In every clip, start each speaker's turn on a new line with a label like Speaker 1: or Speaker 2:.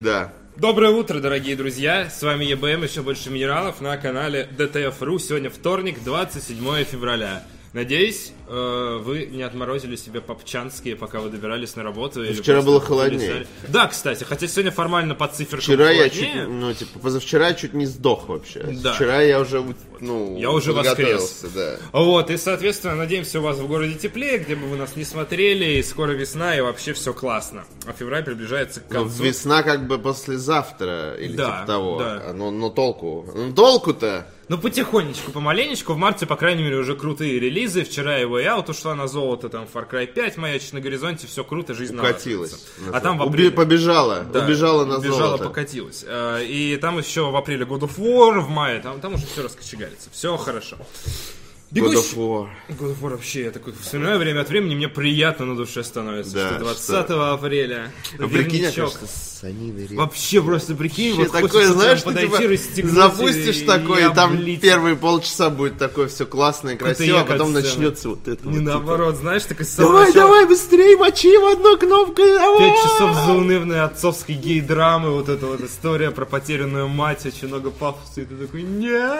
Speaker 1: Да.
Speaker 2: Доброе утро, дорогие друзья! С вами ЕБМ «Еще больше минералов» на канале ДТФ.ру. Сегодня вторник, 27 февраля. Надеюсь, э, вы не отморозили себе попчанские, пока вы добирались на работу. или
Speaker 1: Вчера
Speaker 2: просто
Speaker 1: было холоднее.
Speaker 2: улетали. Да, кстати, хотя сегодня формально по циферкам
Speaker 1: Вчера я чуть,
Speaker 2: холоднее.
Speaker 1: ну, типа, позавчера я чуть не сдох вообще.
Speaker 2: Да.
Speaker 1: Вчера я уже, ну,
Speaker 2: Я уже
Speaker 1: подготовился, да.
Speaker 2: Вот, и, соответственно, надеемся, у вас в городе теплее, где бы вы нас не смотрели, и скоро весна, и вообще все классно. А февраль приближается к
Speaker 1: Ну,
Speaker 2: концу.
Speaker 1: весна как бы послезавтра или
Speaker 2: Да,
Speaker 1: типа того.
Speaker 2: да.
Speaker 1: А, Ну, но толку. Ну, толку-то.
Speaker 2: Ну, потихонечку, помаленечку. В марте, по крайней мере, уже крутые релизы. Вчера и Way Out ушла на золото, там Far Cry 5 маячит на горизонте, все круто, жизнь
Speaker 1: Катилась.
Speaker 2: налаживается. А там в
Speaker 1: Уби-
Speaker 2: апреле...
Speaker 1: Побежала.
Speaker 2: Да,
Speaker 1: убежала на
Speaker 2: убежала,
Speaker 1: золото.
Speaker 2: покатилась. Э, И там еще в апреле God of War, в мае, там, там уже все раскочегарится. Все хорошо.
Speaker 1: God
Speaker 2: Бегущий...
Speaker 1: of War.
Speaker 2: God of War вообще, я такой вспоминаю время от времени, мне приятно на душе становится,
Speaker 1: Да,
Speaker 2: что 20 апреля.
Speaker 1: А прикинь,
Speaker 2: верничок.
Speaker 1: конечно, санины реп-
Speaker 2: Вообще просто прикинь,
Speaker 1: Вообще
Speaker 2: вот
Speaker 1: такое,
Speaker 2: хочется
Speaker 1: знаешь,
Speaker 2: прям
Speaker 1: ты,
Speaker 2: подойти,
Speaker 1: типа,
Speaker 2: расстегнуть
Speaker 1: запустишь
Speaker 2: и-
Speaker 1: такое, и,
Speaker 2: и
Speaker 1: там
Speaker 2: облить.
Speaker 1: первые полчаса будет такое все классное, красиво, а потом
Speaker 2: катсцена.
Speaker 1: начнется вот это. вот,
Speaker 2: Не
Speaker 1: типа,
Speaker 2: наоборот, знаешь, так и с самого
Speaker 1: Давай,
Speaker 2: начала.
Speaker 1: давай, быстрее, мочи в одну кнопку.
Speaker 2: Пять часов заунывной отцовской гей-драмы, вот эта вот история про потерянную мать, очень много пафоса, и ты такой,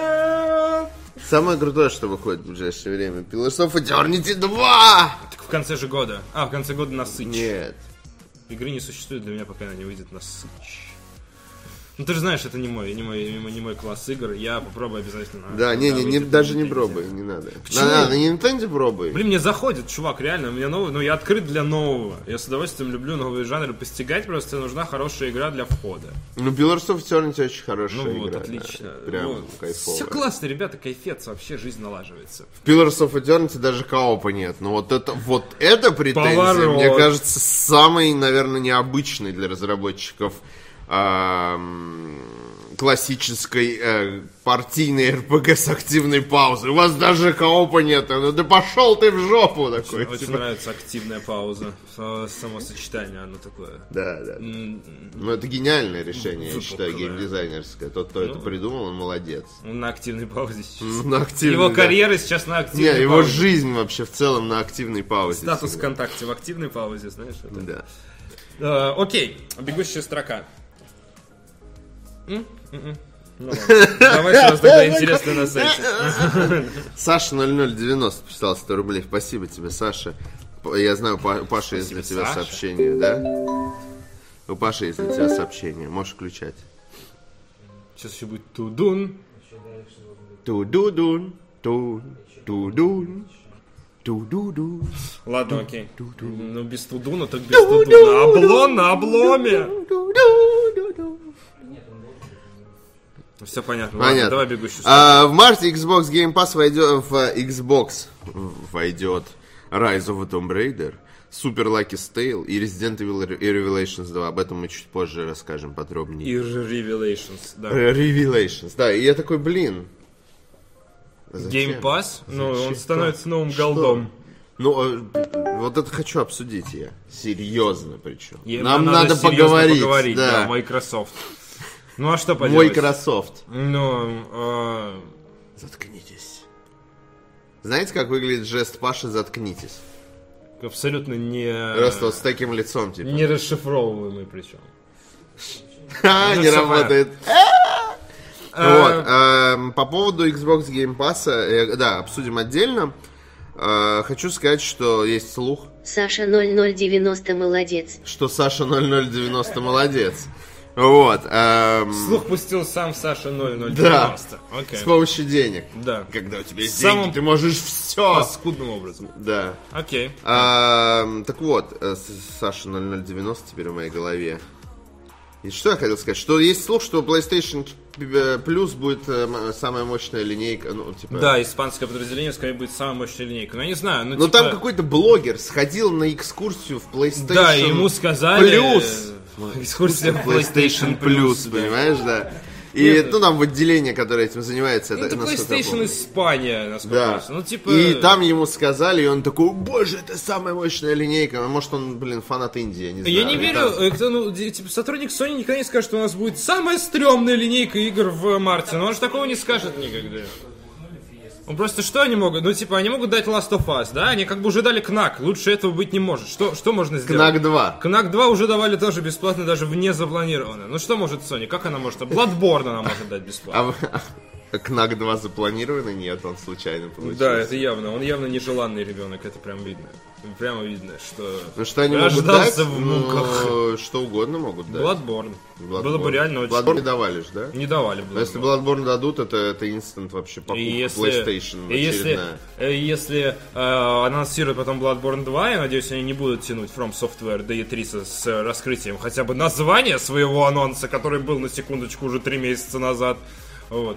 Speaker 2: нет!
Speaker 1: Самое крутое, что выходит в ближайшее время. Pillars of Eternity 2!
Speaker 2: Так в конце же года. А, в конце года насыч.
Speaker 1: Нет.
Speaker 2: Игры не существует для меня, пока она не выйдет насыч. Ну ты же знаешь, это не мой, не мой, не мой, не мой класс игр. Я попробую обязательно.
Speaker 1: Да, не, не, не,
Speaker 2: выйдет на
Speaker 1: даже не
Speaker 2: Nintendo.
Speaker 1: пробуй, не надо.
Speaker 2: Почему?
Speaker 1: На, на, на Nintendo пробуй.
Speaker 2: Блин, мне заходит, чувак, реально, у меня новый, ну я открыт для нового. Я с удовольствием люблю новые жанры постигать, просто нужна хорошая игра для входа.
Speaker 1: Ну, Pillars of Eternity очень хорошая
Speaker 2: Ну
Speaker 1: игра.
Speaker 2: вот,
Speaker 1: да.
Speaker 2: отлично.
Speaker 1: Прям
Speaker 2: Все
Speaker 1: кайфово.
Speaker 2: классно, ребята, кайфец, вообще жизнь налаживается.
Speaker 1: В Pillars of Eternity даже коопа нет. Но вот это, вот это претензия,
Speaker 2: Поворот.
Speaker 1: мне кажется, самый, наверное, необычный для разработчиков ам, классической э, партийной РПГ с активной паузой. У вас даже коопа нет. Ну да пошел ты в жопу такой.
Speaker 2: Очень
Speaker 1: типа.
Speaker 2: нравится активная пауза, Со- само сочетание, оно такое.
Speaker 1: Да, да.
Speaker 2: М,
Speaker 1: Ну, это гениальное решение, я
Speaker 2: Выпуклое.
Speaker 1: считаю, геймдизайнерское. Тот, кто это придумал, он молодец.
Speaker 2: Он на активной паузе сейчас.
Speaker 1: На активной,
Speaker 2: Ну. Его
Speaker 1: да.
Speaker 2: карьера сейчас на
Speaker 1: Не,
Speaker 2: активной
Speaker 1: его
Speaker 2: паузе.
Speaker 1: жизнь вообще в целом на активной паузе.
Speaker 2: Статус
Speaker 1: всегда.
Speaker 2: ВКонтакте в активной паузе, знаешь. это.
Speaker 1: Да.
Speaker 2: Э, Окей, бегущая строка. М? М-м. Ну ладно. Давай, что у вас тогда интересно на сайте.
Speaker 1: Саша 0090 писал 100 рублей. Спасибо тебе, Саша. П- Я знаю, Па- у Паши есть для
Speaker 2: Спасибо,
Speaker 1: тебя
Speaker 2: Саша.
Speaker 1: сообщение, да? У Паши есть для тебя сообщение. Можешь включать.
Speaker 2: Сейчас еще будет тудун.
Speaker 1: Ту-ду-дун, ту-дун, ту-дун, ту-ду-дун.
Speaker 2: Ладно, окей. Ну, без тудуна, так без тудуна. Облом на обломе.
Speaker 1: Ту-ду-ду-ду.
Speaker 2: Все понятно. Ладно,
Speaker 1: Понятно.
Speaker 2: давай бегущую строку.
Speaker 1: А, в марте Xbox Game Pass войдет в э, Xbox войдет Rise of the Tomb Raider, Super Lucky Tale и Resident Evil Re- и Revelations 2. Об этом мы чуть позже расскажем подробнее.
Speaker 2: И Revelations, да.
Speaker 1: Э, Revelations, да. И я такой, блин.
Speaker 2: Game Pass, ну,
Speaker 1: Зачем?
Speaker 2: он становится новым голдом.
Speaker 1: Ну, э, вот это хочу обсудить я. Серьезно причем.
Speaker 2: И
Speaker 1: Нам надо, поговорить. да. мой...
Speaker 2: Microsoft. Ну, а что поделать?
Speaker 1: кроссофт.
Speaker 2: Ну, э,
Speaker 1: Заткнитесь. Знаете, как выглядит жест Паши «заткнитесь»?
Speaker 2: абсолютно не...
Speaker 1: Просто вот с таким лицом, типа.
Speaker 2: Не расшифровываемый причем.
Speaker 1: Ха,
Speaker 2: Ну,
Speaker 1: А, не
Speaker 2: всё
Speaker 1: работает.
Speaker 2: А,
Speaker 1: Вот. эм, По поводу Xbox Game Pass, э, да, обсудим отдельно. Э, Хочу сказать, что есть слух,
Speaker 3: Саша 0090 молодец.
Speaker 1: что Саша 0090 молодец. Вот. эм,
Speaker 2: Слух пустил сам Саша 0090.
Speaker 1: Да.
Speaker 2: Окей.
Speaker 1: С помощью денег.
Speaker 2: Да.
Speaker 1: Когда у тебя есть
Speaker 2: Самым-
Speaker 1: деньги, ты можешь все.
Speaker 2: Скудным образом.
Speaker 1: Да.
Speaker 2: Окей.
Speaker 1: Эм, Так вот, э, с- Саша 0090 теперь в моей голове. И что я хотел сказать? Что есть слух, что у PlayStation э, Plus будет э, м- самая мощная линейка, ну, типа...
Speaker 2: Да, испанское подразделение, скорее, будет самая мощная линейка. Ну, я не знаю, ну,
Speaker 1: Ну
Speaker 2: типа,
Speaker 1: там какой-то блогер сходил на экскурсию в PlayStation.
Speaker 2: Да, ему сказали...
Speaker 1: Плюс.
Speaker 2: э, Экскурсия в PlayStation Plus. да.
Speaker 1: понимаешь, да. И
Speaker 2: Нет,
Speaker 1: ну там в отделение, которое этим занимается,
Speaker 2: Ну, это
Speaker 1: насколько я
Speaker 2: PlayStation
Speaker 1: помню.
Speaker 2: Испания, насколько я
Speaker 1: Да.
Speaker 2: знаю. Ну, типа...
Speaker 1: И там ему сказали, и он такой, боже, это самая мощная линейка. Ну, может, он, блин, фанат Индии, я не знаю.
Speaker 2: Я не
Speaker 1: Ну,
Speaker 2: верю,
Speaker 1: там-
Speaker 2: э, кто, ну, ди- типа, сотрудник Sony никогда не скажет, что у нас будет самая стрёмная линейка игр в марте. Но он же такого не скажет никогда. Он просто что они могут? Ну, типа, они могут дать Last of Us, да? Они как бы уже дали КНАК, лучше этого быть не может. Что, что можно сделать?
Speaker 1: Кнак 2.
Speaker 2: Кнак 2 уже давали тоже бесплатно, даже вне запланированно. Ну что может Sony? Как она может? Bloodborne она может дать бесплатно.
Speaker 1: А, а Кнак 2 запланировано? Нет, он случайно получился.
Speaker 2: Да, это явно. Он явно нежеланный ребенок, это прям видно. Прям видно, что...
Speaker 1: Ну что они могут дать?
Speaker 2: Рождался в муках.
Speaker 1: Ну, что угодно могут дать.
Speaker 2: Bloodborne. Было бы
Speaker 1: Bloodborne.
Speaker 2: реально очень...
Speaker 1: Bloodborne не давали же, да?
Speaker 2: Не давали бы.
Speaker 1: Но если Bloodborne дадут, это, это инстант вообще покупка
Speaker 2: И если,
Speaker 1: PlayStation
Speaker 2: и если,
Speaker 1: очередная.
Speaker 2: э, если э, анонсируют потом Bloodborne 2, я надеюсь, они не будут тянуть From Software до E3 со- с, э, раскрытием хотя бы названия своего анонса, который был на секундочку уже три месяца назад. Вот.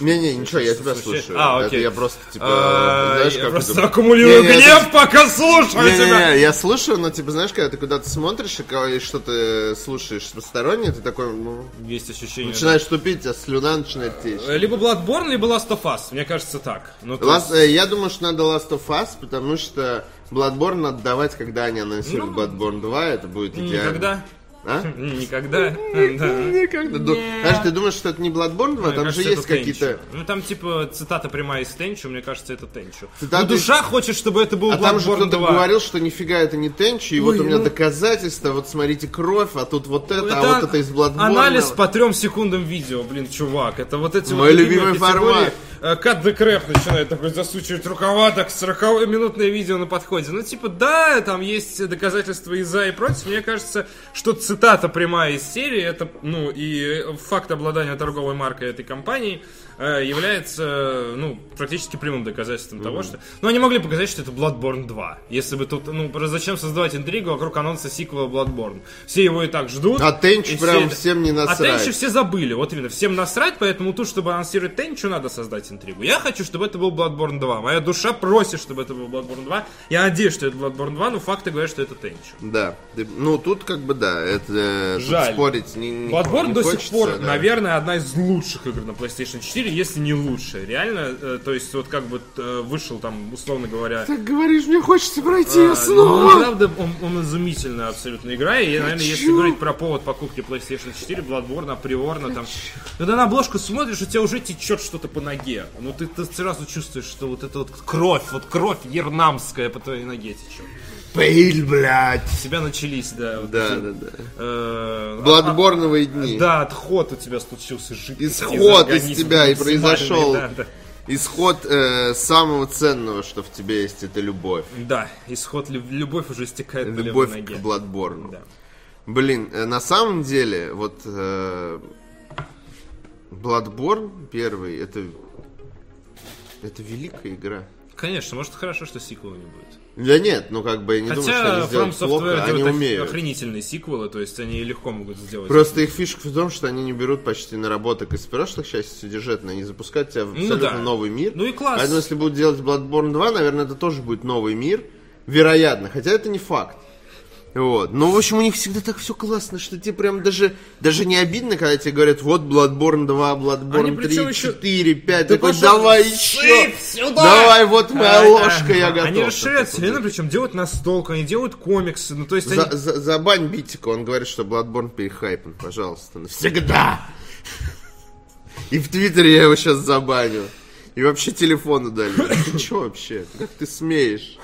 Speaker 1: Не-не, ничего, я тебя
Speaker 2: Слушай,
Speaker 1: слушаю.
Speaker 2: а,
Speaker 1: Это
Speaker 2: окей.
Speaker 1: я просто, типа,
Speaker 2: А,
Speaker 1: знаешь,
Speaker 2: я
Speaker 1: как
Speaker 2: просто
Speaker 1: это-
Speaker 2: аккумулирую
Speaker 1: Не-не, это-
Speaker 2: гнев, пока слушаю тебя.
Speaker 1: Не-не-не, я слушаю, но, типа, знаешь, когда ты куда-то смотришь и кого- и что-то слушаешь постороннее, ты такой, ну,
Speaker 2: Есть ощущение.
Speaker 1: начинаешь тупить, а слюна начинает течь.
Speaker 2: Э, Либо Bloodborne, либо Last of Us. Мне кажется, так. Ну, то
Speaker 1: Last- э, я думаю, что надо Last of Us, потому что Bloodborne надо давать, когда они анонсируют Bloodborne 2, это будет
Speaker 2: есть
Speaker 1: идеально.
Speaker 2: Ну, никогда.
Speaker 1: А?
Speaker 2: Ну, Никогда. Да.
Speaker 1: Никогда. Ду- Даже ты думаешь, что это не Bloodborne 2, там
Speaker 2: Мне
Speaker 1: же
Speaker 2: кажется,
Speaker 1: есть
Speaker 2: это Тенчу.
Speaker 1: какие-то...
Speaker 2: Ну там типа цитата прямая из Тенчу, мне кажется, это Тенчу.
Speaker 1: Цитаты
Speaker 2: Ну душа хочет, чтобы это был
Speaker 1: А там же
Speaker 2: Bloodborne
Speaker 1: кто-то
Speaker 2: 2.
Speaker 1: говорил, что нифига это не Тенчи, и вот у меня
Speaker 2: ну-
Speaker 1: доказательства, вот смотрите, кровь, а тут вот это,
Speaker 2: Это
Speaker 1: а вот это из Bloodborne.
Speaker 2: Анализ по трем секундам видео, блин, чувак. Это вот эти
Speaker 1: Мой
Speaker 2: вот Э,
Speaker 1: любимый формат.
Speaker 2: Кат де Крэп начинает такой засучивать рукава, так 40-минутное видео на подходе. Ну, типа, да, там есть доказательства и за, и против. Мне кажется, что цитата прямая из серии, это, ну, и факт обладания торговой маркой этой компании э, является, э, ну, практически прямым доказательством того, что... Ну, они могли показать, что это Bloodborne 2. Если бы тут, ну, зачем создавать интригу вокруг анонса сиквела Bloodborne? Все его и так ждут.
Speaker 1: А Тенчу
Speaker 2: И
Speaker 1: прям
Speaker 2: все-
Speaker 1: всем не
Speaker 2: А Тенчу
Speaker 1: насрать.
Speaker 2: все забыли, вот именно, всем насрать, поэтому тут, чтобы анонсировать Тенчу, надо создать интригу. Я хочу, чтобы это был Bloodborne 2. Моя душа просит, чтобы это был Bloodborne 2. Я надеюсь, что это Bloodborne 2, но факты говорят, что это Тенчу.
Speaker 1: Да, Ты- ну тут как бы да, это э, тут
Speaker 2: Жаль.
Speaker 1: спорить не, не-
Speaker 2: Bloodborne
Speaker 1: не
Speaker 2: до сих
Speaker 1: хочется,
Speaker 2: пор,
Speaker 1: да.
Speaker 2: наверное, одна из лучших игр на PlayStation 4, если не лучшая. Реально, э, то есть вот как бы э, вышел там, условно говоря...
Speaker 1: Так говоришь, мне хочется пройти
Speaker 2: э,
Speaker 1: ее
Speaker 2: ну,
Speaker 1: снова.
Speaker 2: правда, он, он изумительно абсолютно игра. И, наверное, если говорить про повод покупки PlayStation 4, Bloodborne априорно там... Когда на обложку смотришь, у тебя уже течет что-то по ноге. Ну, ты, ты сразу чувствуешь, что вот эта вот кровь, вот кровь ернамская по твоей ноге течет.
Speaker 1: Пыль, блядь.
Speaker 2: У тебя начались, да. вот
Speaker 1: Да,
Speaker 2: эти,
Speaker 1: да, да.
Speaker 2: э,
Speaker 1: Бладборновые дни.
Speaker 2: да, отход у тебя случился жидкость.
Speaker 1: Исход из
Speaker 2: организма,
Speaker 1: тебя и
Speaker 2: максимальный,
Speaker 1: произошел.
Speaker 2: Да, да.
Speaker 1: Исход э, самого ценного, что в тебе есть, это любовь.
Speaker 2: Да, исход, лю- любовь уже стекает по левой
Speaker 1: Любовь к
Speaker 2: ноге.
Speaker 1: Бладборну.
Speaker 2: Да.
Speaker 1: Блин, э, на самом деле, вот э, Bloodborne первый, это это великая игра.
Speaker 2: Конечно, может хорошо, что сиквела не будет.
Speaker 1: Да нет, ну как бы я не думаю, что
Speaker 2: Хотя
Speaker 1: они
Speaker 2: From
Speaker 1: сделают
Speaker 2: Software
Speaker 1: плохо, они
Speaker 2: делают
Speaker 1: умеют.
Speaker 2: охренительные сиквелы, то есть они легко могут сделать.
Speaker 1: Просто их фишка в том, что они не берут почти наработок из прошлых частей содержательно, они запускают тебя в абсолютно
Speaker 2: Ну да.
Speaker 1: новый мир.
Speaker 2: Ну и класс.
Speaker 1: Поэтому если будут делать Bloodborne 2, наверное, это тоже будет новый мир. Вероятно, хотя это не факт. Вот. Но, в общем, у них всегда так все классно, что тебе прям даже, даже не обидно, когда тебе говорят, вот Bloodborne 2,
Speaker 2: Они
Speaker 1: Bloodborne
Speaker 2: причем
Speaker 1: 3,
Speaker 2: еще-
Speaker 1: 4, 5.
Speaker 2: Да
Speaker 1: такой,
Speaker 2: пошел
Speaker 1: давай
Speaker 2: сыпь
Speaker 1: еще.
Speaker 2: сюда!
Speaker 1: Давай, вот моя
Speaker 2: А,
Speaker 1: ложка, я
Speaker 2: а,
Speaker 1: готов.
Speaker 2: Они
Speaker 1: Вот
Speaker 2: расширяют
Speaker 1: это
Speaker 2: вселенную, причем делают настолку, они делают комиксы, ну то есть
Speaker 1: за,
Speaker 2: они...
Speaker 1: за- забань Битика, он говорит, что Bloodborne перехайпен, пожалуйста, навсегда. И в Твиттере я его сейчас забаню. И вообще телефон удалил. Ты чё вообще? Как ты смеешь?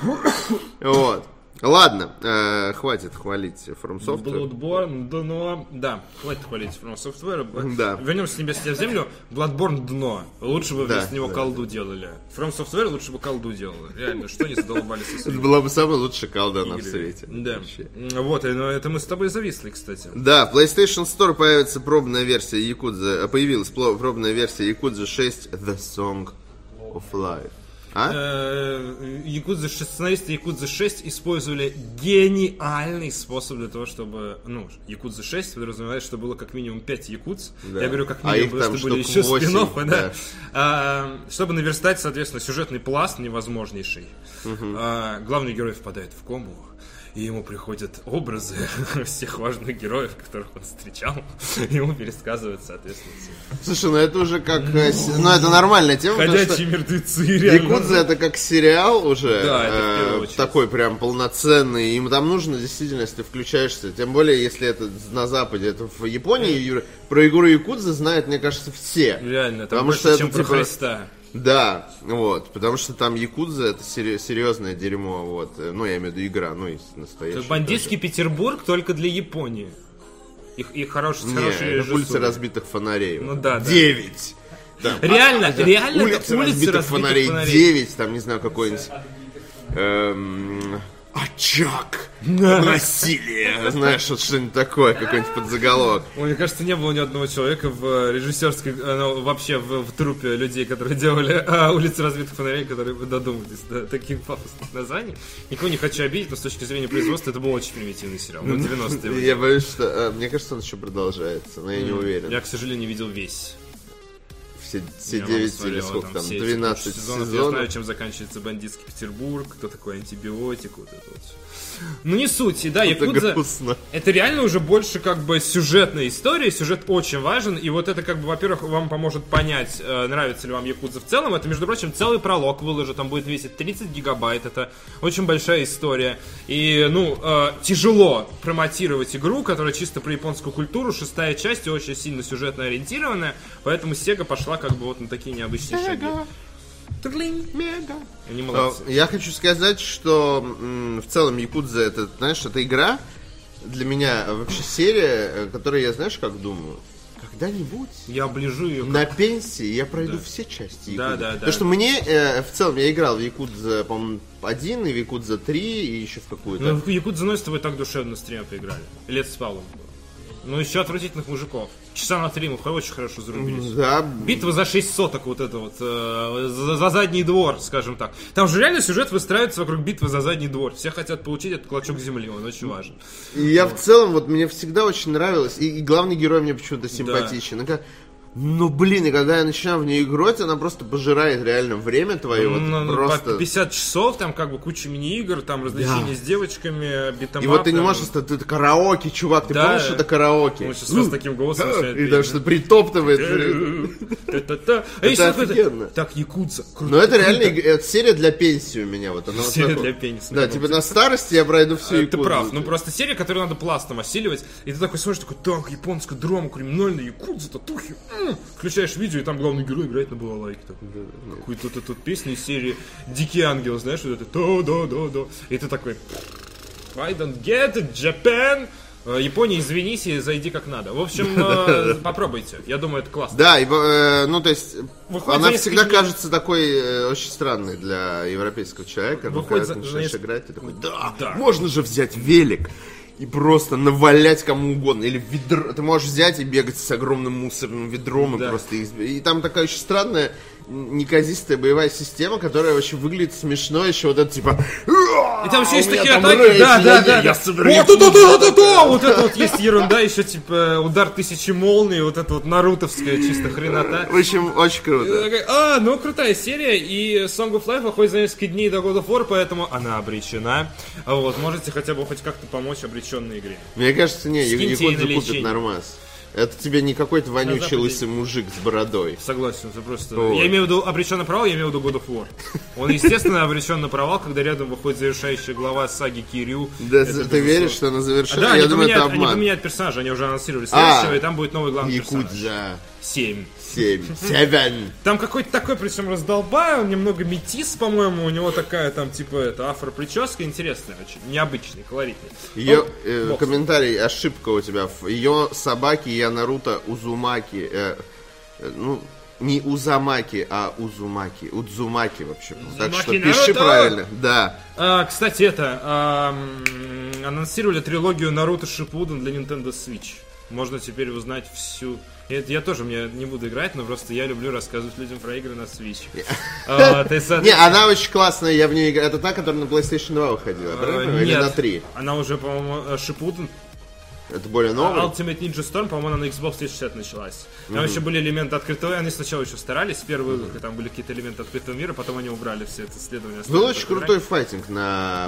Speaker 1: Вот. Ладно, э, хватит хвалить From Software.
Speaker 2: Bloodborne, дно. ну, Да, хватит хвалить From Software.
Speaker 1: Да.
Speaker 2: Вернемся с небес на землю. Bloodborne дно. Лучше бы вместо
Speaker 1: Да,
Speaker 2: него
Speaker 1: да,
Speaker 2: колду делали. From Software лучше бы колду делала. Реально, что они задолбались со
Speaker 1: Это
Speaker 2: своими
Speaker 1: была бы самая лучшая колдана в
Speaker 2: играми.
Speaker 1: свете.
Speaker 2: Да.
Speaker 1: Вообще.
Speaker 2: Вот, и, ну, это мы с тобой зависли, кстати.
Speaker 1: Да, в PlayStation Store появится пробная версия Якудза, э, появилась пло- пробная версия Якудза 6 The Song of Life. А?
Speaker 2: Э, Якудза 6, сценаристы Якудза 6 использовали гениальный способ для того, чтобы, ну, Якудза 6 подразумевает, что было как минимум 5 якудз.
Speaker 1: Да.
Speaker 2: Я говорю, как
Speaker 1: А
Speaker 2: минимум,
Speaker 1: их
Speaker 2: потому
Speaker 1: там
Speaker 2: что были
Speaker 1: штук
Speaker 2: еще
Speaker 1: восемь,
Speaker 2: спин да.
Speaker 1: да.
Speaker 2: А, чтобы наверстать, соответственно, сюжетный пласт невозможнейший. А, главный герой впадает в кому. И ему приходят образы всех важных героев, которых он встречал. и Ему пересказывают, соответственно, все.
Speaker 1: Слушай, ну это уже как... э, с- Ну это нормальная тема, потому что
Speaker 2: Ходячие мертвецы, реально.
Speaker 1: Якудза это как сериал уже.
Speaker 2: ну. Да, это в первую
Speaker 1: э,
Speaker 2: очередь.
Speaker 1: Такой прям полноценный. Им там нужно действительно, если ты включаешься. Тем более, если это на Западе, это в Японии. Юра- Про игру Якудза знают, мне кажется, все.
Speaker 2: Реально, там
Speaker 1: Потому
Speaker 2: больше,
Speaker 1: что это
Speaker 2: чем про
Speaker 1: типа-
Speaker 2: Христа.
Speaker 1: Да, вот, потому что там Якудза это сери- серьезное дерьмо, вот, э, ну я имею в виду игра, ну и настоящая.
Speaker 2: Это бандитский Петербург только для Японии. Их, и хорош,
Speaker 1: тоже. Не,
Speaker 2: хорошие
Speaker 1: это улицы
Speaker 2: режиссуры.
Speaker 1: разбитых фонарей.
Speaker 2: Ну да, да.
Speaker 1: Девять. Да,
Speaker 2: Реально, реально это
Speaker 1: улицы, разбитых, фонарей,
Speaker 2: фонарей.
Speaker 1: 9, там, не знаю, какой-нибудь... эм, очаг
Speaker 2: Да.
Speaker 1: насилия. Знаешь, вот что-нибудь такое, какой-нибудь подзаголовок.
Speaker 2: Ой, Мне кажется, не было ни одного человека в э, режиссерской, э, ну, вообще в, в трупе людей, которые делали э, улицы разбитых фонарей, которые бы додумались до таких пафосных названий. Никого не хочу обидеть, но с точки зрения производства это был очень примитивный сериал. Ну, 90-е.
Speaker 1: Я боюсь, что... э, Мне кажется, он еще продолжается, но я не уверен.
Speaker 2: Я, к сожалению, не видел весь.
Speaker 1: Все, все
Speaker 2: Я мама
Speaker 1: 9 или
Speaker 2: смотрела
Speaker 1: сколько там,
Speaker 2: все эти
Speaker 1: 12
Speaker 2: кучу Я знаю,
Speaker 1: сезонов.
Speaker 2: чем заканчивается бандитский Петербург, кто такой антибиотик, вот это вот всё. Ну не суть, и да,
Speaker 1: Это
Speaker 2: Якудза...
Speaker 1: грустно.
Speaker 2: Это реально уже больше как бы сюжетная история, сюжет очень важен, и вот это как бы, во-первых, вам поможет понять, э, нравится ли вам Якудза в целом. Это, между прочим, целый пролог выложу, там будет весить 30 гигабайт, это очень большая история. И, ну, э, тяжело промотировать игру, которая чисто про японскую культуру, шестая часть и очень сильно сюжетно ориентированная, поэтому Sega пошла как бы вот на такие необычные шаги. Трлинь. Они молодцы.
Speaker 1: Э, Я хочу сказать, что м, в целом Якудза это, знаешь, это игра для меня э, вообще серия, э, которой я, знаешь, как думаю, когда-нибудь
Speaker 2: Я оближу ее.
Speaker 1: на пенсии я пройду все части
Speaker 2: Да,
Speaker 1: Якудзы.
Speaker 2: да, да.
Speaker 1: Потому что мне э, в целом я играл в Якудза, по-моему, один и в Якудза 3 и еще в какую-то.
Speaker 2: Ну, в Якудзу Ной с тобой так душевно с тремя поиграли. Лет с Павлом было. Ну, еще отвратительных мужиков. Часа на три мы хо- очень хорошо зарубились.
Speaker 1: Да,
Speaker 2: Битва за шесть соток, вот это вот, э, за, за задний двор, скажем так. Там же реально сюжет выстраивается вокруг битвы за задний двор. Все хотят получить этот клочок земли, он очень важен.
Speaker 1: И я в целом, вот мне всегда очень нравилось, и, и главный герой мне почему-то симпатичен. И как- Ну блин, и когда я начинаю в нее играть, она просто пожирает реально время твое, вот
Speaker 2: Ну, ну, по
Speaker 1: просто.
Speaker 2: 50 часов, там как бы куча мини-игр, там развлечения с девочками, битомат.
Speaker 1: И вот ты не можешь, оста- ты, это караоке, чувак, ты
Speaker 2: Да.
Speaker 1: помнишь, что это караоке?
Speaker 2: Он сейчас с таким голосом начинает
Speaker 1: Ну, И
Speaker 2: петь.
Speaker 1: даже что притоптывает.
Speaker 2: Та-та-та. А еще какой-то-
Speaker 1: офигенно.
Speaker 2: Так, Якудза. круто,
Speaker 1: Но Ну, это реально
Speaker 2: круто.
Speaker 1: иг- это серия для пенсии у меня. Вот, она вот
Speaker 2: Серия
Speaker 1: такой.
Speaker 2: для пенсии,
Speaker 1: Да,
Speaker 2: да,
Speaker 1: типа на старости я пройду всю
Speaker 2: Э, Ты
Speaker 1: Якудзу.
Speaker 2: прав, ну просто серия, которую надо пластом осиливать, и ты такой смотришь, такой, так, японская драма, криминальная, якудза, татухи, м». включаешь видео, и там главный герой играет на балалайке, такой, какую-то тут, тут песню из серии «Дикий ангел», знаешь, вот это, то да да да и ты такой, I don't get it, Japan, Э, Япония, извинись и зайди как надо. В общем, э, попробуйте. Я думаю, это классно.
Speaker 1: Да, и, э, ну то есть
Speaker 2: Выходит за
Speaker 1: она
Speaker 2: несколько
Speaker 1: всегда
Speaker 2: дней.
Speaker 1: кажется такой э, очень странной для европейского человека. но когда
Speaker 2: Выходит за-
Speaker 1: ты
Speaker 2: за
Speaker 1: начинаешь
Speaker 2: несколько-
Speaker 1: играть, ты такой, да,
Speaker 2: Да.
Speaker 1: можно же взять велик и просто навалять кому угодно. Или ведро. Ты можешь взять и бегать с огромным мусорным ведром и
Speaker 2: Да.
Speaker 1: просто... из- И там такая очень странная н- неказистая боевая система, которая вообще выглядит смешно еще вот это типа...
Speaker 2: И там еще есть
Speaker 1: «А, у меня
Speaker 2: такие
Speaker 1: там
Speaker 2: атаки,
Speaker 1: рейдж,
Speaker 2: да,
Speaker 1: я-
Speaker 2: да,
Speaker 1: я-
Speaker 2: да.
Speaker 1: я
Speaker 2: да.
Speaker 1: супер
Speaker 2: О,
Speaker 1: якудза».
Speaker 2: ту-ту-ту-ту-ту! Вот это вот есть ерунда, еще типа удар тысячи молний, вот это вот нарутовская чисто хренота.
Speaker 1: В общем, очень
Speaker 2: И она
Speaker 1: круто.
Speaker 2: такая, А, ну крутая серия, и Song of Life выходит за несколько дней до God of War, поэтому она обречена. А Вот, можете хотя бы хоть как-то помочь обреченной игре.
Speaker 1: Мне кажется, не,
Speaker 2: Скиньте ей на
Speaker 1: Якудза
Speaker 2: лечение.
Speaker 1: купит нормас. Это тебе не какой-то вонючий
Speaker 2: Западе-
Speaker 1: лысый мужик с бородой.
Speaker 2: Согласен, это просто...
Speaker 1: Вот.
Speaker 2: Я имею в виду обречен на провал, я имею в виду God of War. Он, естественно, обречен на провал, когда рядом выходит завершающая глава саги Кирю.
Speaker 1: Да,
Speaker 2: Это,
Speaker 1: ты
Speaker 2: безусловно.
Speaker 1: веришь, что она завершена?
Speaker 2: Да,
Speaker 1: Я
Speaker 2: они,
Speaker 1: думаю, это
Speaker 2: поменяют, они
Speaker 1: обман.
Speaker 2: поменяют персонажа, они уже анонсировали
Speaker 1: А.
Speaker 2: следующего, и там будет новый главный персонаж.
Speaker 1: Якудза
Speaker 2: 7.
Speaker 1: 7. 7.
Speaker 2: Там какой-то такой, причем раздолбай, он немного метис, по-моему, у него такая там, типа, это, афро-прическа, интересная очень, необычная, колоритная.
Speaker 1: Ее
Speaker 2: Ну, бог с ним.
Speaker 1: э, комментарий, ошибка у тебя. Ее собаки я Наруто Узумаки. э, э, ну, не Узамаки, а Узумаки. Удзумаки вообще. был. Так
Speaker 2: Узумаки
Speaker 1: что пиши
Speaker 2: Наруто!
Speaker 1: правильно. Да.
Speaker 2: А, кстати, это, ам, анонсировали трилогию Наруто Шипуден для Nintendo Switch. Можно теперь узнать всю... Это я тоже мне не буду играть, но просто я люблю рассказывать людям про игры на Switch. А, то есть,
Speaker 1: Не, она очень классная, я в нее играю. Это та, которая на PlayStation 2 выходила, правильно?
Speaker 2: э,
Speaker 1: Или
Speaker 2: нет.
Speaker 1: на 3?
Speaker 2: Она уже, по-моему, э, Шипуден
Speaker 1: Это более новая.
Speaker 2: А Ultimate Ninja Storm, по-моему, она на Xbox 360 началась. Там еще были элементы открытого, они сначала еще старались, в первых играх там были какие-то элементы открытого мира, потом они убрали все это следование.
Speaker 1: Был очень крутой файтинг
Speaker 2: А?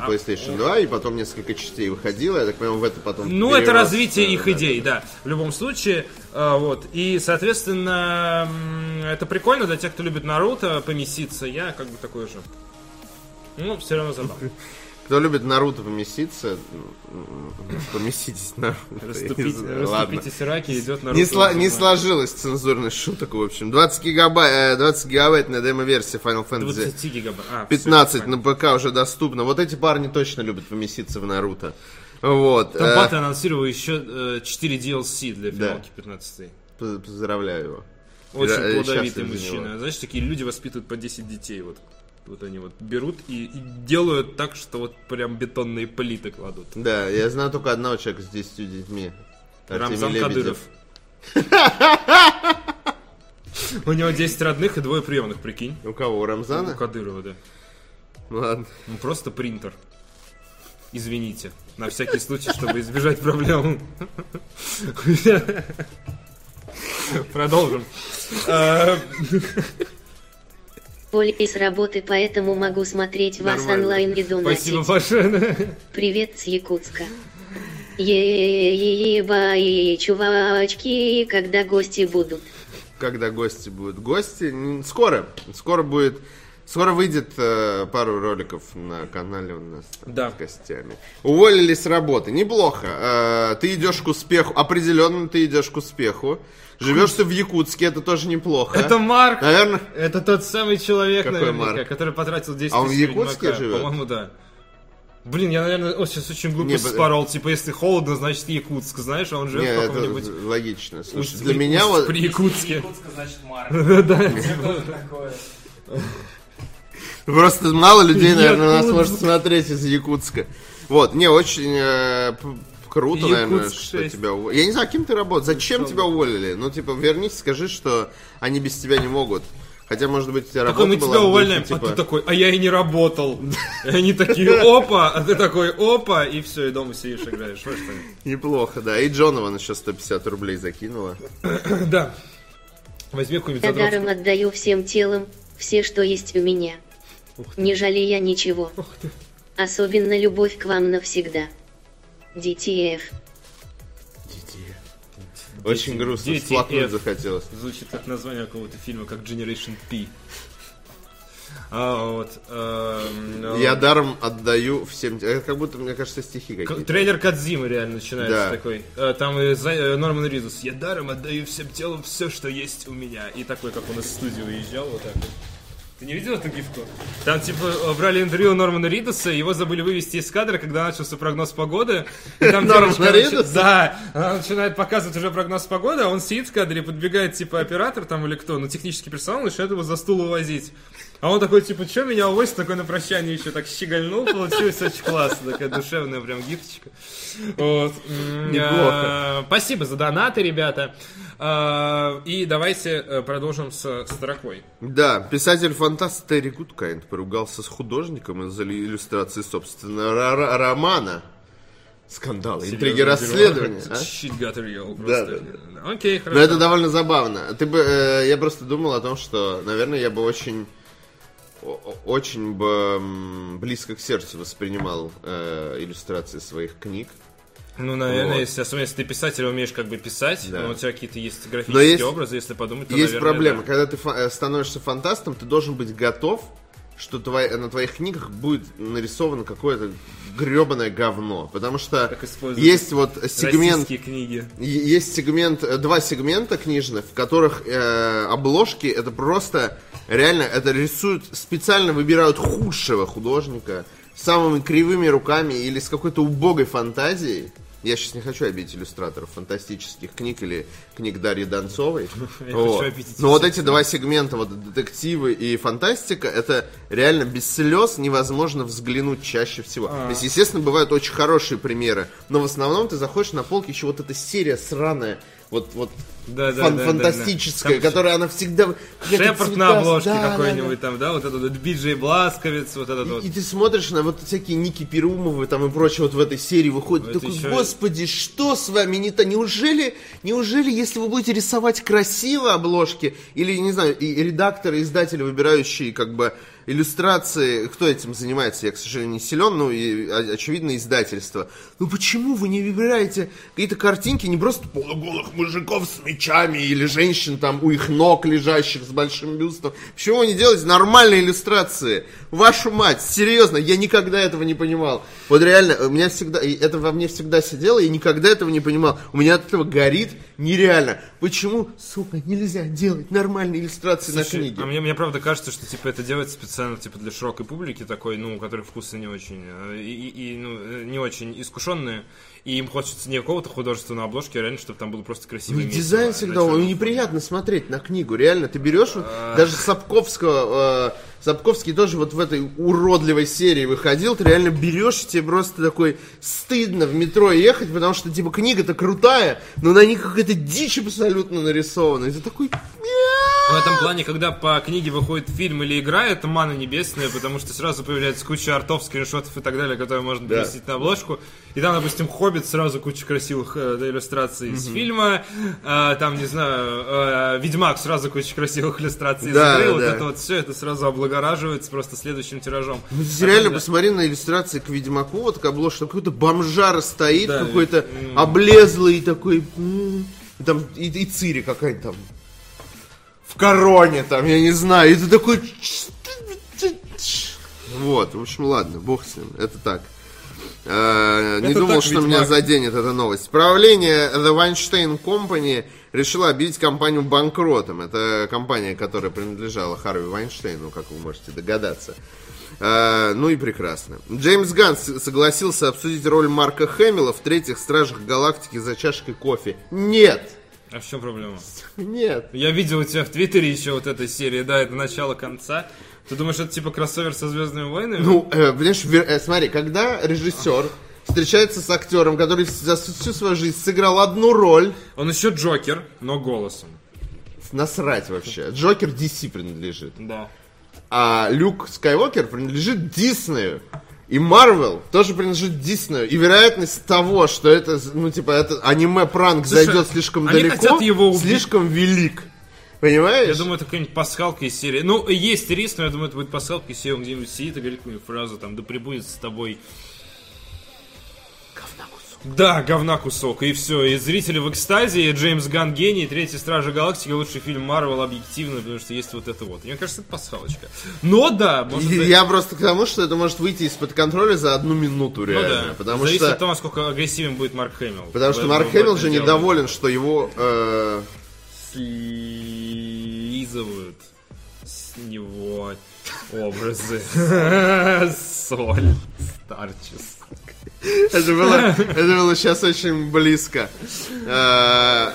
Speaker 1: на PlayStation 2, и потом несколько частей выходило. Я так понимаю, в это потом...
Speaker 2: Ну, это
Speaker 1: перерос,
Speaker 2: развитие
Speaker 1: э,
Speaker 2: их
Speaker 1: да.
Speaker 2: идей, да. В любом случае, э, вот. И, соответственно, м, это прикольно для тех, кто любит Наруто, помеситься. Я как бы такой же. Ну, все равно задал.
Speaker 1: Кто любит Наруто поместиться, м, м, поместитесь на
Speaker 2: Расступите-
Speaker 1: Ладно.
Speaker 2: Расступитесь раки, идет на
Speaker 1: Не,
Speaker 2: руку
Speaker 1: сла- не
Speaker 2: Узумаки.
Speaker 1: сложилось цензурных шуток, в общем. 20 гигабайт, 20 гигабайтная демо-версия Final Fantasy
Speaker 2: 20 гигабайт. А, всё,
Speaker 1: 15
Speaker 2: понятно.
Speaker 1: на ПК уже доступна. Вот эти парни точно любят поместиться в Наруто. Вот.
Speaker 2: Там
Speaker 1: э,
Speaker 2: баты э, анонсировали еще 4 DLC для финалки 15
Speaker 1: п- Поздравляю его. Я- э, я счастлив
Speaker 2: Очень плодовитый
Speaker 1: за него.
Speaker 2: мужчина. Знаешь, такие люди воспитывают по 10 детей. Вот вот они вот берут и, и делают так, что вот прям бетонные плиты кладут.
Speaker 1: Да, я знаю только одного человека с 10 детьми. Артемий
Speaker 2: Рамзан
Speaker 1: Лебедев.
Speaker 2: Кадыров. У него 10 родных и двое приемных, прикинь.
Speaker 1: У кого? У Рамзана?
Speaker 2: У Кадырова, да.
Speaker 1: Ладно.
Speaker 2: Он просто принтер. Извините. На всякий случай, чтобы избежать проблем. Продолжим. Э,
Speaker 3: Поле из работы, поэтому могу смотреть вас
Speaker 1: Нормально.
Speaker 3: онлайн и донатить.
Speaker 2: Спасибо большое.
Speaker 3: Привет с Якутска. Ебай, чувачки, когда гости будут.
Speaker 1: Когда гости будут? Гости? М, Скоро. Скоро будет... Скоро выйдет э, пару роликов на канале у нас там
Speaker 2: Да.
Speaker 1: с гостями. Уволили с работы. Неплохо. Э, ты идешь к успеху. Определенно ты идешь к успеху. Живешь ты в Якутске, это тоже неплохо.
Speaker 2: Это Марк.
Speaker 1: Наверное,
Speaker 2: Это тот самый человек,
Speaker 1: Какой
Speaker 2: наверняка,
Speaker 1: Марк?
Speaker 2: который потратил 10
Speaker 1: А он в
Speaker 2: тысяч
Speaker 1: Якутске
Speaker 2: Ведьмака.
Speaker 1: живет?
Speaker 2: По-моему, да. Блин, я, наверное, сейчас очень глупо
Speaker 1: Не, б-
Speaker 2: спорол. Типа, если холодно, значит Якутск, знаешь, а он живет
Speaker 1: не,
Speaker 2: в
Speaker 1: это
Speaker 2: каком-нибудь...
Speaker 1: логично. Слушай,
Speaker 2: Усть-
Speaker 1: для меня вот...
Speaker 2: При Якутске.
Speaker 4: Якутска, значит, Марк.
Speaker 2: Да.
Speaker 4: Что такое?
Speaker 1: Просто мало людей, наверное, нас
Speaker 2: Якутск.
Speaker 1: может смотреть из Якутска. Вот, не очень э, п- круто,
Speaker 2: Якутск
Speaker 1: наверное, что
Speaker 2: 6.
Speaker 1: тебя уволили. Я не знаю, кем ты работал, зачем тебя уволили? Ну, типа, вернись, скажи, что они без тебя не могут. Хотя, может быть, у тебя
Speaker 2: Такой,
Speaker 1: работа
Speaker 2: мы
Speaker 1: была
Speaker 2: тебя
Speaker 1: в духе,
Speaker 2: увольняем,
Speaker 1: типа,
Speaker 2: а ты такой, а я и не работал. И они такие, опа, а ты такой, опа, и все, и дома сидишь, играешь. Вот что ли.
Speaker 1: Неплохо, да. И Джонован еще 150 рублей закинула.
Speaker 2: Да. Возьми какую-нибудь
Speaker 3: Я даром
Speaker 2: задротку.
Speaker 3: отдаю всем телом, все, что есть у меня. Не жалея ничего. Особенно любовь к вам навсегда. DTF.
Speaker 1: Очень грустно,
Speaker 2: дети
Speaker 1: сплакнуть
Speaker 2: F.
Speaker 1: захотелось.
Speaker 2: Звучит как название какого-то фильма, как Generation P. А, вот, эм, э,
Speaker 1: Я даром отдаю всем... Это как будто, мне кажется, стихи
Speaker 2: к-
Speaker 1: какие-то.
Speaker 2: Трейлер Кадзимы реально начинается
Speaker 1: Да.
Speaker 2: такой. Э, Там и за- э, Норман Ридус. Я даром отдаю всем телом все, что есть у меня. И такой, как он из студии уезжал, вот так вот. Ты не видел эту гифку? Там, типа, э, брали интервью Нормана Ридуса, его забыли вывести из кадра, когда начался прогноз погоды. И там
Speaker 1: Нормана
Speaker 2: девочка начи-
Speaker 1: Ридуса?
Speaker 2: Да, она начинает показывать уже прогноз погоды, а он сидит в кадре, подбегает, типа, оператор там или кто, ну, технический персонал, начинает его за стул увозить. А он такой, типа, что меня увозит, такой на прощание еще так щегольнул, получилось очень классно, такая душевная прям гифочка. Вот. М,
Speaker 1: Неплохо.
Speaker 2: э, Спасибо за донаты, ребята. Э, И давайте э, продолжим с строкой.
Speaker 1: Да, писатель-фантаст Терри Гудкайнд поругался с художником из-за ли- иллюстрации собственного ра- ра- романа. Скандалы, интриги расследования. а?
Speaker 2: Shit got real.
Speaker 1: Да,
Speaker 2: просто. Окей,
Speaker 1: Но
Speaker 2: хорошо.
Speaker 1: это довольно забавно. Ты бы, э, я просто думал о том, что, наверное, я бы очень, о- о- очень бы м, близко к сердцу воспринимал э, иллюстрации своих книг.
Speaker 2: Ну, наверное,
Speaker 1: Вот.
Speaker 2: если, особенно если ты писатель, умеешь как бы писать,
Speaker 1: Да.
Speaker 2: но у тебя какие-то есть
Speaker 1: Но
Speaker 2: графические
Speaker 1: есть-
Speaker 2: образы, если подумать, то,
Speaker 1: Есть
Speaker 2: наверное,
Speaker 1: проблема,
Speaker 2: да.
Speaker 1: когда ты фа- э, становишься фантастом, ты должен быть готов, что твои- на твоих книгах будет нарисовано какое-то гребаное говно, потому что
Speaker 2: Так используют
Speaker 1: есть вот сегмент,
Speaker 2: Российские книги.
Speaker 1: е- есть сегмент, э, два сегмента книжных, в которых э, обложки это просто реально это рисуют специально выбирают худшего художника самыми кривыми руками или с какой-то убогой фантазией. Я сейчас не хочу обидеть иллюстраторов фантастических книг или книг Дарьи Донцовой.
Speaker 2: Я
Speaker 1: Вот.
Speaker 2: хочу обидеть
Speaker 1: Но вот эти два сегмента, вот детективы и фантастика, это реально без слез невозможно взглянуть чаще всего.
Speaker 2: А.
Speaker 1: То есть, естественно, бывают очень хорошие примеры, но в основном ты заходишь на полке еще вот эта серия сраная, вот, вот
Speaker 2: Да, да,
Speaker 1: фан-
Speaker 2: да, да,
Speaker 1: фантастическая,
Speaker 2: да. Там
Speaker 1: которая она всегда... какая-то
Speaker 2: Шепард
Speaker 1: цвета-
Speaker 2: на обложке
Speaker 1: да, да,
Speaker 2: какой-нибудь там, да, вот этот вот Биджей Бласковец, вот этот
Speaker 1: да.
Speaker 2: вот.
Speaker 1: И, и ты смотришь на вот всякие Ники Перумовы там и прочее вот в этой серии выходит,
Speaker 2: Ну, это
Speaker 1: такой,
Speaker 2: еще-
Speaker 1: господи, что с вами не то? Неужели, неужели, если вы будете рисовать красиво обложки, или, не знаю, и редакторы, издатели, выбирающие как бы иллюстрации, кто этим занимается, я, к сожалению, не силен, ну и, о- очевидно, издательство. Ну почему вы не выбираете какие-то картинки, не просто полуголых мужиков с мечами или женщин там у их ног лежащих с большим бюстом? Почему вы не делаете нормальные иллюстрации? Вашу мать, серьезно, я никогда этого не понимал. Вот реально, у меня всегда, и это во мне всегда сидело, я никогда этого не понимал. У меня от этого горит нереально. Почему, сука, нельзя делать нормальные иллюстрации на
Speaker 2: Слушай,
Speaker 1: книги?
Speaker 2: А мне, мне правда кажется, что типа это делается специально типа для широкой публики такой, ну, у которых вкусы не очень э, и, и- и, ну, э, не очень искушенные, и им хочется не какого-то художественного обложки, а реально, чтобы там было просто
Speaker 1: Ну,
Speaker 2: красивый
Speaker 1: и
Speaker 2: микс,
Speaker 1: дизайн
Speaker 2: да,
Speaker 1: всегда,
Speaker 2: на чёрном
Speaker 1: ой,
Speaker 2: фоне.
Speaker 1: неприятно смотреть на книгу, реально. Ты берешь вот даже Сапковского, э, Сапковский тоже вот в этой уродливой серии выходил, ты реально берешь, и тебе просто такой стыдно в метро ехать, потому что типа книга-то крутая, но на ней какая-то дичь абсолютно нарисована. И ты такой, «Мяу».
Speaker 2: В этом плане, когда по книге выходит фильм или игра, это мана небесная, потому что сразу появляется куча артов, скриншотов и так далее, которые можно
Speaker 1: Да.
Speaker 2: поместить на обложку. И там, допустим, «Хоббит» сразу куча красивых э, да, иллюстраций из фильма. А, там, не знаю, э, «Ведьмак» сразу куча красивых иллюстраций из
Speaker 1: Да,
Speaker 2: игры. Вот
Speaker 1: да.
Speaker 2: это вот все, это сразу облагораживается просто следующим тиражом.
Speaker 1: Ну, здесь реально посмотри на иллюстрации к Ведьмаку, вот к обложке, там какой-то бомжара стоит,
Speaker 2: Да,
Speaker 1: какой-то облезлый такой, м, и там, и, и Цири какая-то там, в короне там, я не знаю, и ты такой... Вот, в общем, ладно, бог с ним, это так. Э, Не
Speaker 2: Это
Speaker 1: думал,
Speaker 2: так,
Speaker 1: что
Speaker 2: Ведьмак.
Speaker 1: меня заденет эта новость. Правление The Weinstein Company решило объявить компанию банкротом. Это компания, которая принадлежала Харви Вайнштейну, как вы можете догадаться. Э, Ну и прекрасно. Джеймс Ганн с- согласился обсудить роль Марка Хэмилла в третьих Стражах Галактики за чашкой кофе. Нет!
Speaker 2: А в чем проблема?
Speaker 1: Нет!
Speaker 2: Я видел у тебя в Твиттере еще вот этой серии, да, это начало-конца. Ты думаешь, это типа кроссовер со «Звездными войнами»?
Speaker 1: Ну, э, понимаешь, вер- э, смотри, когда режиссер встречается с актером, который за всю всю свою жизнь сыграл одну роль,
Speaker 2: Он еще Джокер, но голосом.
Speaker 1: насрать вообще. Джокер DC принадлежит.
Speaker 2: Да.
Speaker 1: А Люк Скайуокер принадлежит Диснею. И Марвел тоже принадлежит Диснею. И вероятность того, что это, ну, типа, это аниме-пранк
Speaker 2: Слушай,
Speaker 1: зайдет слишком
Speaker 2: они
Speaker 1: далеко,
Speaker 2: хотят его убить.
Speaker 1: слишком велик. Понимаешь?
Speaker 2: Я думаю, это какая-нибудь пасхалка из серии. Ну, есть риск, но я думаю, это будет пасхалка из серии, он где-нибудь сидит и говорит какую-нибудь фразу, там, да прибудет с тобой... Да, говна кусок, и все. И зрители в экстазе, и Джеймс Ган гений, и Третья Стража Галактики, лучший фильм Марвел объективно, потому что есть вот это вот. Мне кажется, это пасхалочка. Но да, может
Speaker 1: И
Speaker 2: быть-
Speaker 1: Я просто к тому, что это может выйти из-под контроля за одну минуту
Speaker 2: ну
Speaker 1: реально.
Speaker 2: да.
Speaker 1: Потому
Speaker 2: Зависит
Speaker 1: что
Speaker 2: от того, насколько агрессивен будет Марк Хэмилл.
Speaker 1: Потому что
Speaker 2: Поэтому
Speaker 1: Марк
Speaker 2: вот
Speaker 1: Хэмилл
Speaker 2: это
Speaker 1: же
Speaker 2: дело.
Speaker 1: недоволен, что его... э,
Speaker 2: слизывают с него образы. Соль старческая.
Speaker 1: это, было, это было сейчас очень близко. Э,
Speaker 4: А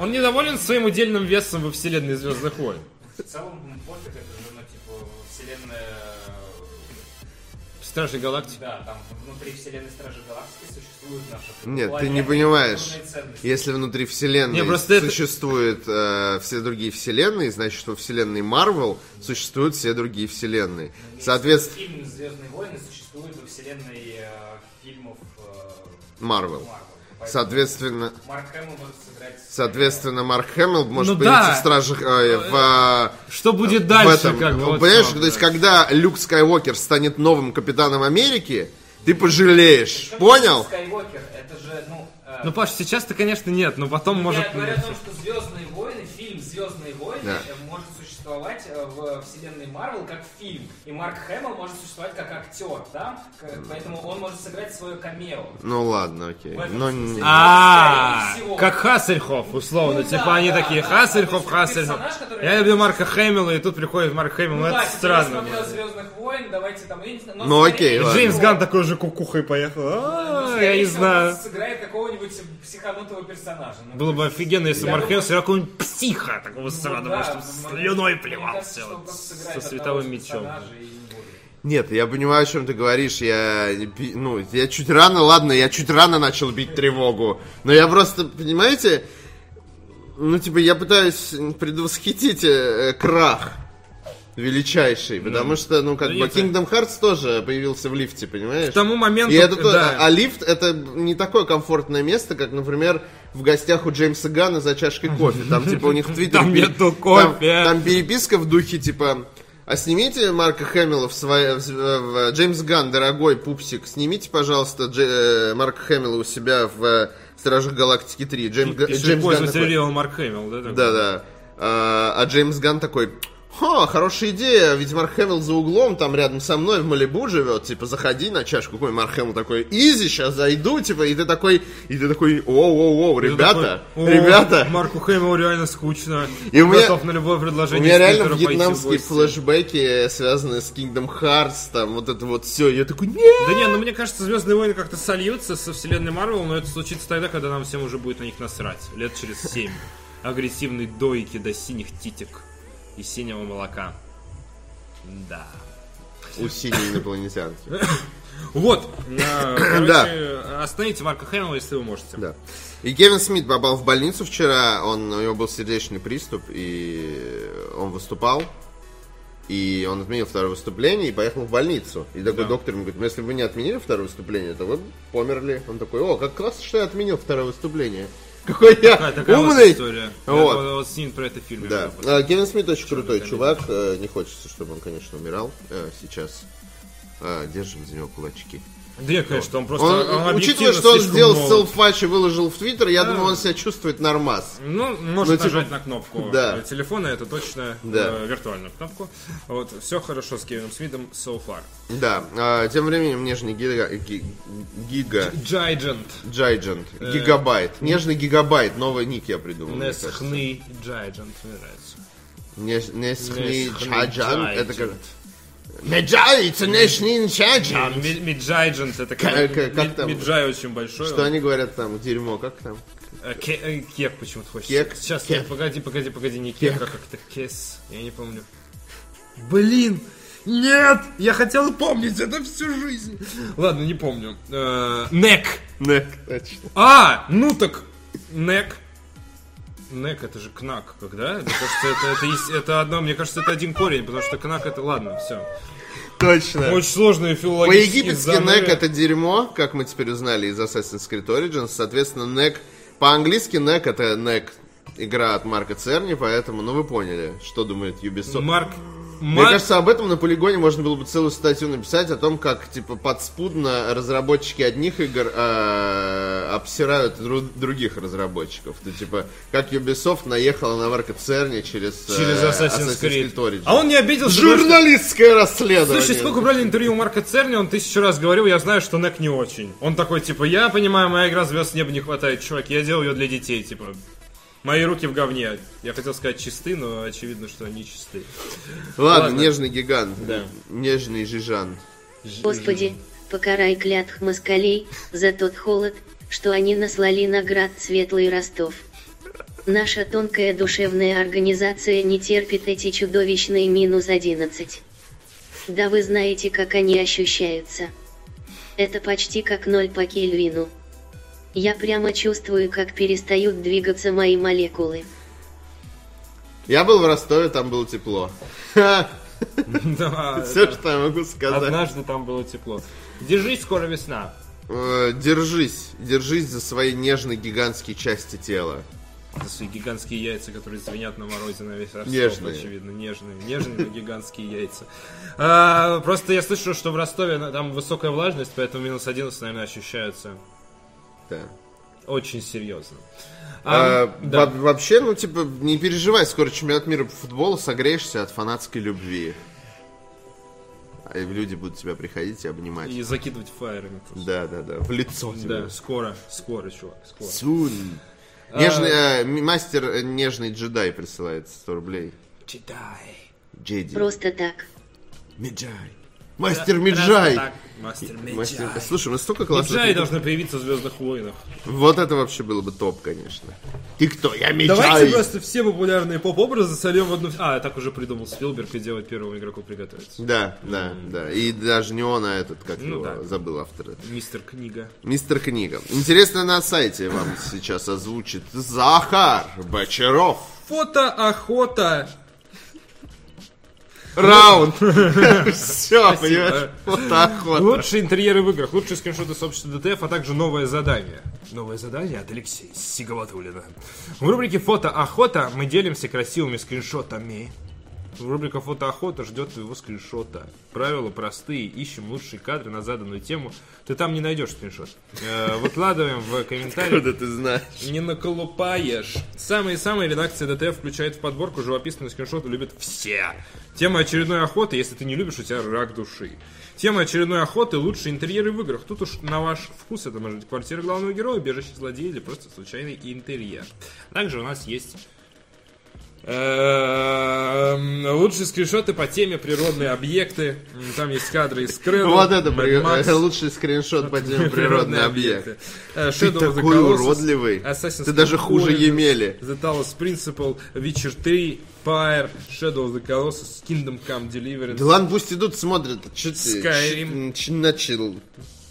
Speaker 2: Он недоволен своим удельным весом во вселенной Звездных войн.
Speaker 4: В целом, м, пофиг, это же, ну, типа, вселенная...
Speaker 2: Стражи Галактики.
Speaker 4: Да, там внутри вселенной Стражи Галактики существует наша...
Speaker 1: Нет, ты
Speaker 4: планета,
Speaker 1: не понимаешь.
Speaker 4: культурные ценности.
Speaker 1: Если внутри вселенной
Speaker 2: Не, просто это-
Speaker 1: существуют э, все другие вселенные, значит, во вселенной Марвел существуют все другие вселенные. Соответственно,
Speaker 4: Фильм «Звездные войны» существует во вселенной э, фильмов э,
Speaker 1: Марвел.
Speaker 4: Марвел. Поэтому
Speaker 1: Соответственно,
Speaker 4: Марк Хэмилл может сыграть...
Speaker 1: соответственно, Марк Хэмилл может
Speaker 2: Ну
Speaker 1: появиться
Speaker 2: да.
Speaker 1: в Стражах... э, в, э,
Speaker 2: Что будет
Speaker 1: в
Speaker 2: дальше,
Speaker 1: этом.
Speaker 2: как бы?
Speaker 1: Ну,
Speaker 2: вот
Speaker 1: понимаешь,
Speaker 2: что,
Speaker 1: то есть,
Speaker 2: да.
Speaker 1: когда Люк Скайуокер станет новым капитаном Америки, ты пожалеешь.
Speaker 4: Причём
Speaker 1: Понял?
Speaker 4: Скайуокер, это же, ну... э,
Speaker 2: Ну, Паш, сейчас-то, конечно, нет, но потом может...
Speaker 4: Я говорю о том, что Звездные войны, фильм Звездные войны
Speaker 1: Да.
Speaker 4: э, может существовать э, в вселенной Марвел как фильм. И Марк Хэмилл может существовать как актер, да? К- Поэтому он может сыграть свое камео.
Speaker 1: Ну ладно, окей.
Speaker 4: В этом
Speaker 1: Но
Speaker 4: смысле.
Speaker 1: не-
Speaker 2: А,
Speaker 4: Скорее всего.
Speaker 2: как Хассельхоф, условно.
Speaker 4: Ну да,
Speaker 2: Типа они
Speaker 4: да,
Speaker 2: такие,
Speaker 4: да,
Speaker 2: Хассельхоф,
Speaker 4: то есть
Speaker 2: Хассельхоф.
Speaker 4: персонаж, который-
Speaker 2: Я люблю Марка Хэмилла, и тут приходит Марк Хэмилл, ну, это
Speaker 4: да, теперь я
Speaker 2: странно.
Speaker 4: смотрел
Speaker 2: было.
Speaker 4: Звездных войн, давайте там, я не знаю, но
Speaker 1: Ну,
Speaker 4: скорее
Speaker 1: окей,
Speaker 2: И
Speaker 4: всего-
Speaker 1: ладно.
Speaker 2: Джеймс Ган такой же кукухой поехал.
Speaker 4: но
Speaker 2: «А,
Speaker 4: скорее
Speaker 2: Я не
Speaker 4: всего
Speaker 2: знаю.
Speaker 4: он сыграет какого-нибудь психанутого персонажа. Ну,
Speaker 2: Было бы офигенно, если
Speaker 4: Я
Speaker 2: Марк Хэмилл
Speaker 4: думаю-
Speaker 2: сыграл какого-нибудь психа такого сраного,
Speaker 4: да,
Speaker 2: чтобы
Speaker 4: м-
Speaker 2: слюной
Speaker 4: мне кажется,
Speaker 2: плевался
Speaker 4: что он
Speaker 2: вот,
Speaker 4: просто
Speaker 2: со
Speaker 4: сыграет
Speaker 2: световым
Speaker 4: одного
Speaker 2: мечом.
Speaker 4: персонажа и не будет.
Speaker 1: Нет, я понимаю, о чем ты говоришь. Я, не пи- ну, я чуть рано, ладно, я чуть рано начал бить тревогу. Но я просто, понимаете, ну, типа, я пытаюсь предвосхитить э, э, крах величайший, потому что, ну, как
Speaker 2: Да
Speaker 1: бы,
Speaker 2: нет,
Speaker 1: Kingdom Hearts тоже появился в лифте, понимаешь?
Speaker 2: К тому моменту,
Speaker 1: И это то-
Speaker 2: да.
Speaker 1: а, а лифт это не такое комфортное место, как, например, в гостях у Джеймса Гана за чашкой кофе. Там, типа, у них в Твиттере...
Speaker 2: Там
Speaker 1: пере-
Speaker 2: нету кофе.
Speaker 1: Там, там переписка в духе, типа, А снимите Марка Хэмилла в, своей- в- в- в- Джеймс Ганн, дорогой пупсик, снимите, пожалуйста, Дже- э, Марка Хэмилла у себя в э, «Стражах Галактики 3». Джейм, Га-
Speaker 2: Если
Speaker 1: а, Джеймс Ганн
Speaker 2: пользователь
Speaker 1: такой,
Speaker 2: Рио Марк Хэмилл, да? такой?
Speaker 1: Да-да. А, а Джеймс Ганн такой, Ха, хорошая идея, ведь Марк Хэмилл за углом, там рядом со мной в Малибу живет, типа, заходи на чашку, какой Марк Хэмилл такой, изи, сейчас зайду, типа, и ты такой, и ты такой, оу-оу-оу,
Speaker 2: Ты
Speaker 1: ребята,
Speaker 2: такой, «О,
Speaker 1: ребята,
Speaker 2: Марку Хэмиллу реально скучно.
Speaker 1: И у меня-
Speaker 2: Готов на любое
Speaker 1: У
Speaker 2: предложение.
Speaker 1: меня реально
Speaker 2: спикера пойти в
Speaker 1: вьетнамские
Speaker 2: гости.
Speaker 1: флешбеки, связанные с Kingdom Hearts, там вот это вот все. Я такой, нет!
Speaker 2: Да не, ну мне кажется, Звездные войны как-то сольются со вселенной Марвел, но это случится тогда, когда нам всем уже будет на них насрать. Лет через семь. Агрессивные дойки до синих титик и синего молока. Да.
Speaker 1: У синей инопланетянки.
Speaker 2: Вот. э, Короче,
Speaker 1: Да.
Speaker 2: остановите Марка Хэмилла, если вы можете.
Speaker 1: Да. И Кевин Смит попал в больницу вчера, он, у него был сердечный приступ, и он выступал, и он отменил второе выступление и поехал в больницу. И такой
Speaker 2: Да.
Speaker 1: доктор ему говорит, ну если бы вы не отменили второе выступление, то вы бы померли. Он такой, о, как классно, что я отменил второе выступление. Какой я
Speaker 2: Такая, такая вот
Speaker 1: умный!
Speaker 2: история.
Speaker 1: Вот.
Speaker 2: Я вот с ним про это в фильме.
Speaker 1: Да.
Speaker 2: уже
Speaker 1: А, Кевин Смит очень крутой чувак. Э, Не хочется, чтобы он, конечно, умирал э, сейчас. Э, Держим за него кулачки.
Speaker 2: Да нет, конечно, он просто...
Speaker 1: Он,
Speaker 2: он
Speaker 1: учитывая,
Speaker 2: объективно
Speaker 1: что он
Speaker 2: слишком
Speaker 1: сделал
Speaker 2: молод.
Speaker 1: селфач и выложил в Твиттер, я думаю, он себя чувствует нормас.
Speaker 2: Ну, можно
Speaker 1: Ну, типа,
Speaker 2: нажать на кнопку
Speaker 1: да.
Speaker 2: э, телефона, это точно
Speaker 1: Да.
Speaker 2: э, виртуальную кнопку. Вот, все хорошо с Кевином Смитом so far.
Speaker 1: Да. А, тем временем нежный гига, ги- гига
Speaker 2: Джайджент.
Speaker 1: Джайджент, гигабайт, нежный гигабайт, новый ник я придумал. Ну, мне кажется.
Speaker 2: Э. Несхны Джайджент, мне нравится.
Speaker 1: Неж- Несхны
Speaker 2: Несхны
Speaker 1: Джайджент, это как...
Speaker 2: Джайджент.
Speaker 1: Меджайцы, Несхны
Speaker 2: А,
Speaker 1: Джайджент.
Speaker 2: ми- Миджайджент, это
Speaker 1: Как-
Speaker 2: когда
Speaker 1: как- как
Speaker 2: ми-
Speaker 1: там?
Speaker 2: Миджай очень большой.
Speaker 1: Что
Speaker 2: он-
Speaker 1: они говорят там, дерьмо, как там?
Speaker 2: Э, ке- э, Кек почему-то хочется.
Speaker 1: Кек?
Speaker 2: Сейчас,
Speaker 1: Кек.
Speaker 2: нет, погоди, погоди, погоди, не кек, а как-то кес. Я не помню. Блин! Нет! Я хотел помнить это всю жизнь. Ладно, не помню. Э, Нек!
Speaker 1: Нек, точно.
Speaker 2: А, ну так, нек. Нек это же кнак, когда? Мне кажется, это, это, есть- это одно, мне кажется, это один корень, потому что кнак это ладно, все.
Speaker 1: Точно.
Speaker 2: Очень сложные филологические
Speaker 1: По-египетски
Speaker 2: зануды.
Speaker 1: нек это дерьмо, как мы теперь узнали из Assassin's Creed Origins. Соответственно, нек по-английски нек это нек игра от Марка Церни, поэтому, ну вы поняли, что думает Ubisoft.
Speaker 2: Марк,
Speaker 1: Мне
Speaker 2: Марк
Speaker 1: кажется, об этом на полигоне можно было бы целую статью написать, о том, как, типа, подспудно разработчики одних игр э, обсирают дру- других разработчиков. Ты, типа, как Ubisoft наехала на Марка Церни через, э,
Speaker 2: через Assassin's Creed. А он не обиделся. потому что-
Speaker 1: Журналистское расследование.
Speaker 2: Слушай, сколько брали интервью у Марка Церни, он тысячу раз говорил, я знаю, что Нек не очень. Он такой, типа, я понимаю, моя игра звезд с неба не хватает, чувак, я делал ее для детей, типа. Мои руки в говне. Я хотел сказать чисты, но очевидно, что они чисты.
Speaker 1: Ладно,
Speaker 2: Ладно.
Speaker 1: нежный гигант.
Speaker 2: Да.
Speaker 1: Нежный жижан.
Speaker 3: Господи, покарай клятых москалей за тот холод, что они наслали на град Светлый Ростов. Наша тонкая душевная организация не терпит эти чудовищные минус 11. Да вы знаете, как они ощущаются. Это почти как ноль по Кельвину. Я прямо чувствую, как перестают двигаться мои молекулы.
Speaker 1: Я был в Ростове, там было тепло.
Speaker 2: Да,
Speaker 1: Все, что я могу сказать.
Speaker 2: Однажды там было тепло. Держись, скоро весна.
Speaker 1: Э, Держись. Держись за свои нежные гигантские части тела.
Speaker 2: За свои гигантские яйца, которые звенят на морозе на весь Ростов,
Speaker 1: Нежные.
Speaker 2: очевидно, нежные, нежные но гигантские яйца. А, просто я слышу, что в Ростове на- там высокая влажность, поэтому минус 11, наверное, ощущаются
Speaker 1: Да.
Speaker 2: очень серьезно.
Speaker 1: А,
Speaker 2: А, да.
Speaker 1: во- Вообще, ну, типа, не переживай, скоро чемпионат мира по футболу согреешься от фанатской любви. А и люди будут тебя приходить и обнимать.
Speaker 2: И закидывать фаерами. просто.
Speaker 1: Да, да, А. да. В лицо тебе.
Speaker 2: Да, скоро, скоро, чувак, скоро.
Speaker 1: Сунь. Нежный,
Speaker 2: А-
Speaker 1: э, м- мастер э, нежный джедай присылает 100 рублей.
Speaker 2: Читай.
Speaker 1: Джеди.
Speaker 3: Просто так.
Speaker 1: Миджай. Мастер Миджай.
Speaker 2: Так, Мастер
Speaker 1: Мастер...
Speaker 2: Миджай.
Speaker 1: Слушай, настолько классно.
Speaker 2: Миджай должны появиться в Звездных войнах.
Speaker 1: Вот это вообще было бы топ, конечно. Ты кто? Я Миджай.
Speaker 2: Давайте просто все популярные поп-образы сольем в одну... А, так уже придумал Спилберг и делать первому игроку приготовиться.
Speaker 1: Да, да, да. И даже не он, а этот, как
Speaker 2: Ну
Speaker 1: его,
Speaker 2: да.
Speaker 1: забыл автора.
Speaker 2: Мистер Книга.
Speaker 1: Мистер Книга. Интересно, на сайте вам сейчас озвучит Захар Бочаров.
Speaker 2: Фотоохота.
Speaker 1: Раунд. Все, понимаешь? Вот так вот.
Speaker 2: Лучшие интерьеры в играх, лучшие скриншоты сообщества ДТФ, а также новое задание. Новое задание от Алексея Сиговатулина. В рубрике «Фотоохота» мы делимся красивыми скриншотами Рубрика «Фотоохота» ждет твоего скриншота. Правила простые. Ищем лучшие кадры на заданную тему. Ты там не найдешь скриншот. Э, Выкладываем в комментариях.
Speaker 1: Откуда ты знаешь?
Speaker 2: Не наколупаешь. Самые-самые редакции ДТФ включает в подборку живописные скриншоты любят все. Тема очередной охоты, если ты не любишь, у тебя рак души. Тема очередной охоты – лучшие интерьеры в играх. Тут уж на ваш вкус это может быть квартира главного героя, бежище злодея или просто случайный интерьер. Также у нас есть Эм, Лучшие скриншоты по теме природные объекты. М, Там есть кадры из Кредо.
Speaker 1: Вот это
Speaker 2: Mad
Speaker 1: при-
Speaker 2: Max.
Speaker 1: э, лучший скриншот по теме природные объекты.
Speaker 2: Э,
Speaker 1: Ты
Speaker 2: Shadow of the
Speaker 1: такой
Speaker 2: Colossus,
Speaker 1: уродливый.
Speaker 2: Assassin's
Speaker 1: Ты даже
Speaker 2: Creed
Speaker 1: хуже
Speaker 2: Origins,
Speaker 1: Емели.
Speaker 2: The Talos Principle, Witcher 3, Pyre, Shadow of the Colossus, Kingdom Come Deliverance,
Speaker 1: Да ладно, пусть идут, смотрят. Че ты
Speaker 2: Skyrim.
Speaker 1: ч- ч- начал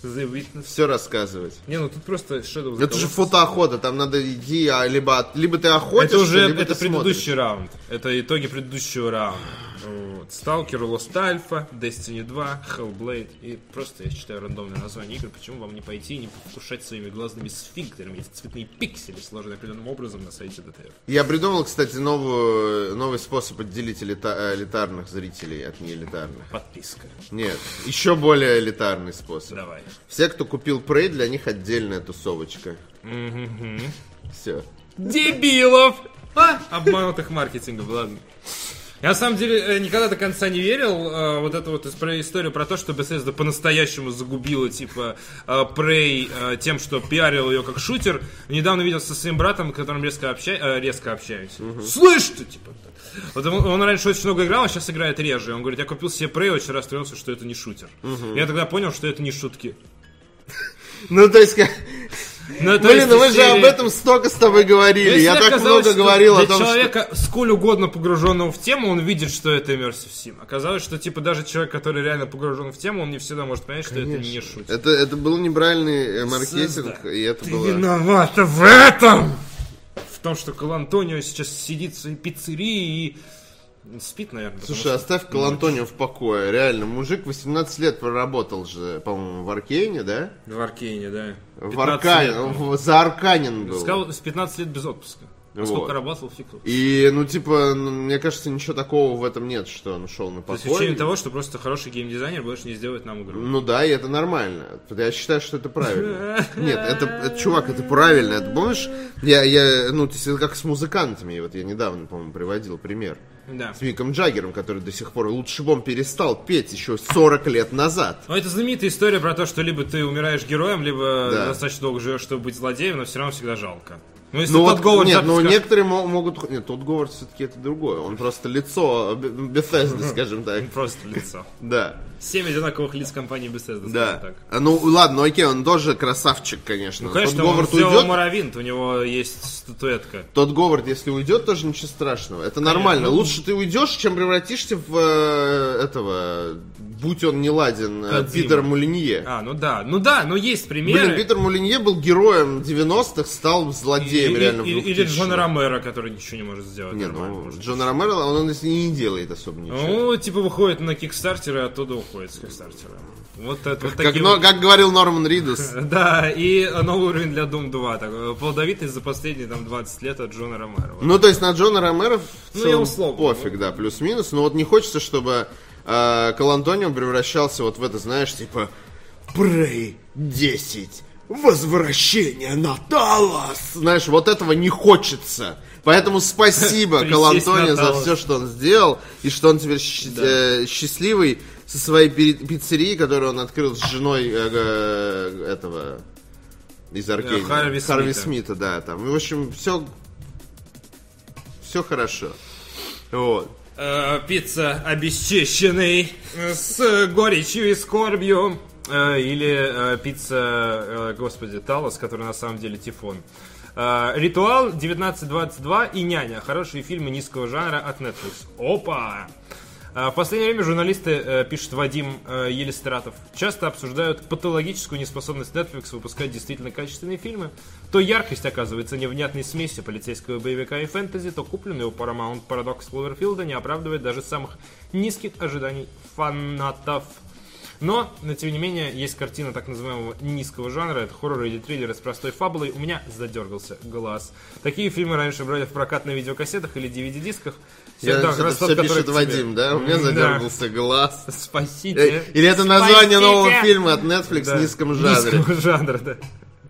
Speaker 2: The Witness.
Speaker 1: все рассказывать?
Speaker 2: Не, ну тут просто Shadow of the
Speaker 1: Это же
Speaker 2: Colossus.
Speaker 1: фотоохота, там надо идти, а либо, от- либо ты охотишься,
Speaker 2: Это уже
Speaker 1: либо
Speaker 2: это
Speaker 1: ты
Speaker 2: предыдущий
Speaker 1: смотришь.
Speaker 2: раунд. Это итоги предыдущего раунда. Вот. Stalker, Lost Alpha, Destiny 2, Hellblade. И просто я считаю рандомное название игр. Почему вам не пойти и не покушать своими глазными сфинктерами? Есть цветные пиксели, сложенные определенным образом на сайте ДТФ.
Speaker 1: Я придумал, кстати, новую, новый способ отделить элита- э, элитарных зрителей от неэлитарных.
Speaker 2: Подписка.
Speaker 1: Нет, еще более элитарный способ.
Speaker 2: Давай.
Speaker 1: Все, кто купил Prey, для них отдельная тусовочка. Все.
Speaker 2: Дебилов! А? Обманутых маркетингов, ладно. Я на самом деле э, никогда до конца не верил э, вот эту вот ис- про историю про то, что Bethesda по-настоящему загубила, типа, э, Prey э, тем, что пиарил ее как шутер. Недавно виделся со своим братом, которым резко, обща- э, резко общаюсь. Слышь ты, типа, так. вот он, он раньше очень много играл, а сейчас играет реже. Он говорит, я купил себе Prey, очень расстроился, что это не шутер. Я тогда понял, что это не шутки.
Speaker 1: Ну, то есть, как-
Speaker 2: Ну, то
Speaker 1: блин,
Speaker 2: есть
Speaker 1: ну вы
Speaker 2: из
Speaker 1: же об
Speaker 2: серии- Ну,
Speaker 1: этом столько с тобой говорили. Я
Speaker 2: Если
Speaker 1: так
Speaker 2: оказалось,
Speaker 1: много
Speaker 2: что
Speaker 1: говорил о
Speaker 2: для
Speaker 1: том, что...
Speaker 2: человека, сколь угодно погруженного в тему, он видит, что это Immersive Sim. Оказалось, что типа даже человек, который реально погружен в тему, он не всегда может понять, что это не шутит.
Speaker 1: Это, это был неправильный э, маркетинг,
Speaker 2: Созда-
Speaker 1: и это
Speaker 2: Ты
Speaker 1: было...
Speaker 2: виновата в этом! В том, что Кал Антонио сейчас сидит в своей пиццерии и спит, наверное. потому
Speaker 1: Слушай, оставь Калантонио в покое, реально. Мужик 18 лет проработал же, по-моему, в Аркейне, да?
Speaker 2: что в Аркейне, да.
Speaker 1: В
Speaker 2: 15
Speaker 1: Аркане,
Speaker 2: лет.
Speaker 1: в- за Арканин был.
Speaker 2: Сказал, с 15 лет без отпуска. А
Speaker 1: Вот.
Speaker 2: Сколько работал, фиг его.
Speaker 1: И, ну, типа, ну, мне кажется, ничего такого в этом нет, что он ушел на
Speaker 2: То есть
Speaker 1: покой.
Speaker 2: учение того, что просто хороший геймдизайнер больше не сделает нам игру.
Speaker 1: Ну да, и это нормально. Я считаю, что это правильно. Нет, это, это, чувак, это правильно. Это помнишь, я, я, ну, то есть это как с музыкантами. Вот я недавно, по-моему, приводил пример.
Speaker 2: Да.
Speaker 1: С Миком Джаггером, который до сих пор лучше бы он перестал петь еще 40 лет назад.
Speaker 2: Ну, это знаменитая история про то, что либо ты умираешь героем, либо
Speaker 1: Да.
Speaker 2: достаточно долго живешь, чтобы быть злодеем, но все равно всегда жалко. Ну, если
Speaker 1: Ну
Speaker 2: Тодд
Speaker 1: вот,
Speaker 2: Говард
Speaker 1: нет,
Speaker 2: завтра
Speaker 1: ну
Speaker 2: скажет,
Speaker 1: некоторые мо- могут... Нет, тот Говард все-таки это другое. Он просто лицо Бефезды, скажем так.
Speaker 2: Просто лицо.
Speaker 1: Да.
Speaker 2: Семь одинаковых лиц компании Bethesda, скажем
Speaker 1: Да.
Speaker 2: так.
Speaker 1: А, Ну ладно, ну, окей, он тоже красавчик, конечно.
Speaker 2: Ну, конечно,
Speaker 1: Тот
Speaker 2: он
Speaker 1: Говард
Speaker 2: сделал
Speaker 1: уйдет,
Speaker 2: Моровинт, у него есть статуэтка.
Speaker 1: Тот Говард, если уйдет, тоже ничего страшного. Это нормально. Лучше ты уйдешь, чем превратишься в э, этого, будь он не ладен, э,
Speaker 2: Кодзима.
Speaker 1: Питер Мулинье.
Speaker 2: А, ну да, ну да, но есть примеры.
Speaker 1: Блин, Питер Мулинье был героем 90-х, стал злодеем
Speaker 2: Или-
Speaker 1: реально в
Speaker 2: или,
Speaker 1: 2000-х.
Speaker 2: или Джона Ромеро, который ничего не может сделать.
Speaker 1: Не,
Speaker 2: нормально,
Speaker 1: ну,
Speaker 2: может.
Speaker 1: Джона Ромеро, он если не делает особо ничего.
Speaker 2: Ну, типа выходит на Кикстартер и оттуда уходит с Кикстартера. Вот это вот
Speaker 1: как,
Speaker 2: такие
Speaker 1: но-
Speaker 2: вот-
Speaker 1: как говорил Норман Ридус.
Speaker 2: Да, и новый уровень для Doom 2. Так, э, плодовитый за последние там 20 лет от Джона Ромеро. Вот.
Speaker 1: Ну, то есть на Джона Ромеро в
Speaker 2: Ну,
Speaker 1: целом
Speaker 2: я условно.
Speaker 1: пофиг, да, плюс-минус. Но вот не хочется, чтобы э, Колантонио превращался вот в это, знаешь, типа Прей 10. Возвращение на Талас. Знаешь, вот этого не хочется. Поэтому спасибо
Speaker 2: Присесть
Speaker 1: Колантонио
Speaker 2: на
Speaker 1: за
Speaker 2: Талас.
Speaker 1: все, что он сделал, и что он теперь щ- э, счастливый со своей пи- пиццерией, которую он открыл с женой э, э, этого из Аркейна.
Speaker 2: Харви Смита.
Speaker 1: Смита, да, там. И, В общем, все все хорошо. Вот.
Speaker 2: Э, пицца обесчищенный э, с э, горечью и скорбью. Э, Или э, пицца, э, господи, Талос, который на самом деле Тифон. Э, Ритуал 1922 и Няня. Хорошие фильмы низкого жанра от Netflix. Опа! Э, В последнее время журналисты, э, пишет Вадим э, Елистратов, часто обсуждают патологическую неспособность Netflix выпускать действительно качественные фильмы. То яркость оказывается невнятной смесью полицейского боевика и фэнтези, то купленный у Paramount парадокс Кловерфилда не оправдывает даже самых низких ожиданий фанатов. Но, но тем не менее, есть картина так называемого низкого жанра. Это хорроры или триллеры с простой фабулой. У меня задергался глаз. Такие фильмы раньше брали в прокат на видеокассетах или DVD-дисках. Все-
Speaker 1: Я-
Speaker 2: да, как
Speaker 1: это
Speaker 2: раз
Speaker 1: все
Speaker 2: тот, который
Speaker 1: пишет
Speaker 2: тебе.
Speaker 1: Вадим, да? У меня
Speaker 2: М, да.
Speaker 1: задергался глаз.
Speaker 2: Спасите.
Speaker 1: Э, Или это название
Speaker 2: Спасите!
Speaker 1: нового фильма от Netflix
Speaker 2: Да.
Speaker 1: в низком жанре.
Speaker 2: Низкого жанра, да.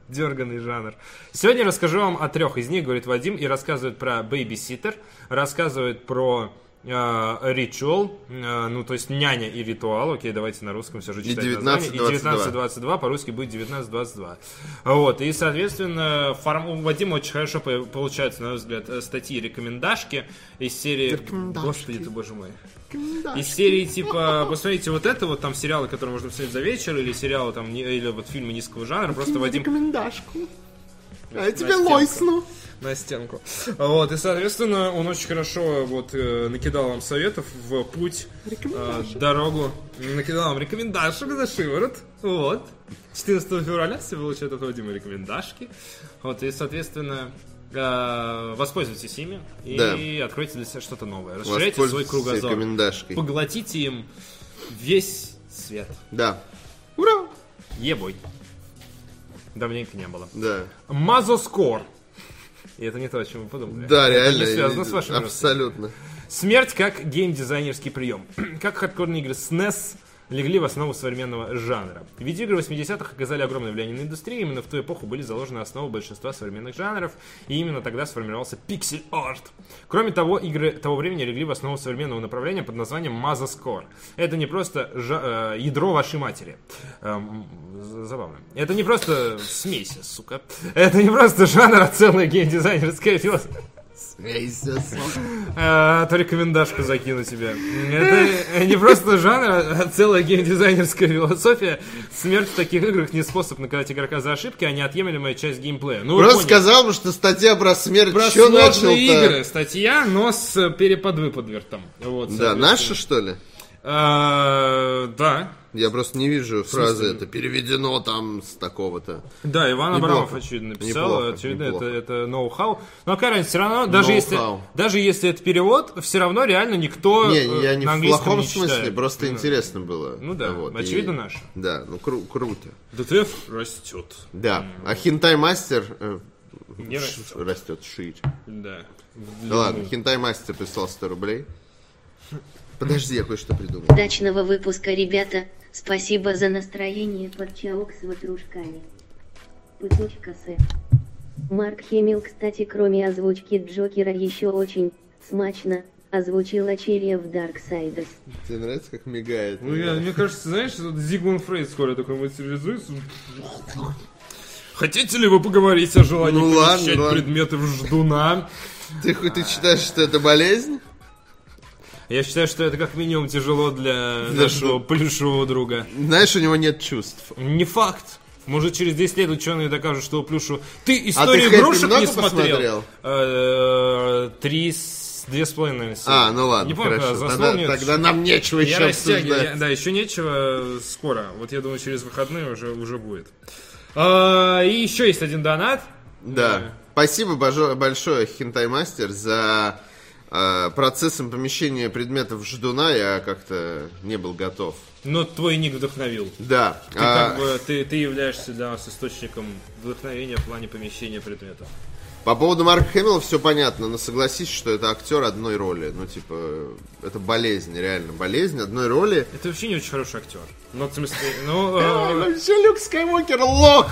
Speaker 2: Дерганный жанр. Сегодня расскажу вам о трех из них, говорит Вадим, и рассказывает про бейбиситер, рассказывает про э, ритуал, э, ну то есть няня и ритуал, окей, давайте на русском все же читать название.
Speaker 1: 19-22.
Speaker 2: И 19-22, по-русски будет 19-22. Вот, и, соответственно, фарм... у Вадима очень хорошо по- получаются, на мой взгляд, э, статьи и рекомендашки из серии... Господи ты, боже мой. Из серии типа, посмотрите, вот это вот там сериалы, которые можно посмотреть за вечер, или сериалы там, не- или вот фильмы низкого жанра, просто Вадим
Speaker 1: Рекомендашку. А я тебе
Speaker 2: Настенька.
Speaker 1: лойсну.
Speaker 2: на стенку. Вот, и, соответственно, он очень хорошо вот э, накидал вам советов в путь, э, дорогу, накидал вам рекомендашек за шиворот, вот. 14 февраля все получают от Вадима рекомендашки, вот, и, соответственно, э, воспользуйтесь ими и
Speaker 1: Да.
Speaker 2: откройте для себя что-то новое, расширяйте свой
Speaker 1: Воспользуйтесь
Speaker 2: кругозор,
Speaker 1: рекомендашкой.
Speaker 2: поглотите им весь свет.
Speaker 1: Да,
Speaker 2: Ура! Ебой. Давненько не было.
Speaker 1: да.
Speaker 2: Мазоскор. И это не то, о чем вы подумали.
Speaker 1: Да, реально.
Speaker 2: Это не связано
Speaker 1: и-
Speaker 2: с вашим
Speaker 1: Абсолютно.
Speaker 2: Смерть как геймдизайнерский прием. как хардкорные игры SNES легли в основу современного жанра. Видеоигры 80-х оказали огромное влияние на индустрию, именно в ту эпоху были заложены основы большинства современных жанров, и именно тогда сформировался пиксель-арт. Кроме того, игры того времени легли в основу современного направления под названием мазоскор. Это не просто жа- э, ядро вашей матери. Эм, з- забавно. Это не просто смесь, сука. Это не просто жанр, а целая геймдизайнерская философия. А, то рекомендашку закину тебе. Это не просто жанр, а целая геймдизайнерская философия. Смерть в таких играх не способ наказать игрока за ошибки, а неотъемлемая часть геймплея. Ну, вы
Speaker 1: Просто
Speaker 2: поняли.
Speaker 1: сказал бы, что статья про смерть.
Speaker 2: Про
Speaker 1: Чё
Speaker 2: сложные
Speaker 1: начал-то?
Speaker 2: игры статья, но с переподвыподвертом. Вот,
Speaker 1: Да,
Speaker 2: соответственно.
Speaker 1: наша, что ли?
Speaker 2: А, да.
Speaker 1: Я просто не вижу фразы. Это переведено там с такого-то.
Speaker 2: Да, Иван
Speaker 1: Неплохо.
Speaker 2: Абрамов, очевидно, написал.
Speaker 1: Неплохо,
Speaker 2: очевидно,
Speaker 1: неплохо.
Speaker 2: это, это ноу-хау. Но какая разница, все равно, даже если,
Speaker 1: Ноу-хау.
Speaker 2: даже если это перевод, все равно реально никто
Speaker 1: Не, я
Speaker 2: э,
Speaker 1: не
Speaker 2: на
Speaker 1: в
Speaker 2: английском
Speaker 1: плохом
Speaker 2: не читает.
Speaker 1: смысле, просто
Speaker 2: Ну,
Speaker 1: интересно было.
Speaker 2: Ну да,
Speaker 1: Вот, и-
Speaker 2: очевидно, наша.
Speaker 1: Да, ну кру- круто.
Speaker 2: ДТФ растет.
Speaker 1: Да. А хентай мастер э,
Speaker 2: Не растет.
Speaker 1: растет шире.
Speaker 2: Да.
Speaker 1: Да ладно, хентай мастер прислал 100 рублей. Подожди, я кое-что придумал.
Speaker 3: Удачного выпуска, ребята. Спасибо за настроение под чаок с ватрушками. Пыточка С. Марк Хемил, кстати, кроме озвучки Джокера, еще очень смачно озвучил Ачерия в Darksiders.
Speaker 1: Тебе нравится, как мигает?
Speaker 2: Ну, я- мне кажется, знаешь, вот Зигмунд Фрейд скоро такой материализуется. Хотите ли вы поговорить о желании
Speaker 1: Ну ладно,
Speaker 2: помещать
Speaker 1: ладно.
Speaker 2: предметы в ждуна?
Speaker 1: Ты хоть ты считаешь, что это болезнь?
Speaker 2: Я считаю, что это как минимум тяжело для
Speaker 1: Для
Speaker 2: нашего плюшевого друга.
Speaker 1: Знаешь, у него нет чувств.
Speaker 2: Не факт. Может, через 10 лет ученые докажут, что у Плюшу... Ты
Speaker 1: А ты
Speaker 2: историю
Speaker 1: «Хэппи»
Speaker 2: игрушек не
Speaker 1: много
Speaker 2: смотрел?
Speaker 1: посмотрел?
Speaker 2: Э, Три с... Две с половиной, наверное, серии.
Speaker 1: А, ну ладно,
Speaker 2: Не помню, когда
Speaker 1: хорошо.
Speaker 2: заснул,
Speaker 1: Тогда,
Speaker 2: мне
Speaker 1: тогда нам нечего еще
Speaker 2: Я растягиваю, я-
Speaker 1: обсуждать.
Speaker 2: да, еще нечего, э, скоро. Вот я думаю, через выходные уже, уже будет. А, и еще есть один донат.
Speaker 1: Да. Спасибо божо- большое, Хентай Мастер, за э, процессом помещения предметов ждуна. Я как-то не был готов.
Speaker 2: Но твой ник вдохновил.
Speaker 1: Да.
Speaker 2: Ты,
Speaker 1: а,
Speaker 2: как бы, ты, ты являешься для нас источником вдохновения в плане помещения предметов.
Speaker 1: По поводу Марка Хэмилла все понятно, но согласись, что это актер одной роли. Ну, типа, это болезнь, реально болезнь одной роли.
Speaker 2: Это вообще не очень хороший актер. Ну, в смысле, ну... э,
Speaker 1: Вообще Люк Скайуокер лох!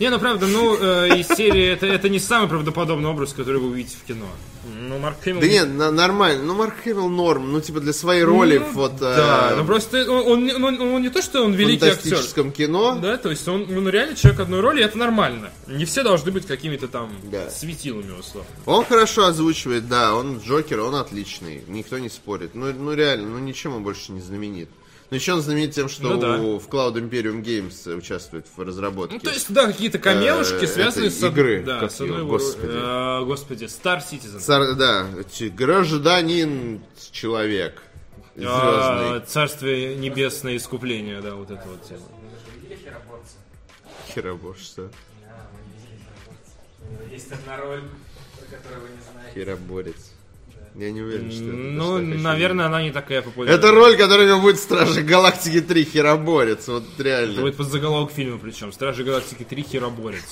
Speaker 2: Не, ну правда, ну, э, из серии это, это не самый правдоподобный образ, который вы увидите в кино. Ну, Марк Хэмилл...
Speaker 1: Да нет, на- нормально. Ну, Марк Хэмилл норм. Ну, типа, для своей роли
Speaker 2: Ну,
Speaker 1: вот э,
Speaker 2: Да, ну просто он, он- он- он не то, что он
Speaker 1: в
Speaker 2: великий актер.
Speaker 1: фантастическом кино.
Speaker 2: Да, то есть он, он реально человек одной роли, и это нормально. Не все должны быть какими-то там
Speaker 1: Да.
Speaker 2: светилами условно.
Speaker 1: Он хорошо озвучивает, да, он Джокер, он отличный. Никто не спорит. Ну, ну реально, ну ничем он больше не знаменит. Ну, еще он знаменит тем, что
Speaker 2: Ну да.
Speaker 1: у- в Cloud Imperium Games участвует в разработке.
Speaker 2: Ну, то есть, да, какие-то камелушки,
Speaker 1: Э,
Speaker 2: связанные
Speaker 1: этой
Speaker 2: с... од-
Speaker 1: игры,
Speaker 2: да,
Speaker 1: как
Speaker 2: с одной
Speaker 1: её,
Speaker 2: его-
Speaker 1: господи.
Speaker 2: э, господи, Star Citizen.
Speaker 1: Цар- да, эти- гражданин человек.
Speaker 2: А,
Speaker 1: Звездный.
Speaker 2: Царствие небесное искупление, да, вот это вот тема.
Speaker 1: Хероборца.
Speaker 4: Есть одна роль, про которую вы не знаете.
Speaker 1: Хероборец. Я не уверен, что это.
Speaker 2: Ну,
Speaker 1: что я хочу.
Speaker 2: наверное, она не такая популярная.
Speaker 1: Это роль, которая у него будет в Страже Галактики 3 хероборец. Вот
Speaker 2: Это
Speaker 1: реально.
Speaker 2: будет под заголовок фильма причем. Стражи Галактики 3 хероборец.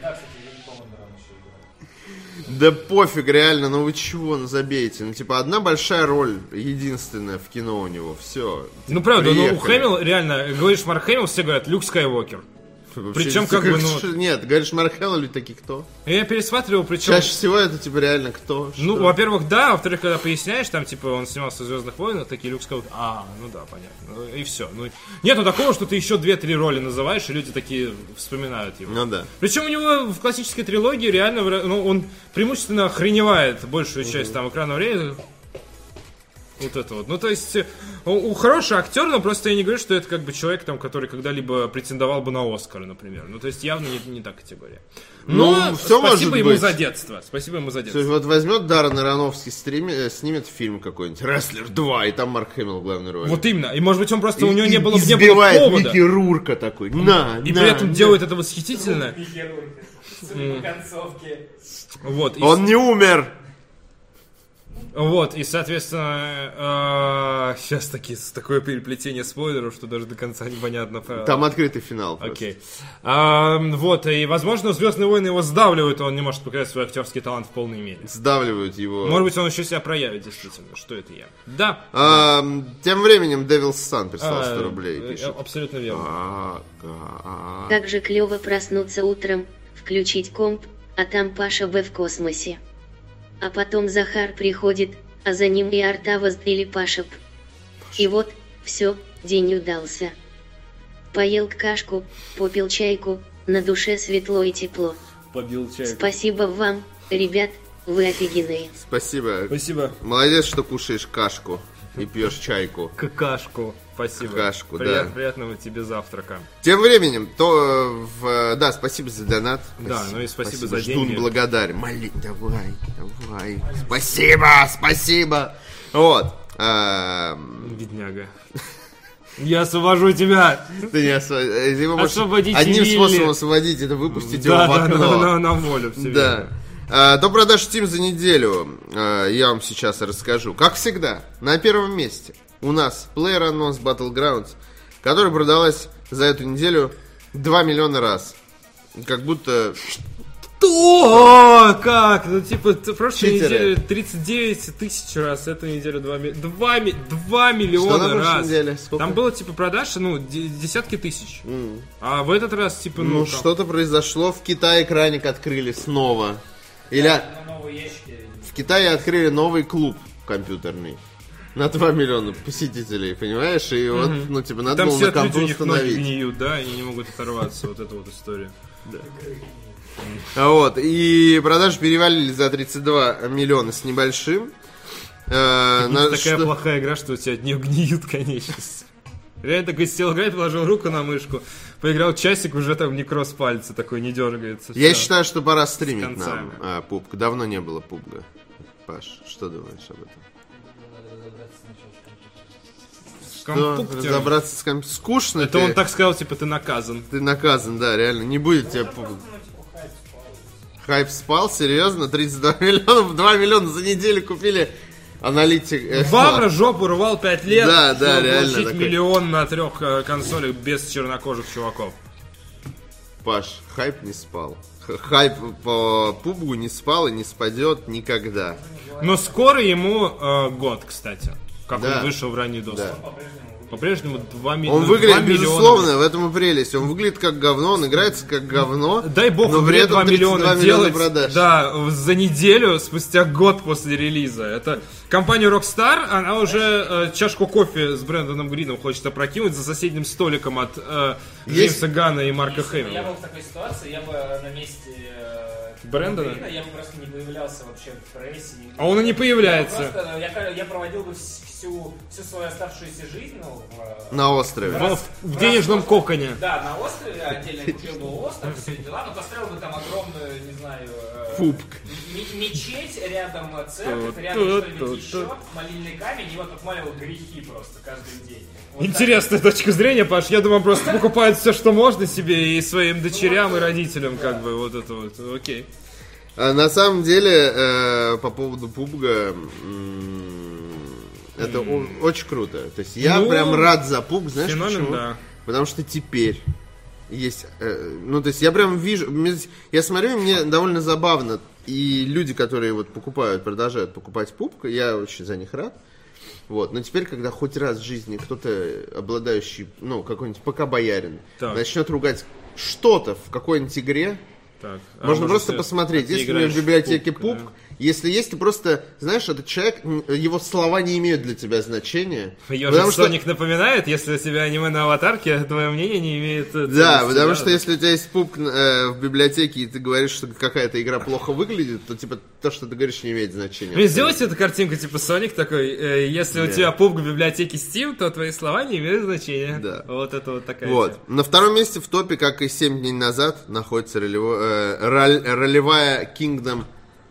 Speaker 4: Да, кстати, я не помню, он еще играл.
Speaker 1: Да пофиг, реально, ну вы чего, ну забейте. Ну, типа, одна большая роль, единственная в кино у него. Все.
Speaker 2: Ну, правда, ну, у
Speaker 1: Приехали.
Speaker 2: Хэмилла, реально, говоришь Марк Хэмилл, все говорят, Люк Скайуокер. Причем, как бы, ну-
Speaker 1: Нет, говоришь, Марк Хэмилл, люди такие, кто?
Speaker 2: И Я пересматривал, причем...
Speaker 1: Чаще всего это, типа, реально кто?
Speaker 2: Ну,
Speaker 1: Что?
Speaker 2: во-первых, да, во-вторых, когда поясняешь, там, типа, он снимался в Звездных войнах, такие Люк Скайуокер, а, ну да, понятно, Ну, и все. Ну, нету такого, что ты еще две-три роли называешь, и люди такие вспоминают его.
Speaker 1: Ну да.
Speaker 2: Причем у него в классической трилогии реально, вра- ну, он преимущественно охреневает большую часть там экранного времени. Вот это вот. Ну, то есть, э, у, у хорошего актера, но просто я не говорю, что это как бы человек, там, который когда-либо претендовал бы на Оскар, например. Ну, то есть, явно не, не та категория. Но
Speaker 1: Ну, всё
Speaker 2: спасибо
Speaker 1: может
Speaker 2: ему
Speaker 1: быть.
Speaker 2: за детство. Спасибо ему за
Speaker 1: То
Speaker 2: детство.
Speaker 1: есть вот возьмет Даррен Аронофский, стрим- э, снимет фильм какой-нибудь, «Рестлер 2», и там Марк Хэмилл в главной роли.
Speaker 2: Вот именно. И, может быть, он просто у него
Speaker 1: И-
Speaker 2: не
Speaker 1: и
Speaker 2: было, не было
Speaker 1: избивает
Speaker 2: повода.
Speaker 1: Микки Рурка такой. На,
Speaker 2: И
Speaker 1: на,
Speaker 2: при этом
Speaker 1: на».
Speaker 2: делает это восхитительно.
Speaker 4: И Херурика. Судя по концовке.
Speaker 2: Вот. и
Speaker 1: Он не умер.
Speaker 2: Вот, и, соответственно, э, сейчас такие, с- такое переплетение спойлеров, что даже до конца непонятно. про-
Speaker 1: Там открытый финал. просто.
Speaker 2: Окей. А, м, вот, и, возможно, «Звездные войны» его сдавливают, и он не может показать свой актерский талант в полной мере.
Speaker 1: Сдавливают его.
Speaker 2: Может быть, он еще себя проявит, действительно, что это я. Да.
Speaker 1: А, м, тем временем Девил Сан прислал 100
Speaker 2: А,
Speaker 1: рублей.
Speaker 2: э,
Speaker 1: пишет.
Speaker 2: Абсолютно верно.
Speaker 1: А, а, а.
Speaker 3: Как же клево проснуться утром, включить комп, а там Паша Б в космосе. А потом Захар приходит, а за ним и Артавоз или Пашап. И вот, все, день удался. Поел кашку, попил чайку, на душе светло и тепло.
Speaker 2: Побил чай.
Speaker 3: Спасибо вам, ребят, вы офигенные.
Speaker 1: Спасибо.
Speaker 2: Спасибо.
Speaker 1: Молодец, что кушаешь кашку и пьешь чайку.
Speaker 2: Какашку. Спасибо.
Speaker 1: Какашку, да.
Speaker 2: Прият- Приятного тебе завтрака.
Speaker 1: Тем временем, то э, в, э, да, спасибо за донат.
Speaker 2: Да, ну и спасибо за
Speaker 1: Ждун
Speaker 2: деньги.
Speaker 1: благодарен. Моли, давай, давай. Спасибо, спасибо. Вот. Эм,
Speaker 2: Бедняга. Я освобожу тебя!
Speaker 1: Ты не осво- э, его можешь
Speaker 2: Освободите
Speaker 1: Одним
Speaker 2: Вилли.
Speaker 1: способом освободить, это выпустить его
Speaker 2: Да,
Speaker 1: в
Speaker 2: да,
Speaker 1: окно.
Speaker 2: на, на- на волю все
Speaker 1: Да. А, До продаж Steam за неделю а, я вам сейчас расскажу. Как всегда, на первом месте у нас PlayerUnknown's Battlegrounds, которая продалась за эту неделю 2 миллиона раз. Как будто...
Speaker 2: Что? Как? Ну, типа, т- прошлой
Speaker 1: Читеры.
Speaker 2: неделе 39 тысяч раз, эту неделю 2,
Speaker 1: Что на
Speaker 2: миллиона
Speaker 1: прошлой
Speaker 2: раз.
Speaker 1: неделе? Сколько?
Speaker 2: Там было, типа, продаж, ну, де- десятки тысяч. А в этот раз, типа, ну,
Speaker 1: Ну,
Speaker 2: там-
Speaker 1: что-то произошло. В Китае краник открыли снова. Или а,
Speaker 4: Но новые ящики.
Speaker 1: в Китае открыли новый клуб компьютерный. На 2 миллиона посетителей, понимаешь? И вот, ну, типа, надо
Speaker 2: Там
Speaker 1: было на
Speaker 2: все люди,
Speaker 1: компу
Speaker 2: у них ноги
Speaker 1: установить.
Speaker 2: гниют, да, и не могут оторваться, вот эта вот история.
Speaker 1: А Вот, и продажи перевалили за 32 миллиона с небольшим. Э, на
Speaker 2: Это такая
Speaker 1: что-
Speaker 2: плохая игра, что у тебя от нее гниют конечности. Реально такой сел играть, положил руку на мышку, поиграл часик, уже там некроз пальца такой не дергается.
Speaker 1: Я
Speaker 2: Всё.
Speaker 1: считаю, что пора стримить
Speaker 2: конца,
Speaker 1: нам а, пупку. Давно не было пупка. Паш, что думаешь об этом?
Speaker 2: Компуктер.
Speaker 1: Что, Ну, разобраться с компьютером? Скучно
Speaker 2: Ну, Это
Speaker 1: ты,
Speaker 2: он так сказал, типа, ты наказан.
Speaker 1: ты наказан, да, реально. Не будет тебя пупка. Хайп спал, серьезно? 32 миллиона, 2 миллиона за неделю купили аналитик. э,
Speaker 2: Вавра жопу рвал 5 лет,
Speaker 1: Да, да,
Speaker 2: чтобы
Speaker 1: реально
Speaker 2: получить
Speaker 1: такой.
Speaker 2: миллион на трех э, консолях без чернокожих чуваков.
Speaker 1: Паш, хайп не спал. Х- Хайп по пубгу не спал и не спадет никогда.
Speaker 2: Но скоро ему э, год, кстати. Как
Speaker 1: Да.
Speaker 2: он вышел в ранний доступ. По-прежнему 2 миллиона.
Speaker 1: Он выглядит, безусловно, в этом и прелесть. Он выглидит как говно, он играется как говно.
Speaker 2: Дай бог,
Speaker 1: но при
Speaker 2: игре
Speaker 1: этом
Speaker 2: 2 миллиона
Speaker 1: 32
Speaker 2: делать
Speaker 1: продаж.
Speaker 2: да, в- за неделю, спустя год после релиза. Это компания Rockstar, она уже э, чашку кофе с Брэндоном Грином хочет опрокинуть за соседним столиком от э,
Speaker 1: Есть-
Speaker 2: Джеймса Гана и Марка
Speaker 4: Я
Speaker 2: Хэмилла.
Speaker 4: был в такой ситуации, я бы на месте э,
Speaker 2: Брэндона?
Speaker 4: Грина, я бы просто не появлялся вообще в прессе. не-
Speaker 2: Типа А он и не появляется.
Speaker 4: Просто, э, я, ка- я проводил бы вс- всю, всю свою оставшуюся жизнь, ну, в, э,
Speaker 1: На острове.
Speaker 2: Во- в, в денежном коконе.
Speaker 4: да, на острове, а отдельно купил бы остров, все дела, но построил бы там огромную, не знаю, э,
Speaker 1: Пупк.
Speaker 4: м- мечеть рядом, э, церковь,
Speaker 2: Ту-
Speaker 4: рядом
Speaker 2: ту- ту-
Speaker 4: что-нибудь еще, молильный камень, и вот отмолил грехи просто каждый день. Вот так.
Speaker 2: Интересная точка зрения, Паш. Я думаю, просто покупают все, что можно себе и своим дочерям, и родителям, как бы, вот это вот. Окей.
Speaker 1: А, На самом деле, э, по поводу Пубга, м, это о- очень круто. То есть я
Speaker 2: Ну,
Speaker 1: прям рад за Пубг, знаешь
Speaker 2: феномен,
Speaker 1: почему?
Speaker 2: да.
Speaker 1: Потому что теперь есть... э, ну, то есть я прям вижу... мне- Я смотрю, и мне довольно забавно. И люди, которые вот покупают, продолжают покупать Пубг, я очень за них рад. Вот, но теперь, когда хоть раз в жизни кто-то, обладающий, ну, какой-нибудь пока боярин,
Speaker 2: Так.
Speaker 1: начнет ругать что-то в какой-нибудь игре,
Speaker 2: Так, а
Speaker 1: можно
Speaker 2: может,
Speaker 1: просто
Speaker 2: ты- а
Speaker 1: посмотреть.
Speaker 2: ты
Speaker 1: Если у меня
Speaker 2: играешь
Speaker 1: в библиотеке пуп,
Speaker 2: пупка, да?
Speaker 1: если есть, ты просто, знаешь, этот человек, м, его слова не имеют для тебя значения.
Speaker 2: Ёжик Соник напоминает, если у тебя аниме на аватарке, твое мнение не имеет... э, ценности,
Speaker 1: Да, потому что если у тебя есть пуп э, в библиотеке, и ты говоришь, что какая-то игра плохо выглядит, то типа то, что ты говоришь, не имеет значения.
Speaker 2: Блин, сделайте эту картинку, типа Соник такой, э, если у тебя пуп в библиотеке Steam, то твои слова не имеют значения.
Speaker 1: Да.
Speaker 2: Вот это вот такая
Speaker 1: Вот.
Speaker 2: тема.
Speaker 1: На втором месте в топе, как и 7 дней назад, находится ролево- э, роль- ролевая Kingdom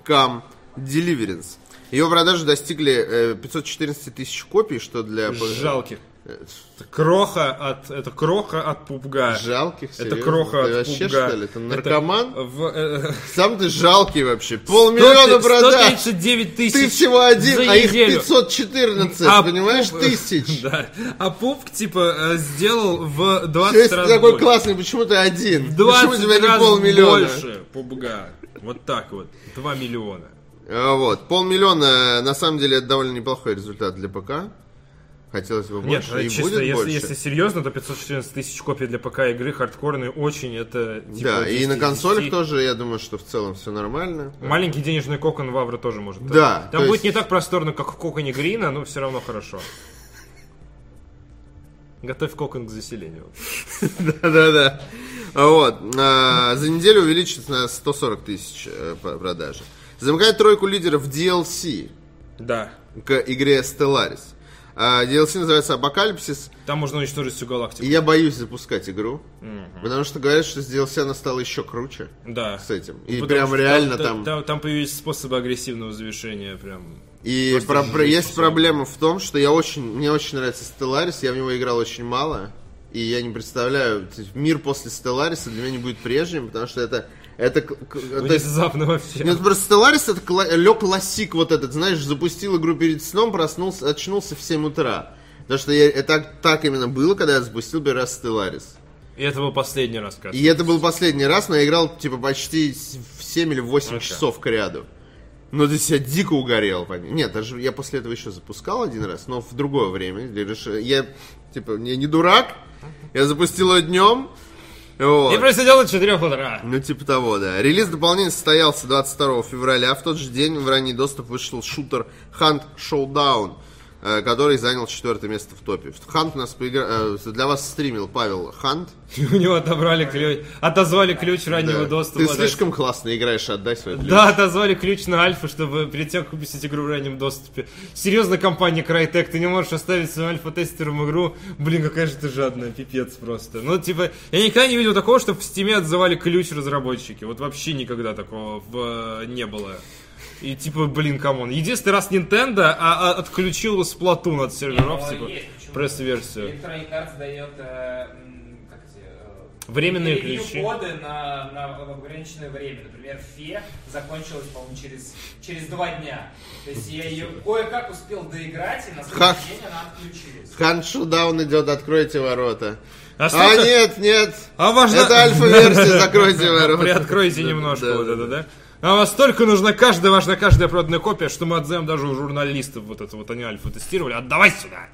Speaker 1: Come Deliverance. Ее продажи достигли э, 514 тысяч копий, что для...
Speaker 2: Жалких. типа,
Speaker 1: Э,
Speaker 2: Это Кроха от... Это кроха от пупга.
Speaker 1: Жалких,
Speaker 2: Это
Speaker 1: серьезно?
Speaker 2: кроха
Speaker 1: Ты
Speaker 2: от
Speaker 1: вообще,
Speaker 2: пупга.
Speaker 1: что ли? Ты
Speaker 2: Это
Speaker 1: наркоман?
Speaker 2: в, э,
Speaker 1: Сам ты жалкий вообще. Полмиллиона продаж.
Speaker 2: 139 тысяч
Speaker 1: Ты всего один,
Speaker 2: за
Speaker 1: а их
Speaker 2: неделю.
Speaker 1: 514,
Speaker 2: А
Speaker 1: понимаешь,
Speaker 2: пуп-
Speaker 1: тысяч.
Speaker 2: Да. А пупк, типа, э, сделал в 20
Speaker 1: Все, если
Speaker 2: раз
Speaker 1: ты такой
Speaker 2: больше.
Speaker 1: классный, почему ты один?
Speaker 2: 20
Speaker 1: Почему у тебя не
Speaker 2: раз
Speaker 1: полмиллиона?
Speaker 2: больше пупга. Вот так вот. 2 миллиона.
Speaker 1: А, Вот, полмиллиона, на самом деле, это довольно неплохой результат для ПК. Хотелось бы
Speaker 2: Нет,
Speaker 1: больше, и
Speaker 2: честно,
Speaker 1: будет
Speaker 2: если,
Speaker 1: больше.
Speaker 2: если серьезно, то 514 тысяч копий для ПК игры хардкорные очень это... типа,
Speaker 1: да, и
Speaker 2: 10,
Speaker 1: на консолях
Speaker 2: 10.
Speaker 1: тоже, я думаю, что в целом все нормально.
Speaker 2: Маленький денежный кокон Вавра тоже может. так.
Speaker 1: Да,
Speaker 2: Там
Speaker 1: то есть-
Speaker 2: будет не так просторно, как в коконе Грина, но все равно хорошо. Готовь кокон к заселению.
Speaker 1: Да-да-да. Вот. а, За неделю увеличится на 140 тысяч э, по- продажи. Замыкает тройку лидеров DLC
Speaker 2: Да.
Speaker 1: к игре Stellaris. А, DLC называется Апокалипсис.
Speaker 2: Там можно уничтожить всю галактику.
Speaker 1: И я боюсь запускать игру. Потому что говорят, что с DLC она стала еще круче
Speaker 2: Да.
Speaker 1: с этим. И
Speaker 2: Потому
Speaker 1: прям
Speaker 2: что
Speaker 1: реально
Speaker 2: там...
Speaker 1: там...
Speaker 2: Там, там появились способы агрессивного завершения, прям...
Speaker 1: И
Speaker 2: просто
Speaker 1: про- про-
Speaker 2: жесть
Speaker 1: есть
Speaker 2: абсолютно.
Speaker 1: проблема в том, что я очень... Мне очень нравится Stellaris. Я в него играл очень мало. И я не представляю... то есть Мир после Stellaris для меня не будет прежним, потому что это... Это... к- к- то есть
Speaker 2: Внезапно вообще.
Speaker 1: Нет, просто Stellaris это кла- лег лосик вот этот, знаешь, запустил игру перед сном, проснулся, очнулся в 7 утра. Потому что я, это так именно было, когда я запустил первый раз Stellaris.
Speaker 2: И это был последний рассказ.
Speaker 1: И это был последний раз, но я играл типа почти с- в 7 или 8
Speaker 2: Ага.
Speaker 1: часов к ряду. Ну, то есть я дико угорел. пон- Нет, даже я после этого еще запускал один раз, но в другое время. Я решил- Я, типа, я не дурак, я запустил ее днем. Вот.
Speaker 2: Я просто делал 4 утра.
Speaker 1: Ну, типа того, да. Релиз дополнения состоялся 22 февраля. а В тот же день в ранний доступ вышел шутер Hunt Showdown, э, который занял четвертое место в топе. В Hunt нас поигра... э, для вас стримил Павел Хант.
Speaker 2: И у него отобрали ключ. Отозвали ключ раннего доступа.
Speaker 1: Ты
Speaker 2: да.
Speaker 1: слишком классно играешь, отдай свой ключ.
Speaker 2: Да, отозвали ключ на альфа, чтобы перед тем, как выпустить игру в раннем доступе. Серьезно, компания Crytek, ты не можешь оставить своим альфа-тестерам игру? Блин, какая же ты жадная, пипец просто. Ну, типа, я никогда не видел такого, чтобы в стиме отзывали ключ разработчики. Вот вообще никогда такого в- не было. И типа, блин, камон. Единственный раз Nintendo а- а- отключил Splatoon от серверов,
Speaker 4: Но
Speaker 2: типа,
Speaker 4: Ну, а Э, есть почему.
Speaker 2: пресс-версию.
Speaker 4: Electronic Arts дает э, м, как эти, э,
Speaker 2: Временные
Speaker 4: ревью
Speaker 2: ключи.
Speaker 4: коды на, на ограниченное время. Например, Фе закончилась, по-моему, через, через два дня. То есть я ее кое-как успел доиграть, и на
Speaker 1: Ха.
Speaker 4: следующий день она отключилась.
Speaker 1: Hunt Showdown идет, откройте ворота. А
Speaker 2: Остался-
Speaker 1: нет, нет.
Speaker 2: А важно...
Speaker 1: Это альфа-версия, закройте ворота.
Speaker 2: Приоткройте
Speaker 1: Да,
Speaker 2: немножко
Speaker 1: да,
Speaker 2: вот
Speaker 1: да,
Speaker 2: это, да? А вас столько нужна каждая, важна каждая проданная копия, что мы отзовем даже у журналистов вот это вот, они альфа-тестировали. Отдавай сюда!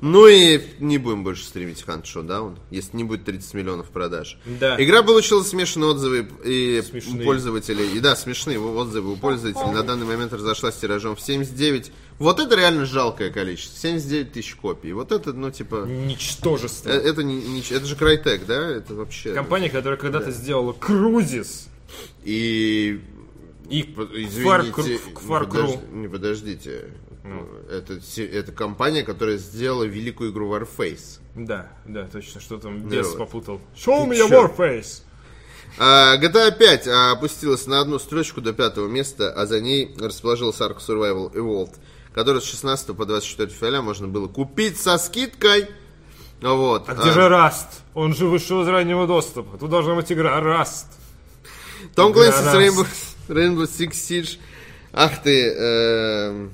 Speaker 1: Ну и не будем больше стримить Hunt Showdown, если не будет 30 миллионов продаж.
Speaker 2: Да.
Speaker 1: Игра получила смешанные отзывы и
Speaker 2: Смешные.
Speaker 1: у пользователей. И да, смешные отзывы у пользователей. На данный момент разошлась тиражом в 79. Вот это реально жалкое количество. 79 тысяч копий. Вот это, ну, типа... э,
Speaker 2: Ничтожество.
Speaker 1: Это, не, не- это же Crytek, да? Это вообще...
Speaker 2: Компания, которая когда-то сделала Крузис
Speaker 1: И...
Speaker 2: и
Speaker 1: п- Э,
Speaker 2: Фаркру-
Speaker 1: Извините, ну,
Speaker 2: Far Cry. Ну.
Speaker 1: подож- не подождите. Это, се- это компания, которая сделала великую игру Warface.
Speaker 2: Да, да, точно, что там бес
Speaker 1: вот.
Speaker 2: попутал. Show me your
Speaker 1: чё?
Speaker 2: Warface!
Speaker 1: А, GTA 5 опустилась на одну строчку до пятого места, а за ней расположилась Ark Survival Evolved, которую с 16 по 24 февраля можно было купить со скидкой. Вот.
Speaker 2: А где же Раст? Он же вышел из раннего доступа. Тут должна быть игра Раст.
Speaker 1: Том
Speaker 2: игра
Speaker 1: Клэнси с
Speaker 2: Rust?
Speaker 1: Rainbow... Rainbow Six Siege. Ах ты, э,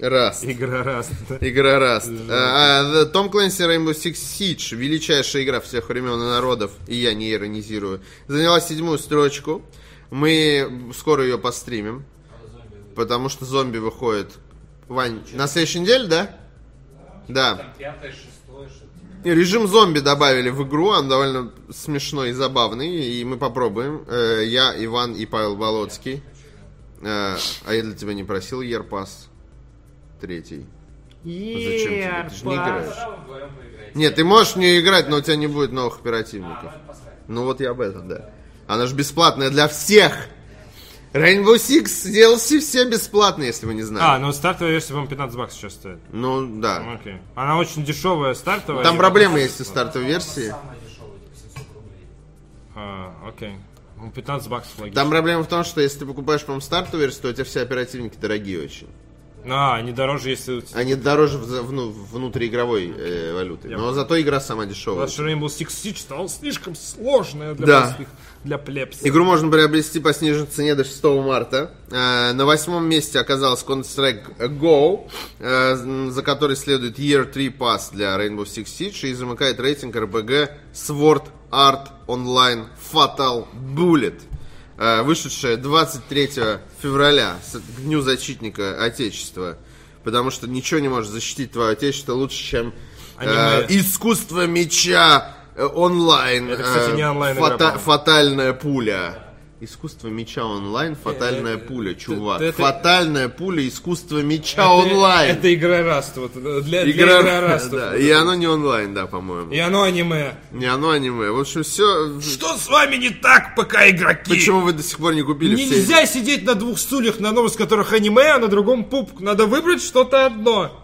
Speaker 1: раз.
Speaker 2: Игра Раст.
Speaker 1: Игра Раст. А, а, Том Клэнси Rainbow Six Siege, величайшая игра всех времен и народов, и я не иронизирую, заняла седьмую строчку. Мы скоро ее постримим, потому что зомби выходит. Вань, на следующей неделе, да? Да.
Speaker 4: Там пятое, шестое, что-то.
Speaker 1: И Режим зомби добавили в игру, он довольно смешной и забавный, и мы попробуем. Э, Я, Иван и Павел Болоцкий. Э, А я для тебя не просил Ерпас третий. Зачем тебе? Ты же не играешь.
Speaker 4: Тогда вы вдвоем поиграете.
Speaker 1: Нет, ты можешь в нее играть, но у тебя не будет новых оперативников. Ну вот я об этом, да. Она же бесплатная для всех. Rainbow Six DLC все бесплатные, если вы не
Speaker 2: А,
Speaker 1: знали.
Speaker 2: ну стартовая версия, по-моему, 15 баксов сейчас стоит.
Speaker 1: Ну да.
Speaker 2: Окей. Она очень дешевая стартовая.
Speaker 1: Там проблемы есть у стартовой версии.
Speaker 4: Самое дешевое, типа 700 рублей.
Speaker 2: А, окей. Ну, 15 баксов логично.
Speaker 1: Там проблема в том, что если ты покупаешь, по-моему, стартовую версию, то у тебя все оперативники дорогие очень.
Speaker 2: А, они дороже, если... у тебя-
Speaker 1: Они дороже в- вну- внутриигровой э, валюты. Но зато игра сама дешевая.
Speaker 2: Потому что Rainbow Six Siege стала слишком сложная для
Speaker 1: Да.
Speaker 2: простых, для плебса.
Speaker 1: Игру можно приобрести по сниженной цене до 6 марта. Э, на восьмом месте оказался Counter-Strike GO, э, за который следует Year 3 Pass для Rainbow Six Siege и замыкает рейтинг RPG Sword Art Online Fatal Bullet, э, вышедшая 23 февраля, с- к Дню Защитника Отечества. Потому что ничего не может защитить твое отечество лучше, чем э,
Speaker 2: Аниме.
Speaker 1: искусство меча э, онлайн.
Speaker 2: Это, кстати, не
Speaker 1: Э,
Speaker 2: онлайн-игра,
Speaker 1: фата-
Speaker 2: по-моему.
Speaker 1: Фатальная пуля. Искусство меча онлайн, фатальная пуля, чувак.
Speaker 2: Э, это-
Speaker 1: Фатальная пуля, искусство меча онлайн.
Speaker 2: Это игра Раст, вот, для, для
Speaker 1: Игра-
Speaker 2: игра Раст.
Speaker 1: да, и оно не онлайн, да, по-моему.
Speaker 2: И оно аниме.
Speaker 1: Не оно аниме. В общем, все.
Speaker 2: Что с вами не так, пока игроки?
Speaker 1: Почему вы до сих пор не купили все эти-
Speaker 2: Нельзя сидеть на двух стульях, на одном из которых аниме, а на другом пуп. Надо выбрать что-то одно.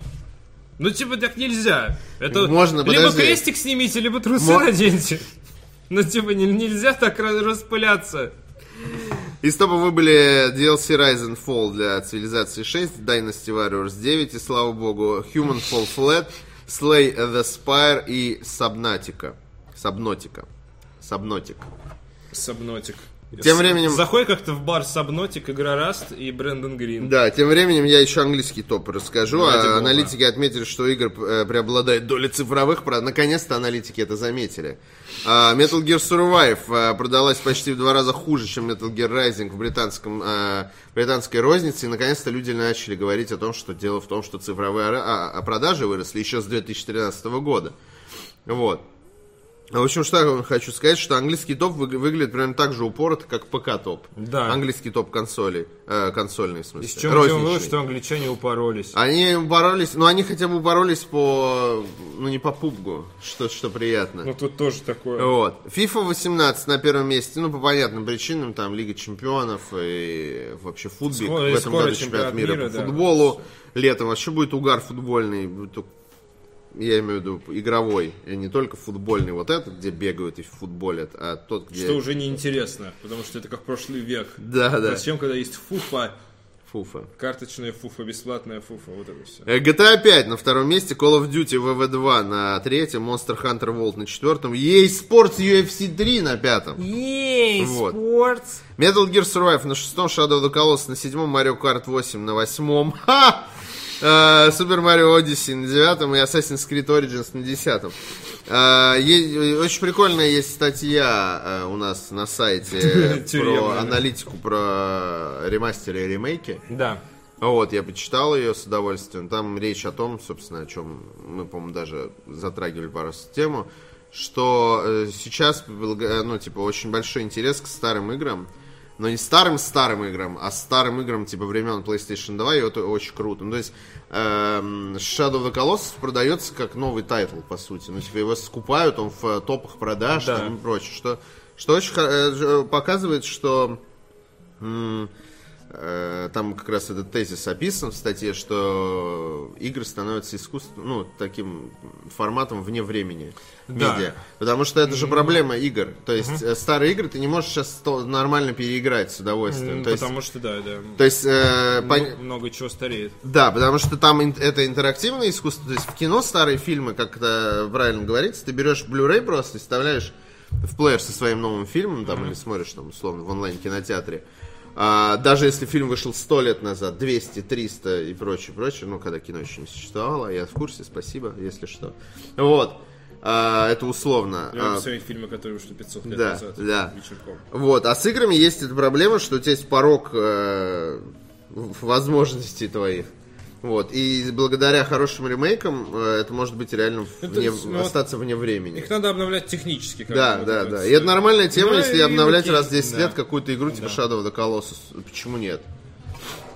Speaker 2: Ну, типа, так нельзя. Это
Speaker 1: Можно,
Speaker 2: либо
Speaker 1: подожди.
Speaker 2: крестик снимите, либо трусы
Speaker 1: Мо-
Speaker 2: наденьте. Ну, типа, не- нельзя так ра- распыляться.
Speaker 1: Из топа выбыли DLC Rise and Fall для Цивилизации 6, Dynasty Warriors 9 и, слава богу, Human Fall Flat, Slay the Spire и Subnautica. Subnautica. Subnautica.
Speaker 2: Сабнотик.
Speaker 1: Тем временем-
Speaker 2: Заходи как-то в бар Сабнотик, игра Раст и Брэндон Грин.
Speaker 1: Да, тем временем я еще английский топ расскажу.
Speaker 2: Ради
Speaker 1: А
Speaker 2: бога.
Speaker 1: аналитики отметили, что игр э, преобладает доля цифровых. Про... Наконец-то аналитики это заметили. А, Metal Gear Survive э, продалась почти в два раза хуже, чем Metal Gear Rising в британском, э, британской рознице. И наконец-то люди начали говорить о том, что дело в том, что цифровые ора- а, а, продажи выросли еще с 2013 года. Вот. А, В общем, что я вам хочу сказать, что английский топ вы- выглядит примерно так же упорот, как ПК-топ.
Speaker 2: Да.
Speaker 1: Английский топ консолей. э, консольный, в смысле.
Speaker 2: Из чего мы делаем
Speaker 1: Розничный. А-
Speaker 2: вывод, что англичане упоролись.
Speaker 1: Они боролись, но они хотя бы боролись по, ну не по пубгу, что, что приятно.
Speaker 2: Ну, тут тоже такое.
Speaker 1: Вот. FIFA 18 на первом месте, ну по понятным причинам, там Лига Чемпионов и вообще футбик.
Speaker 2: Скоро-
Speaker 1: в этом
Speaker 2: скоро
Speaker 1: году чемпионат
Speaker 2: чемпионат
Speaker 1: мира,
Speaker 2: мира,
Speaker 1: по
Speaker 2: да.
Speaker 1: футболу. Летом вообще будет угар футбольный, будет только- я имею в виду игровой, и не только футбольный, вот этот, где бегают и футболят, а тот, где...
Speaker 2: Что уже неинтересно, потому что это как прошлый век.
Speaker 1: Да, да,
Speaker 2: Зачем, когда есть фуфа,
Speaker 1: фуфа.
Speaker 2: карточная фуфа, бесплатная фуфа, вот это все.
Speaker 1: Э, GTA 5 на втором месте, Call of Duty VV2 на третьем, Monster Hunter World на четвертом, EA Sports UFC 3 на пятом.
Speaker 2: Ей,
Speaker 1: Вот.
Speaker 2: спортс!
Speaker 1: Metal Gear Survive на шестом, Shadow of the Colossus на седьмом, Mario Kart 8 на восьмом. Ха! Э, Super Mario Odyssey на девятом и Assassin's Creed Origins на десятом. Э, е- Очень прикольная есть статья э, у нас на сайте про
Speaker 2: Тюремная.
Speaker 1: аналитику про ремастеры и ремейки.
Speaker 2: Да.
Speaker 1: А Вот, я почитал ее с удовольствием. Там речь о том, собственно, о чем мы, по-моему, даже затрагивали пару раз эту тему, что э, сейчас, благо- э, ну, типа, очень большой интерес к старым играм. Но не старым-старым играм, а старым играм, типа, времен PlayStation 2, и это очень круто. Ну, то есть, эм, Shadow of the Colossus продается как новый тайтл, по сути. Ну, типа, его скупают, он в э, топах продаж
Speaker 2: Да.
Speaker 1: там и прочее. Что, что очень хо- э, ж- показывает, что... м, Э, там как раз этот тезис описан в статье, что игры становятся искусством, ну, таким форматом вне времени.
Speaker 2: Да.
Speaker 1: Медиа. Потому что это же проблема игр. То есть э, старые игры ты не можешь сейчас то- нормально переиграть с удовольствием. Ну, То есть,
Speaker 2: Потому что, да, да.
Speaker 1: то есть э, пон-
Speaker 2: М- Много чего стареет.
Speaker 1: да, потому что там ин- это интерактивное искусство. То есть в кино старые фильмы, как это правильно говорится, ты берешь Blu-ray просто и вставляешь в плеер со своим новым фильмом, там, или смотришь, там, условно, в онлайн-кинотеатре. А, А, даже если фильм вышел 100 лет назад, 200, 300 и прочее, прочее, ну, когда кино еще не существовало, я в курсе, спасибо, если что. Вот. А, это условно.
Speaker 2: Я
Speaker 1: А,
Speaker 2: люблю смотреть фильмы, которые вышли 500 лет
Speaker 1: да,
Speaker 2: назад.
Speaker 1: да.
Speaker 2: Вечерком.
Speaker 1: вот, а с играми есть эта проблема, что у тебя есть порог э, в- возможностей твоих. Вот, и благодаря хорошим ремейкам э, это может быть реально в-
Speaker 2: Это,
Speaker 1: вне-
Speaker 2: ну, вот
Speaker 1: остаться вне времени.
Speaker 2: Их надо обновлять технически. как
Speaker 1: Да,
Speaker 2: бы, вот
Speaker 1: да,
Speaker 2: этот,
Speaker 1: да. И это нормальная тема,
Speaker 2: Ну,
Speaker 1: если
Speaker 2: и
Speaker 1: обновлять
Speaker 2: окей,
Speaker 1: раз в 10
Speaker 2: да.
Speaker 1: лет какую-то игру типа Shadow of the Colossus. Почему нет?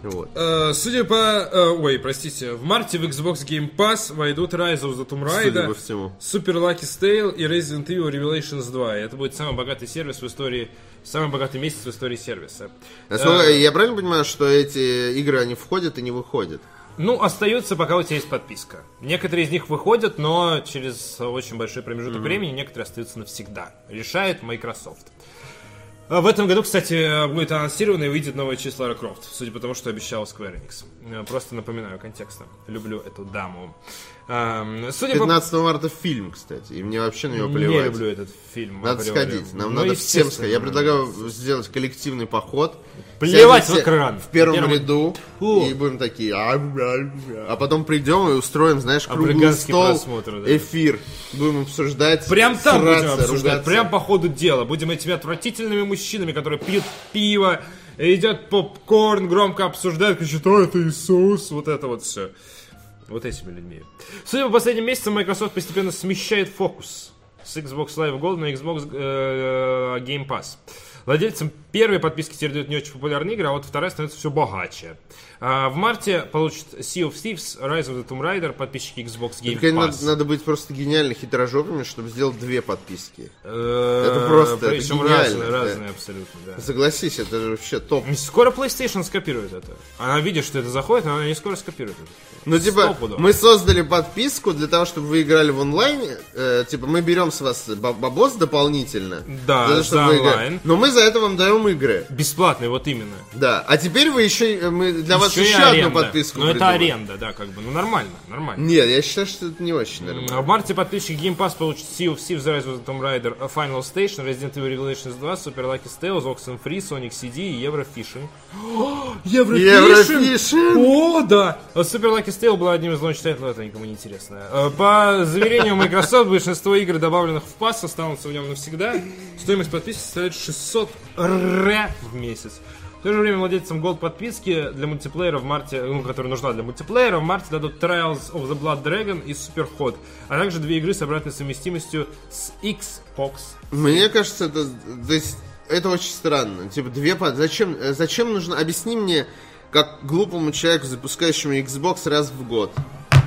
Speaker 1: Вот. А
Speaker 2: Э, Судя по... э, Ой, простите. В марте в Xbox Game Pass войдут Rise of the Tomb
Speaker 1: Судя по
Speaker 2: Raider,
Speaker 1: всему.
Speaker 2: Super Lucky Tale и Resident Evil Revelations 2. И это будет самый богатый сервис в истории... Самый богатый месяц в истории сервиса.
Speaker 1: Насколько- Я правильно понимаю, что эти игры, они входят и не выходят?
Speaker 2: Ну, остаются, пока у тебя есть подписка. Некоторые из них выходят, но через очень большой промежуток времени некоторые остаются навсегда. Решает Microsoft. А В этом году, кстати, будет анонсировано и выйдет новое число Лара Крофт, судя по тому, что обещал Square Enix. Э, Просто напоминаю контекста. Люблю эту даму. Эм, Судя по...
Speaker 1: 15 марта фильм, кстати, и мне вообще на него плевать.
Speaker 2: Не люблю этот фильм.
Speaker 1: Надо
Speaker 2: априори.
Speaker 1: сходить, нам
Speaker 2: Ну,
Speaker 1: надо всем
Speaker 2: естественно.
Speaker 1: сходить. Я предлагаю сделать коллективный поход.
Speaker 2: Плевать
Speaker 1: Сядем
Speaker 2: в
Speaker 1: все
Speaker 2: экран.
Speaker 1: В первом
Speaker 2: Первым-
Speaker 1: ряду
Speaker 2: Фу.
Speaker 1: и будем такие. «А, а, а». А потом придем и устроим, знаешь, круглый
Speaker 2: Африканский
Speaker 1: стол,
Speaker 2: просмотр, да.
Speaker 1: эфир. Будем обсуждать.
Speaker 2: Прям там будем
Speaker 1: сраться,
Speaker 2: обсуждать,
Speaker 1: ругаться.
Speaker 2: прям по ходу дела. Будем этими отвратительными мужчинами, которые пьют пиво, едят попкорн, громко обсуждают, кричат, а это Иисус, вот это вот все. Вот этими людьми. Судя по последним месяцам, Microsoft постепенно смещает фокус с Xbox Live Gold на Xbox э, Game Pass. Владельцам первой подписки теперь дают не очень популярные игры, а вот вторая становится все богаче. А, в марте получат Sea of Thieves, Rise of the Tomb Raider, подписчики Xbox Game
Speaker 1: Только
Speaker 2: Pass.
Speaker 1: надо, надо быть просто гениально хитрожопыми, чтобы сделать две подписки.
Speaker 2: Это
Speaker 1: просто, это
Speaker 2: Причем
Speaker 1: гениально,
Speaker 2: Э, разные,
Speaker 1: да.
Speaker 2: разные абсолютно, да.
Speaker 1: Согласись, это же вообще топ.
Speaker 2: Скоро PlayStation скопирует это. Она видит, что это заходит, но она не скоро скопирует это.
Speaker 1: Ну, типа,
Speaker 2: Стопудово.
Speaker 1: мы создали подписку для того, чтобы вы играли в онлайне. Э, типа, мы берем с вас баб- бабос дополнительно.
Speaker 2: Да,
Speaker 1: для того,
Speaker 2: за
Speaker 1: чтобы вы играли.
Speaker 2: онлайн.
Speaker 1: Но мы за это вам даем игры.
Speaker 2: Бесплатный, вот именно.
Speaker 1: Да. А теперь вы еще... и- Мы для вас
Speaker 2: и
Speaker 1: еще
Speaker 2: аренда.
Speaker 1: одну подписку
Speaker 2: Ну, это
Speaker 1: придумали.
Speaker 2: аренда, да, как бы. Ну, нормально, нормально.
Speaker 1: Нет, я считаю, что это не очень нормально.
Speaker 2: А В марте подписчики Game Pass получат Sea of Thieves, Rise of the Tomb Raider, A Final Station, Resident Evil Revelations 2, Super Lucky Tales, Oxenfree, Sonic CD и Еврофишинг.
Speaker 1: Еврофишинг!
Speaker 2: О, да! Супер Lucky Stale была одним из лонч-тайтлов, это никому не интересно. Э, По заверению Microsoft, большинство игр, добавленных в пас, останутся в нем навсегда. Стоимость подписки составляет 600 р в месяц. В то же время владельцам Gold подписки для мультиплеера в марте, ну, которая нужна для мультиплеера, в марте дадут Trials of the Blood Dragon и Superhot, а также две игры с обратной совместимостью с Xbox.
Speaker 1: Мне кажется, это, то есть, это очень странно. Типа, две под... Зачем, э, зачем нужно... Объясни мне, как глупому человеку, запускающему Xbox раз в год.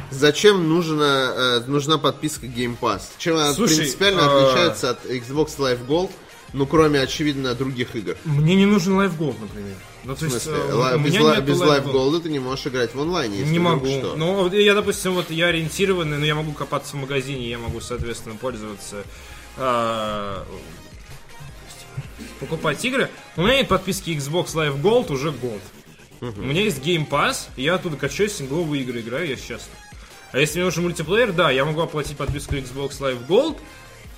Speaker 1: Зачем нужна, э, нужна подписка Game Pass? Чем она
Speaker 2: Слушай,
Speaker 1: принципиально
Speaker 2: э,
Speaker 1: отличается от Xbox Live Gold? Ну, кроме, очевидно, других игр. Ну,
Speaker 2: Мне не нужен Live Gold, например. Ну, то
Speaker 1: В
Speaker 2: есть,
Speaker 1: смысле,
Speaker 2: э,
Speaker 1: ла-
Speaker 2: у
Speaker 1: без,
Speaker 2: меня
Speaker 1: ла-
Speaker 2: нету
Speaker 1: без
Speaker 2: Live
Speaker 1: Live
Speaker 2: Gold.
Speaker 1: Gold ты не можешь играть в онлайне. если
Speaker 2: Не
Speaker 1: вдруг
Speaker 2: могу.
Speaker 1: Что.
Speaker 2: Ну, вот я, допустим, вот я ориентированный, но я могу копаться в магазине, я могу, соответственно, пользоваться. а, покупать игры. У меня нет подписки Xbox Live Gold уже год. У меня есть Game Pass, и я оттуда качаю сингловые игры, играю, я счастлив. А если мне нужен мультиплеер, да, я могу оплатить подписку Xbox Live Gold.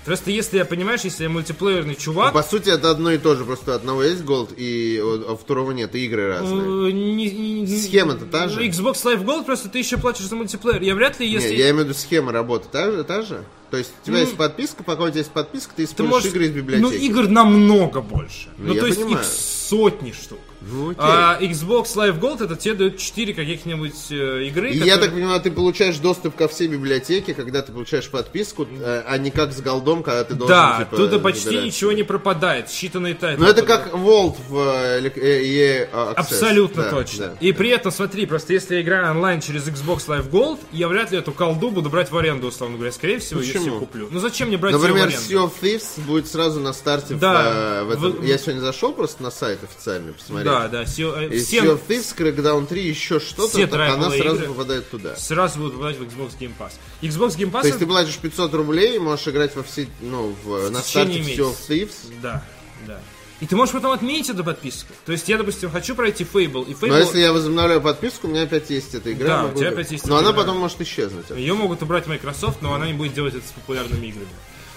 Speaker 2: Просто если я, понимаешь, если я мультиплеерный чувак,
Speaker 1: По сути, это одно и то же. Просто у одного есть Gold, и у- а у второго нет. И игры разные.
Speaker 2: э, не- не- не-
Speaker 1: Схема-то та же?
Speaker 2: Xbox Live Gold, просто ты еще платишь за мультиплеер. Я вряд ли,
Speaker 1: Не,
Speaker 2: если...
Speaker 1: я имею в виду схема работы та же, та же? То есть у тебя есть подписка, пока у тебя есть подписка, ты используешь игры из библиотеки.
Speaker 2: Ну, игр намного больше.
Speaker 1: Ну,
Speaker 2: Ну,
Speaker 1: я
Speaker 2: то есть
Speaker 1: понимаю.
Speaker 2: их сотни штук.
Speaker 1: Ну, окей.
Speaker 2: А Xbox Live Gold это тебе дают 4 каких-нибудь э, игры.
Speaker 1: И
Speaker 2: которые-
Speaker 1: я так понимаю, ты получаешь доступ ко всей библиотеке, когда ты получаешь подписку, э, а не как с голдом, когда ты должен,
Speaker 2: Да,
Speaker 1: типа,
Speaker 2: тут и почти
Speaker 1: выбирать.
Speaker 2: ничего не пропадает, считанные тайтлы.
Speaker 1: Ну, это как Волт в э, элек- э, EA Access.
Speaker 2: Абсолютно
Speaker 1: Да,
Speaker 2: точно.
Speaker 1: да.
Speaker 2: И при этом, смотри, просто если я играю онлайн через Xbox Live Gold, я вряд ли эту колду буду брать в аренду, условно говоря. Скорее всего, я
Speaker 1: Почему?
Speaker 2: все куплю. Ну зачем мне брать её
Speaker 1: Например,
Speaker 2: в аренду?
Speaker 1: Sea of Thieves будет сразу на старте в,
Speaker 2: Да.
Speaker 1: э, в этом-
Speaker 2: В-
Speaker 1: Я сегодня зашел просто на сайт официальный посмотреть.
Speaker 2: Да, да, Sea- э,
Speaker 1: И
Speaker 2: все,
Speaker 1: Sea of Thieves, Crackdown 3, еще что-то,
Speaker 2: Все
Speaker 1: так она
Speaker 2: трайбловые
Speaker 1: сразу
Speaker 2: игры.
Speaker 1: попадает туда.
Speaker 2: сразу будут брать в Xbox Game Pass. Xbox Game Pass
Speaker 1: То есть ты платишь 500 рублей и можешь играть во все, ну, в, на старте
Speaker 2: течение
Speaker 1: все в
Speaker 2: месяца.
Speaker 1: Thieves.
Speaker 2: Да, да. И ты можешь потом отменить эту подписку. То есть я, допустим, хочу пройти Fable, и Fable...
Speaker 1: Но если я возобновляю подписку, у меня опять есть эта игра.
Speaker 2: Да,
Speaker 1: я
Speaker 2: у тебя
Speaker 1: играть.
Speaker 2: опять есть
Speaker 1: Но
Speaker 2: эта
Speaker 1: она
Speaker 2: игра.
Speaker 1: потом может исчезнуть.
Speaker 2: Ее могут убрать Microsoft, но она не будет делать это с популярными играми.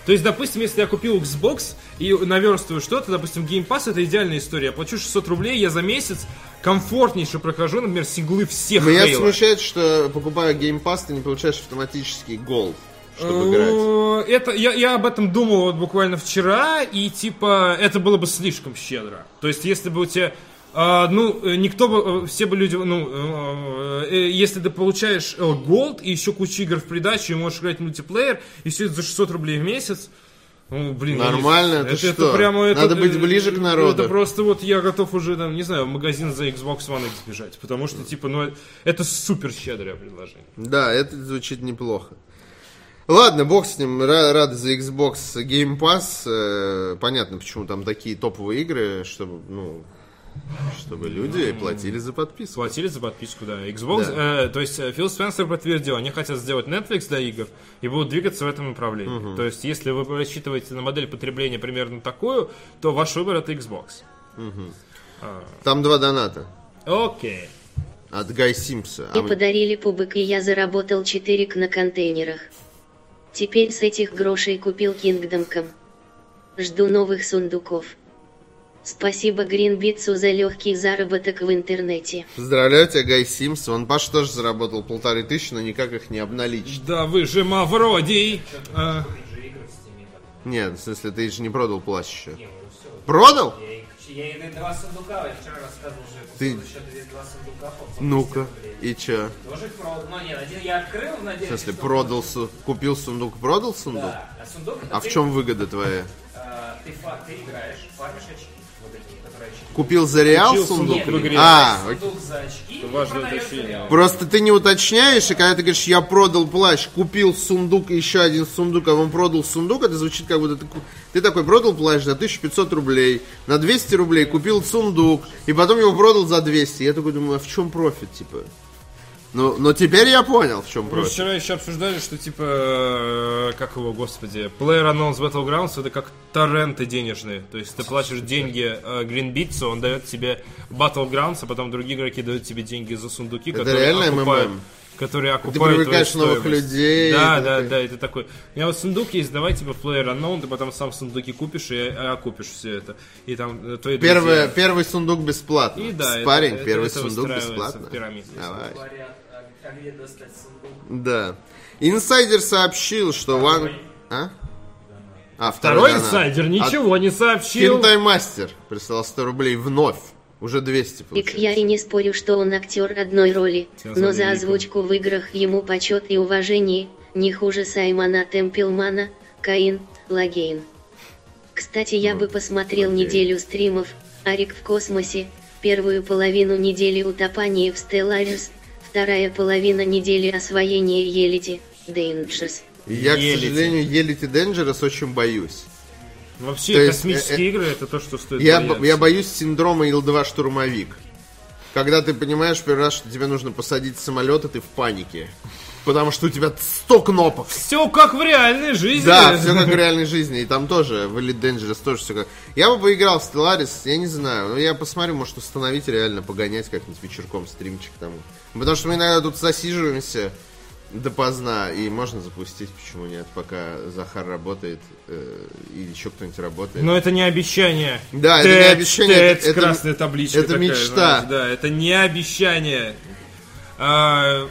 Speaker 2: То есть, допустим, если я купил Xbox и наверстываю что-то, допустим, Game Pass это идеальная история. Я плачу 600 рублей, я за месяц комфортнейше прохожу, например, синглы всех
Speaker 1: Меня
Speaker 2: Halo.
Speaker 1: смущает, что покупая Game Pass, ты не получаешь автоматический гол, чтобы играть.
Speaker 2: Э, Это, я, я об этом думал вот буквально вчера, и типа это было бы слишком щедро. То есть, если бы у тебя. а, ну, э, никто бы, э, все бы люди, ну, э, э, если ты получаешь э, голд и еще кучу игр в придачу, и можешь играть в мультиплеер, и все это за 600 рублей в месяц, ну, блин, я не
Speaker 1: Нормально,
Speaker 2: знаю.
Speaker 1: это что? Надо быть
Speaker 2: э,
Speaker 1: ближе к народу.
Speaker 2: Это просто вот я готов уже, там, не знаю, в магазин за Xbox One X бежать, потому что, типа, ну, это супер щедрое предложение.
Speaker 1: Да, это звучит неплохо. Ладно, бог с ним, ра- рады за Xbox Game Pass. Э, Понятно, почему там такие топовые игры, чтобы, ну, чтобы люди платили за подписку.
Speaker 2: Платили за подписку, да. Xbox, э, то есть э, Фил Спенсер подтвердил, они хотят сделать Netflix для игр и будут двигаться в этом направлении. То есть, если вы рассчитываете на модель потребления примерно такую, то ваш выбор это Xbox.
Speaker 1: Там два доната
Speaker 2: Окей.
Speaker 1: от Гай Симпса.
Speaker 3: И подарили пубык, и я заработал 4 к на контейнерах. Теперь с этих грошей купил Кингдомком. Жду новых сундуков. Спасибо Гринбитсу за легкий заработок в интернете.
Speaker 1: Поздравляю тебя, Гай Симс. Он Паша тоже заработал полторы тысячи, но никак их не обналичит.
Speaker 2: Да вы же Мавродий! Э,
Speaker 1: Нет, в смысле, ты же не продал плащ еще. Продал?
Speaker 4: Я, их- я и на два сундука, я вчера рассказывал, что я купил
Speaker 1: Ты- Ну.
Speaker 4: еще две- два сундука. по 40
Speaker 1: Ну-ка.
Speaker 4: рублей.
Speaker 1: И чё?
Speaker 4: Тоже продал. Ну нет, один я открыл в
Speaker 1: В
Speaker 4: надежде,
Speaker 1: смысле,
Speaker 4: что-
Speaker 1: продал, су- купил сундук, продал сундук?
Speaker 4: Да, а сундук это
Speaker 1: А в
Speaker 4: ты,
Speaker 1: чем выгода твоя?
Speaker 4: э, ты, фа- ты играешь, фармишь очки, вот такие, которые очки.
Speaker 1: Купил за реал
Speaker 2: Купил
Speaker 1: сундук?
Speaker 2: сундук
Speaker 4: ну,
Speaker 2: в игре.
Speaker 1: А, окей.
Speaker 4: сундук за очки,
Speaker 2: Важное
Speaker 4: продаешь
Speaker 2: уточнение.
Speaker 4: сериал.
Speaker 1: Просто ты не уточняешь, и когда ты говоришь, я продал плащ, купил сундук, и еще один сундук, а он продал сундук, это звучит как будто ты, ку- ты такой продал плащ за 1500 рублей, на 200 рублей купил сундук, и потом его продал за 200. Я такой думаю, а в чем профит, типа? Ну, но теперь я понял, в чем
Speaker 2: Мы
Speaker 1: профит.
Speaker 2: вчера еще обсуждали, что типа, э, как его, господи, PlayerUnknown's Battlegrounds это как торренты денежные. То есть ты платишь деньги э, Гринбитсу, он дает тебе Battlegrounds, а потом другие игроки дают тебе деньги за сундуки, которые
Speaker 1: реально
Speaker 2: окупают,
Speaker 1: MMM?
Speaker 2: которые окупают твою
Speaker 1: привлекаешь новых
Speaker 2: стоимость.
Speaker 1: людей,
Speaker 2: Да,
Speaker 1: и
Speaker 2: да,
Speaker 1: такой-
Speaker 2: да, это такой. У меня вот сундук есть, давай типа в PlayerUnknown, ты потом сам сундуки купишь и э, окупишь все это. И там э, твои
Speaker 1: Первое-
Speaker 2: друзья-
Speaker 1: первый сундук бесплатно.
Speaker 2: И да, это-
Speaker 1: Спарринг,
Speaker 2: это-
Speaker 1: первый
Speaker 2: это
Speaker 1: сундук
Speaker 2: выстраивается в
Speaker 1: бесплатно.
Speaker 2: пирамиду.
Speaker 1: Давай.
Speaker 4: Говорят, а, а где достать сундук?
Speaker 1: Да. Инсайдер сообщил, что Ван... А? А,
Speaker 2: Второй
Speaker 1: донат.
Speaker 2: инсайдер
Speaker 1: От
Speaker 2: ничего не сообщил.
Speaker 1: Хентай Мастер прислал 100 рублей вновь. Уже 200
Speaker 3: Ик
Speaker 1: получается.
Speaker 3: я и не спорю, что он актер одной роли,
Speaker 2: Тебя
Speaker 3: но
Speaker 2: звали
Speaker 3: за
Speaker 2: Виком.
Speaker 3: озвучку в играх ему почет и уважение, не хуже Саймона Темпилмана, Каин, Лагейн. Кстати, я бы посмотрел
Speaker 1: Лагейн.
Speaker 3: неделю стримов, Арик в космосе, первую половину недели утопания в Стелларис, вторая половина недели освоения Елити, Dangerous.
Speaker 1: Я, к
Speaker 2: Елити.
Speaker 1: сожалению, Елити Dangerous очень боюсь.
Speaker 2: Вообще
Speaker 1: То есть,
Speaker 2: космические
Speaker 1: э, э,
Speaker 2: игры это то, что стоит
Speaker 1: Я, бо-
Speaker 2: бояться.
Speaker 1: я боюсь синдрома Ил-2 штурмовик. Когда ты понимаешь первый раз, что тебе нужно посадить самолет, и ты в панике. Потому что у тебя 100 кнопок.
Speaker 2: Все как в реальной жизни.
Speaker 1: Да, все как в реальной жизни. И там тоже, в Elite Dangerous тоже все как... Я бы поиграл в Stellaris, я не знаю. но я посмотрю, может установить реально, погонять как-нибудь вечерком стримчик тому. Потому что мы иногда тут засиживаемся допоздна, и можно запустить, почему нет, пока Захар работает, э, и еще кто-нибудь работает.
Speaker 2: Но это не обещание.
Speaker 1: Да, это не
Speaker 2: Тэц,
Speaker 1: обещание,
Speaker 2: тэц,
Speaker 1: это- это-
Speaker 2: красная табличка.
Speaker 1: это
Speaker 2: такая,
Speaker 1: мечта.
Speaker 2: знаешь, да, это не обещание. А,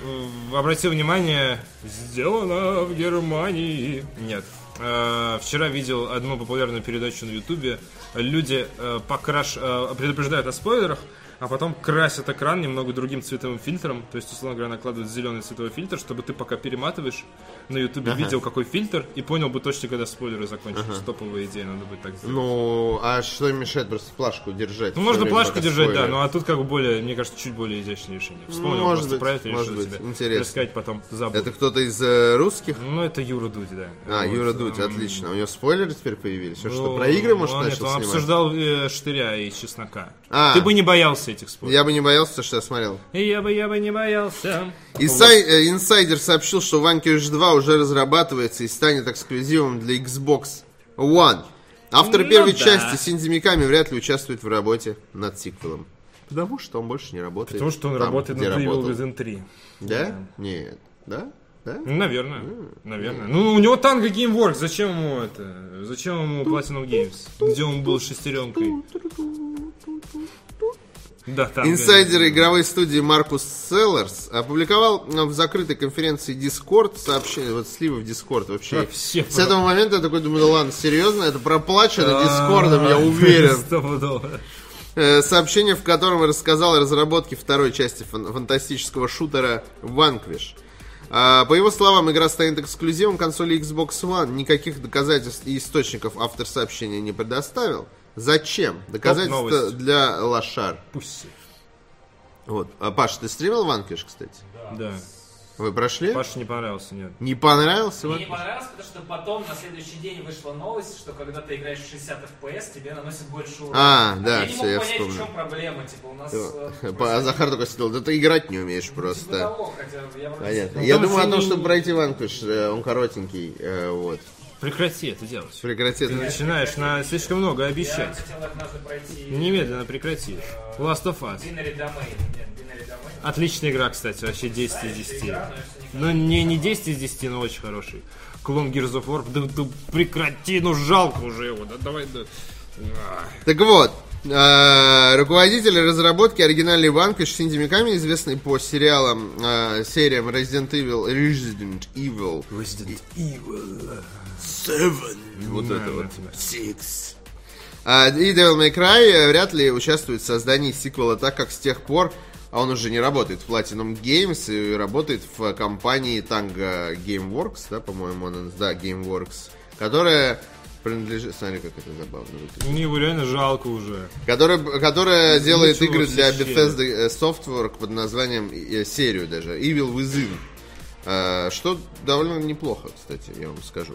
Speaker 2: в- обратил внимание, сделано в Германии. Нет. А, вчера видел одну популярную передачу на Ютубе. Люди э, покраш, э, предупреждают о спойлерах, а потом красят экран немного другим цветовым фильтром. То есть, условно говоря, накладывают зеленый цветовой фильтр, чтобы ты пока перематываешь на Ютубе, видел какой фильтр и понял бы точно, когда спойлеры закончатся. Топовая идея, надо будет так сделать.
Speaker 1: Ну, а что им мешает просто плашку держать?
Speaker 2: Ну,
Speaker 1: всё
Speaker 2: можно
Speaker 1: время,
Speaker 2: плашку
Speaker 1: пока
Speaker 2: держать, да,
Speaker 1: спойлеры?
Speaker 2: но а тут как бы более, мне кажется, чуть более изящное решение. Вспомнил
Speaker 1: может
Speaker 2: просто
Speaker 1: быть,
Speaker 2: про это, решил
Speaker 1: может быть,
Speaker 2: тебе
Speaker 1: интересно.
Speaker 2: рассказать, потом забыл.
Speaker 1: Это кто-то из э, русских?
Speaker 2: Ну, это Юра Дудь, да.
Speaker 1: А,
Speaker 2: Вот,
Speaker 1: Юра Дудь,
Speaker 2: эм,
Speaker 1: отлично. У него спойлеры теперь появились? Он что,
Speaker 2: ну,
Speaker 1: про игры, может,
Speaker 2: он,
Speaker 1: начал
Speaker 2: это, он
Speaker 1: снимать?
Speaker 2: обсуждал э, Штыря и Чеснока.
Speaker 1: А.
Speaker 2: Ты бы не боялся этих споров.
Speaker 1: Я бы не боялся, что я смотрел.
Speaker 2: И Я... бы, я бы не боялся.
Speaker 1: Инсай- э, инсайдер сообщил, что Vanquish 2 уже разрабатывается и станет эксклюзивом для Xbox One. Автор
Speaker 2: Ну
Speaker 1: первой
Speaker 2: да.
Speaker 1: части Синдзи Миками вряд ли участвует в работе над сиквелом. Потому что он больше не работает.
Speaker 2: Потому что он
Speaker 1: там,
Speaker 2: работает
Speaker 1: где
Speaker 2: над Evil
Speaker 1: работал.
Speaker 2: Within 3.
Speaker 1: Да? Нет. Да? Да?
Speaker 2: Наверное. Наверное. Ну, у него танго Gameworks. Зачем ему это? Зачем ему Platinum Games? Где он был шестеренкой? Да, танго.
Speaker 1: Инсайдер игровой студии Маркус Селлерс опубликовал э, в закрытой конференции Discord сообщение, вот сливы в Discord вообще.
Speaker 2: Как все
Speaker 1: С этого момента я такой думаю, да ладно, серьезно, это проплачено Дискордом, я уверен.
Speaker 2: А, Стопудово.
Speaker 1: Э, Сообщение, в котором рассказал о разработке второй части фан- фантастического шутера Vanquish. А, По его словам, игра станет эксклюзивом консоли Xbox One. Никаких доказательств и источников автор сообщения не предоставил. Зачем? Доказательства
Speaker 2: Топ-новость.
Speaker 1: для лошар.
Speaker 2: Пусть.
Speaker 1: Вот. А, Паш, ты стримил Vanquish, кстати?
Speaker 2: Да.
Speaker 1: Вы прошли?
Speaker 2: Паше не понравился, нет.
Speaker 1: Не понравился?
Speaker 4: Мне не
Speaker 1: Vanquish?
Speaker 4: понравилось, потому что потом на следующий день вышла новость, что когда ты играешь в 60 FPS, тебе наносит больше урона.
Speaker 1: А, да,
Speaker 4: я не
Speaker 1: всё,
Speaker 4: мог
Speaker 1: я
Speaker 4: понять, в
Speaker 1: вспомнил.
Speaker 4: чем проблема. Типа у нас... э,
Speaker 1: Па- А
Speaker 4: просто-
Speaker 1: Захар такой сидел, да ты играть не умеешь
Speaker 4: Типа
Speaker 1: просто.
Speaker 4: того, хотя я вроде-
Speaker 1: Понятно.
Speaker 2: Ну,
Speaker 1: Я
Speaker 2: там
Speaker 1: думаю о
Speaker 2: же
Speaker 1: том,
Speaker 2: не-
Speaker 1: чтобы пройти Vanquish, э, он коротенький, э, вот.
Speaker 2: Прекрати это делать.
Speaker 1: Прекрати
Speaker 2: Ты
Speaker 1: это.
Speaker 2: начинаешь на слишком много
Speaker 4: Я
Speaker 2: обещать.
Speaker 4: хотел однажды пройти
Speaker 2: Немедленно прекрати. Last of Us.
Speaker 4: Binary Domain. Нет, Binary Domain.
Speaker 2: Отличная игра, кстати, вообще 10 из 10.
Speaker 4: Игра, но я всё никак-
Speaker 2: Ну, не, не 10 из 10, но очень хороший. Клон Gears of War. Да, да прекрати, ну жалко уже его. Да давай, да. А.
Speaker 1: Так вот, э, руководитель разработки оригинальной Vanquish Синди Миками, известный по сериалам, э, сериям Resident Evil, Resident Evil,
Speaker 2: Resident Evil.
Speaker 1: Seven, вот
Speaker 2: Да,
Speaker 1: это
Speaker 2: да,
Speaker 1: вот,
Speaker 2: да.
Speaker 1: Six. А, И Devil May Cry э, вряд ли участвует в создании сиквела, так как с тех пор а он уже не работает в Platinum Games и работает в э, компании Tango Gameworks, да, по-моему, он, да, Gameworks, которая принадлежит... Смотри, как это забавно выглядит.
Speaker 2: Мне Ну, его реально жалко уже.
Speaker 1: Которая, которая делает
Speaker 2: Ну, ничего
Speaker 1: игры для
Speaker 2: вообще.
Speaker 1: Bethesda э, Softwork под названием э, серию даже Evil Within. Э, Что довольно неплохо, кстати, я вам скажу.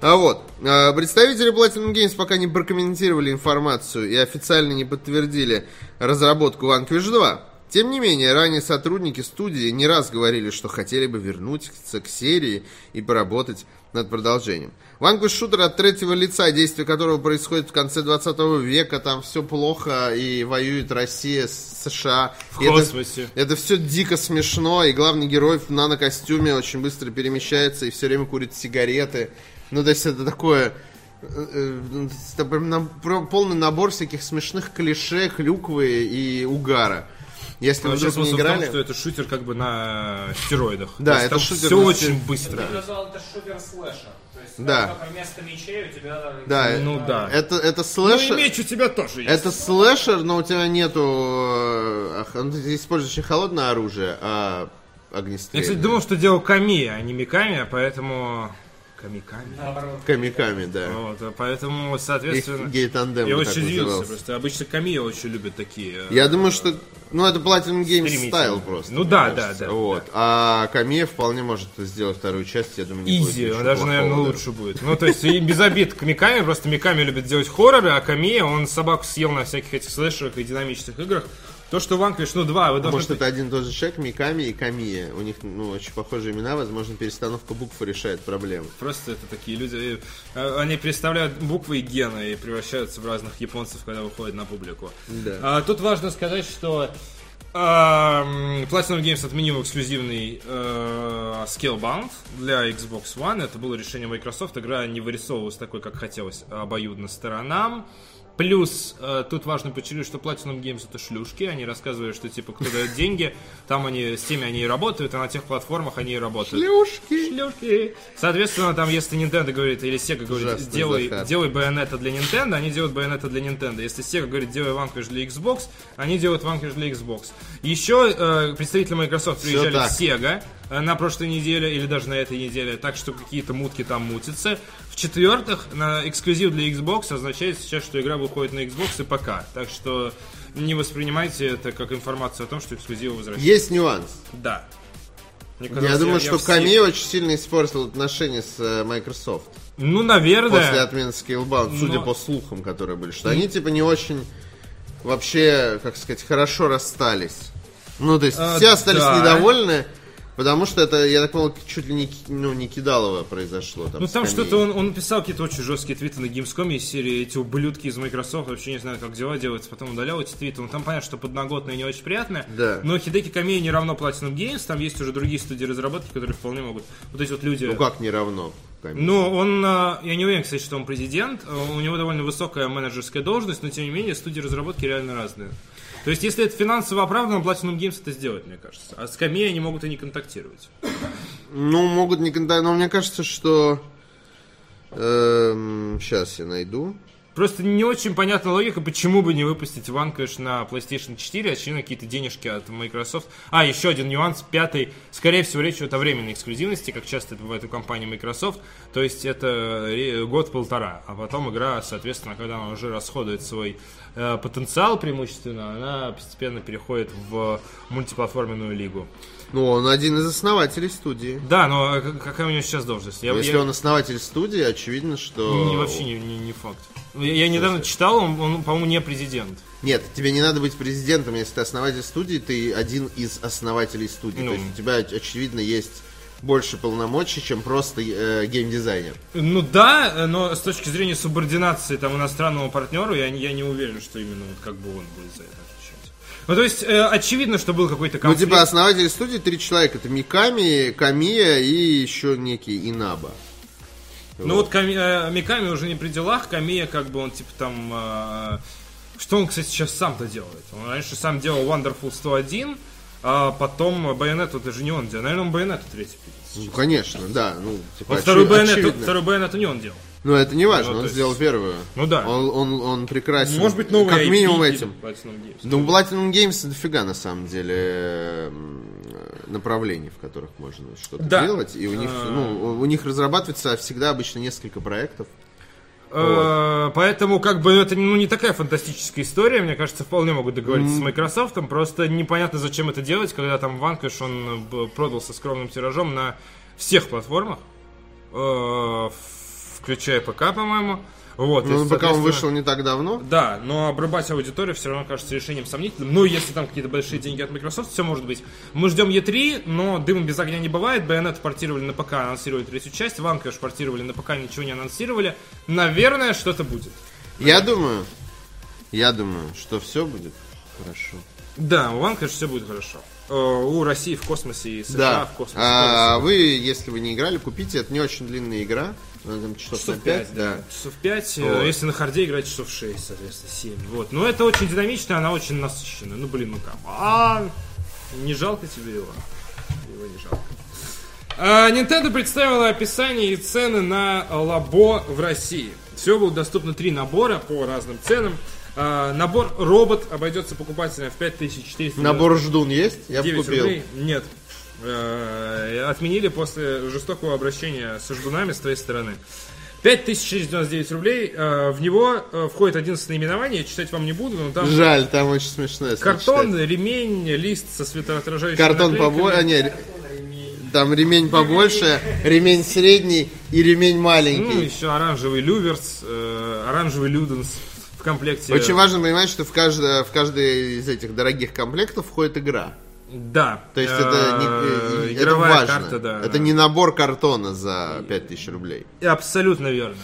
Speaker 1: А вот. э, Представители Platinum Games пока не прокомментировали информацию и официально не подтвердили разработку Vanquish 2. Тем не менее, ранее сотрудники студии не раз говорили, что хотели бы вернуться к серии и поработать над продолжением. Vanquish шутер от третьего лица, действие которого происходит в конце 20 века, там все плохо и воюет Россия с США.
Speaker 2: В
Speaker 1: И это-
Speaker 2: космосе.
Speaker 1: это все дико смешно, и главный герой в нано-костюме очень быстро перемещается и все время курит сигареты. Ну, то есть это такое... э, э, ну, это прям на- про- полный набор всяких смешных клише, клюквы и угара. Если вы
Speaker 2: Вообще
Speaker 1: вдруг не
Speaker 2: Ну, смысл в том,
Speaker 1: играли...
Speaker 2: что это шутер как бы на стероидах.
Speaker 1: Да,
Speaker 2: То есть
Speaker 1: это
Speaker 2: там
Speaker 1: шутер
Speaker 2: все
Speaker 1: на Ну,
Speaker 2: очень
Speaker 1: сте-
Speaker 2: быстро.
Speaker 4: Я бы назвал это шутер-слэшер. То есть,
Speaker 1: Да.
Speaker 4: как только вместо мечей у тебя...
Speaker 1: Да,
Speaker 2: Ну
Speaker 1: э,
Speaker 2: да.
Speaker 1: Это, это
Speaker 2: Ну
Speaker 1: слэшер...
Speaker 2: и меч у тебя тоже есть.
Speaker 1: Это слэшер, но у тебя нету... э, ах, ну, ты используешь не холодное оружие, а
Speaker 2: Я,
Speaker 1: огнестрельное.
Speaker 2: кстати, думал, что делал Ками, а не Миками, а поэтому... Камиками.
Speaker 4: Наоборот.
Speaker 1: Камиками, да.
Speaker 2: Вот, а поэтому,
Speaker 1: Их
Speaker 2: соответственно...
Speaker 1: гей-тандем
Speaker 2: Я
Speaker 1: так
Speaker 2: очень удивился,
Speaker 1: назывался.
Speaker 2: просто обычно Ками очень любят такие. э,
Speaker 1: Я думаю, что... Ну, это Platinum Games
Speaker 2: Стремительно.
Speaker 1: стайл просто.
Speaker 2: Ну
Speaker 1: мне
Speaker 2: да,
Speaker 1: кажется.
Speaker 2: да, да.
Speaker 1: Вот. А Камея вполне может сделать вторую часть, я думаю, не будет
Speaker 2: Изи,
Speaker 1: ничего
Speaker 2: он даже,
Speaker 1: плохого,
Speaker 2: наверное,
Speaker 1: да.
Speaker 2: лучше будет. Ну, то есть, и без обид к Миками, просто Миками любит делать хорроры, а Камия, он собаку съел на всяких этих слэшерах и динамичных играх. То, что Ванквиш, ну, два, вы должны...
Speaker 1: Может, это один и тот же человек, Миками и Камия. У них, ну, очень похожие имена, возможно, перестановка букв решает проблему.
Speaker 2: Просто это такие люди, э, они представляют буквы и гены и превращаются в разных японцев, когда выходят на публику.
Speaker 1: Да.
Speaker 2: А, тут важно сказать, что эм, Platinum Games отменил эксклюзивный э, Scalebound для Xbox One. Это было решение Microsoft. Игра не вырисовывалась такой, как хотелось обоюдно сторонам. Плюс, э, тут важно подчеркнуть, что Platinum Games это шлюшки. Они рассказывали, что типа кто дает деньги, там они, с теми они и работают, а на тех платформах они и работают.
Speaker 1: Лёшки!
Speaker 2: Шлюшки. Соответственно, там, если Nintendo говорит, или Sega говорит,
Speaker 1: Ужасный
Speaker 2: сделай,
Speaker 1: закат.
Speaker 2: делай Bayonetta для Nintendo, они делают Bayonetta для Nintendo. Если Sega говорит, делай Vanquish для Xbox, они делают Vanquish для Xbox. Еще э, представители Microsoft приезжали
Speaker 1: так.
Speaker 2: в Sega э, на прошлой неделе или даже на этой неделе, так что какие-то мутки там мутятся. В-четвертых, на эксклюзив для Xbox означает сейчас, что игра выходит на Xbox и ПК. Так что не воспринимайте это как информацию о том, что эксклюзивы возвращаются.
Speaker 1: Есть нюанс.
Speaker 2: Да. Мне
Speaker 1: я
Speaker 2: казалось,
Speaker 1: думаю, что
Speaker 2: ну, в Sega-
Speaker 1: Камия очень сильно испортил отношения с э, Microsoft
Speaker 2: Ну, наверное.
Speaker 1: после отмены Scalebound, судя
Speaker 2: Но-
Speaker 1: по слухам, которые были, что они, типа, не очень вообще, как сказать, хорошо расстались. Ну, то есть
Speaker 2: А,
Speaker 1: все остались
Speaker 2: да.
Speaker 1: недовольны, Потому что это, я так понял, чуть ли не, ки- ну, не кидалово произошло. Там,
Speaker 2: Ну
Speaker 1: с
Speaker 2: там
Speaker 1: скамьей.
Speaker 2: что-то он, он писал какие-то очень жесткие твиты на Gamescom из серии эти ублюдки из Microsoft вообще не знают, как дела делаются, потом удалял эти твиты. Ну там понятно, что подноготное не очень приятное.
Speaker 1: Да.
Speaker 2: Но Хидеки Камия не равно Platinum Games, там есть уже другие студии разработки, которые вполне могут. Вот эти вот люди.
Speaker 1: Ну как не равно? Камиль?
Speaker 2: Ну, он, э, я не уверен, кстати, что он президент, э, у него довольно высокая менеджерская должность, но тем не менее студии разработки реально разные. То есть, если это финансово оправдано, Platinum Games это сделает, мне кажется. А с Камией они могут и не контактировать.
Speaker 1: Ну, могут не контактировать. Но мне кажется, что... сейчас я найду.
Speaker 2: Просто не очень понятна логика, почему бы не выпустить Vanquish на PlayStation 4, очевидно, какие-то денежки от Microsoft. А, еще один нюанс, пятый. Скорее всего, речь идет о временной эксклюзивности, как часто это бывает у компании Microsoft. То есть это э, год-полтора, а потом игра, соответственно, когда она уже расходует свой э, потенциал преимущественно, она постепенно переходит в мультиплатформенную лигу.
Speaker 1: Ну, он один из основателей студии.
Speaker 2: Да, но э, какая у нее сейчас должность? Я-
Speaker 1: Если э,
Speaker 2: я-
Speaker 1: он основатель студии, очевидно, что...
Speaker 2: не- вообще не, не- не факт. Я, я недавно читал, он, он, по-моему, не президент.
Speaker 1: Нет, тебе не надо быть президентом, если ты основатель студии, ты один из основателей студии.
Speaker 2: Ну.
Speaker 1: То есть у тебя, очевидно, есть больше полномочий, чем просто э, геймдизайнер.
Speaker 2: Ну да, но с точки зрения субординации там иностранному партнеру, я, не- я не уверен, что именно вот как бы он будет за это отвечать. Ну то есть, э, очевидно, что был какой-то
Speaker 1: Ну,
Speaker 2: конфликт.
Speaker 1: типа, основатель студии три человека. Это Миками, Камия и еще некий Инаба.
Speaker 2: Ну вот Ками- э, Миками уже не при делах, Камия как бы он типа там... э, что он, кстати, сейчас сам-то делает? Он раньше сам делал Wonderful 101, а потом Байонет, это же не он делал. Наверное, он Байонету третий пилит.
Speaker 1: Ну, конечно, да. Ну, типа,
Speaker 2: Вот второй
Speaker 1: очевид-
Speaker 2: Байонет,
Speaker 1: очевидно.
Speaker 2: второй Байонет не он делал.
Speaker 1: Ну, это не важно,
Speaker 2: Ну,
Speaker 1: он
Speaker 2: то есть-
Speaker 1: сделал первую.
Speaker 2: Ну да.
Speaker 1: Он, он, он прекрасен.
Speaker 2: Может быть, новый
Speaker 1: Как
Speaker 2: IP
Speaker 1: минимум
Speaker 2: или
Speaker 1: этим.
Speaker 2: Platinum Games.
Speaker 1: Ну, Platinum Games дофига, на самом деле, эм, направлений, в которых можно что-то
Speaker 2: Да. А.
Speaker 1: делать. И у них, ну, у них разрабатывается всегда обычно несколько проектов.
Speaker 2: Э, Поэтому, как бы, это ну, не такая фантастическая история. Мне кажется, вполне могут договориться с Microsoft. Просто непонятно, зачем это делать, когда там Vanquish, он э, б- продался скромным тиражом на всех платформах, э, включая ПК, по-моему. Вот,
Speaker 1: Ну,
Speaker 2: и,
Speaker 1: пока он
Speaker 2: соответственно,
Speaker 1: вышел не так давно.
Speaker 2: Да, но обрубать аудиторию все равно кажется решением сомнительным. Ну, если там какие-то большие деньги от Microsoft, все может быть. Мы ждем E3, но дым без огня не бывает. Байонет портировали на ПК, анонсировали третью часть. Ванкаш портировали на ПК, ничего не анонсировали. Наверное, что-то будет.
Speaker 1: Я думаю, я думаю, что все будет хорошо.
Speaker 2: Да, у Ванкаш все будет хорошо. Э, У России в космосе и США
Speaker 1: Да.
Speaker 2: в космосе.
Speaker 1: А вы, если вы не играли, купите. Это не очень длинная игра. Она там часов,
Speaker 2: Часов
Speaker 1: на 5,
Speaker 2: 5,
Speaker 1: да.
Speaker 2: Часов 5,
Speaker 1: Вот.
Speaker 2: если на харде играть часов 6, соответственно, 7. Вот. Но это очень динамично, она очень насыщенная. Ну блин, ну камон. Не жалко тебе его? Его не жалко. А, Nintendo представила описание и цены на лабо в России. Всего было доступно три набора по разным ценам. А, набор робот обойдется покупателям в 5400
Speaker 1: Набор ждун есть? Я бы
Speaker 2: 9
Speaker 1: купил.
Speaker 2: рублей? Нет. Э, Отменили после жестокого обращения со ждунами с твоей стороны. 5699 рублей. э, В него э, входит 11 наименований. Я читать вам не буду, но там
Speaker 1: Жаль, там очень смешно. если
Speaker 2: картон,
Speaker 1: читать.
Speaker 2: ремень, лист со светоотражающим
Speaker 1: Картон побольше. А, не, ре- там ремень побольше, ремень средний и ремень
Speaker 2: Ну,
Speaker 1: маленький.
Speaker 2: еще оранжевый люверс, э, оранжевый люденс в комплекте.
Speaker 1: Очень важно понимать, что в, каждо- в каждый из этих дорогих комплектов входит игра.
Speaker 2: Да.
Speaker 1: То есть это, не,
Speaker 2: Э,
Speaker 1: э, это
Speaker 2: игровая
Speaker 1: важно.
Speaker 2: карта, да.
Speaker 1: это не набор картона за 5000 рублей.
Speaker 2: Абсолютно верно.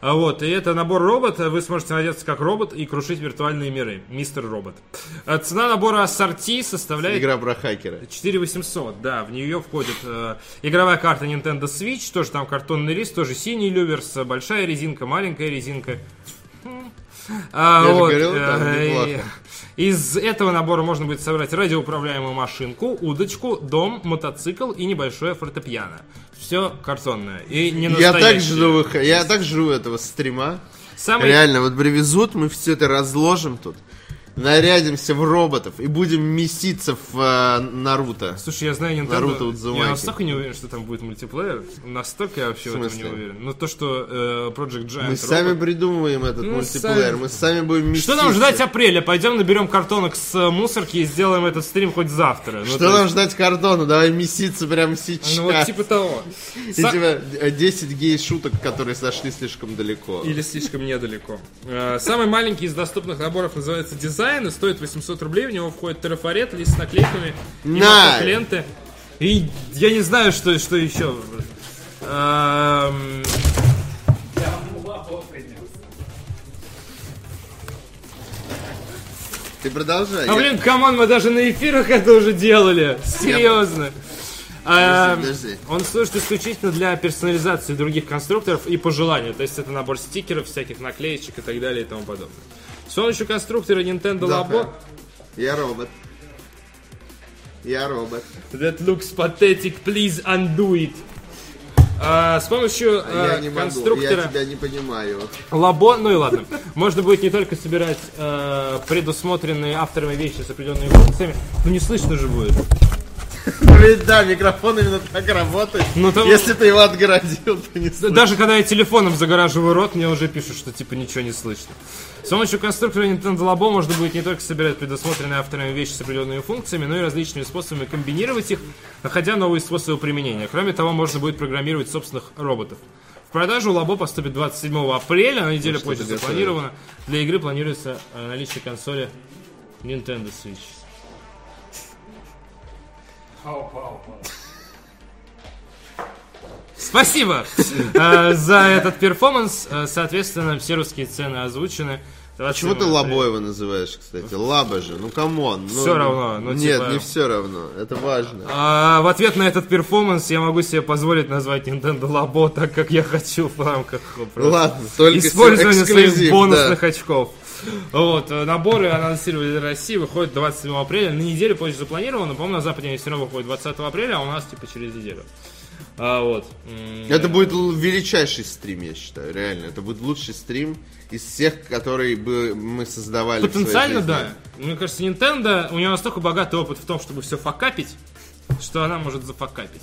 Speaker 2: А Вот, и это набор робота, вы сможете надеться как робот и крушить виртуальные миры. Мистер Робот. А Цена набора ассорти составляет
Speaker 1: Игра про хакера.
Speaker 2: 4800, да, в нее входит э, игровая карта Nintendo Switch, тоже там картонный лист, тоже синий люверс, э, большая резинка, маленькая резинка. А,
Speaker 1: Я же
Speaker 2: вот,
Speaker 1: говорил, там
Speaker 2: э,
Speaker 1: неплохо.
Speaker 2: и- Из этого набора можно будет собрать радиоуправляемую машинку, удочку, дом, мотоцикл и небольшое фортепиано. Все картонное и не
Speaker 1: Я так,
Speaker 2: настоящее.
Speaker 1: жду, выход- я так жду этого стрима.
Speaker 2: Самый-
Speaker 1: Реально, вот привезут, мы все это разложим тут, нарядимся в роботов и будем меситься в э, Наруто.
Speaker 2: Слушай, я знаю Nintendo.
Speaker 1: Наруто Удзумаки.
Speaker 2: я настолько не уверен, что там будет мультиплеер. Настолько я вообще в,
Speaker 1: В
Speaker 2: этом не
Speaker 1: смысле?
Speaker 2: уверен. Но то, что э, Project Giant...
Speaker 1: Мы
Speaker 2: Robot-
Speaker 1: сами придумываем этот
Speaker 2: Ну,
Speaker 1: мультиплеер,
Speaker 2: сами.
Speaker 1: мы сами будем меситься.
Speaker 2: Что нам ждать апреля? Пойдем наберем картонок с э, мусорки и сделаем этот стрим хоть завтра. Ну, то
Speaker 1: Что
Speaker 2: есть-
Speaker 1: нам ждать картона? Давай меситься прямо сейчас.
Speaker 2: Ну вот типа того.
Speaker 1: И
Speaker 2: Са-
Speaker 1: типа, э, 10 гей-шуток, которые сошли слишком далеко.
Speaker 2: Или слишком недалеко. Э, Самый маленький из доступных наборов называется дизайн и стоит 800 рублей. В него входит трафарет, лист с наклейками и
Speaker 1: На!
Speaker 2: ленты. И я не знаю, что, что еще. Эм,
Speaker 4: Я вам лапу принес.
Speaker 1: Ты продолжай.
Speaker 2: А
Speaker 1: я-
Speaker 2: блин, камон, мы даже на эфирах это уже делали. Серьезно. А,
Speaker 1: Подожди, подожди.
Speaker 2: Он служит исключительно для персонализации других конструкторов и по желанию. То есть это набор стикеров, всяких наклеечек и так далее и тому подобное. С помощью конструктора Nintendo
Speaker 1: Да,
Speaker 2: Labo
Speaker 1: Я робот. Я робот.
Speaker 2: That looks pathetic, please undo it. А, с помощью
Speaker 1: я
Speaker 2: э,
Speaker 1: не могу,
Speaker 2: конструктора...
Speaker 1: я тебя не понимаю.
Speaker 2: Лабо, ну и ладно. Можно будет не только собирать э, предусмотренные авторами вещи с определенными функциями, но не слышно же будет.
Speaker 1: Блин, да, микрофон именно так работает.
Speaker 2: Ну, там-
Speaker 1: Если ты его отгородил, то не
Speaker 2: Да
Speaker 1: слышно.
Speaker 2: Даже когда я телефоном загораживаю рот, мне уже пишут, что типа ничего не слышно. С помощью конструктора Nintendo Labo можно будет не только собирать предусмотренные авторами вещи с определенными функциями, но и различными способами комбинировать их, находя новые способы применения. Кроме того, можно будет программировать собственных роботов. В продажу Labo поступит 27 апреля, на неделю позже
Speaker 1: готовят.
Speaker 2: запланировано. Для игры планируется э, наличие консоли Nintendo Switch.
Speaker 4: Пау-пау-пау.
Speaker 2: Спасибо э, за этот перформанс. Э, Соответственно, все русские цены озвучены.
Speaker 1: Почему А ты
Speaker 2: 27 апреля.
Speaker 1: лабо его называешь, кстати? Лаба же, ну камон. Ну,
Speaker 2: Всё равно, ну,
Speaker 1: Нет,
Speaker 2: типа-
Speaker 1: не все равно, это важно.
Speaker 2: А, в ответ на этот перформанс я могу себе позволить назвать Nintendo Labo так, как я хочу в рамках просто
Speaker 1: Ладно, только
Speaker 2: использования своих
Speaker 1: эксклюзив,
Speaker 2: бонусных
Speaker 1: да.
Speaker 2: очков. Вот, э, наборы анонсировали для России, выходят 27 апреля. На неделю позже запланировано, по-моему, на Западе они все равно выходят 20 апреля, а у нас типа через неделю. А, вот. М,
Speaker 1: Это будет л- величайший стрим, я считаю, реально. Это будет лучший стрим из всех, которые бы мы создавали. в своей
Speaker 2: Потенциально,
Speaker 1: жизни.
Speaker 2: да. Мне кажется, Nintendo, у нее настолько богатый опыт в том, чтобы все факапить, что она может зафакапить.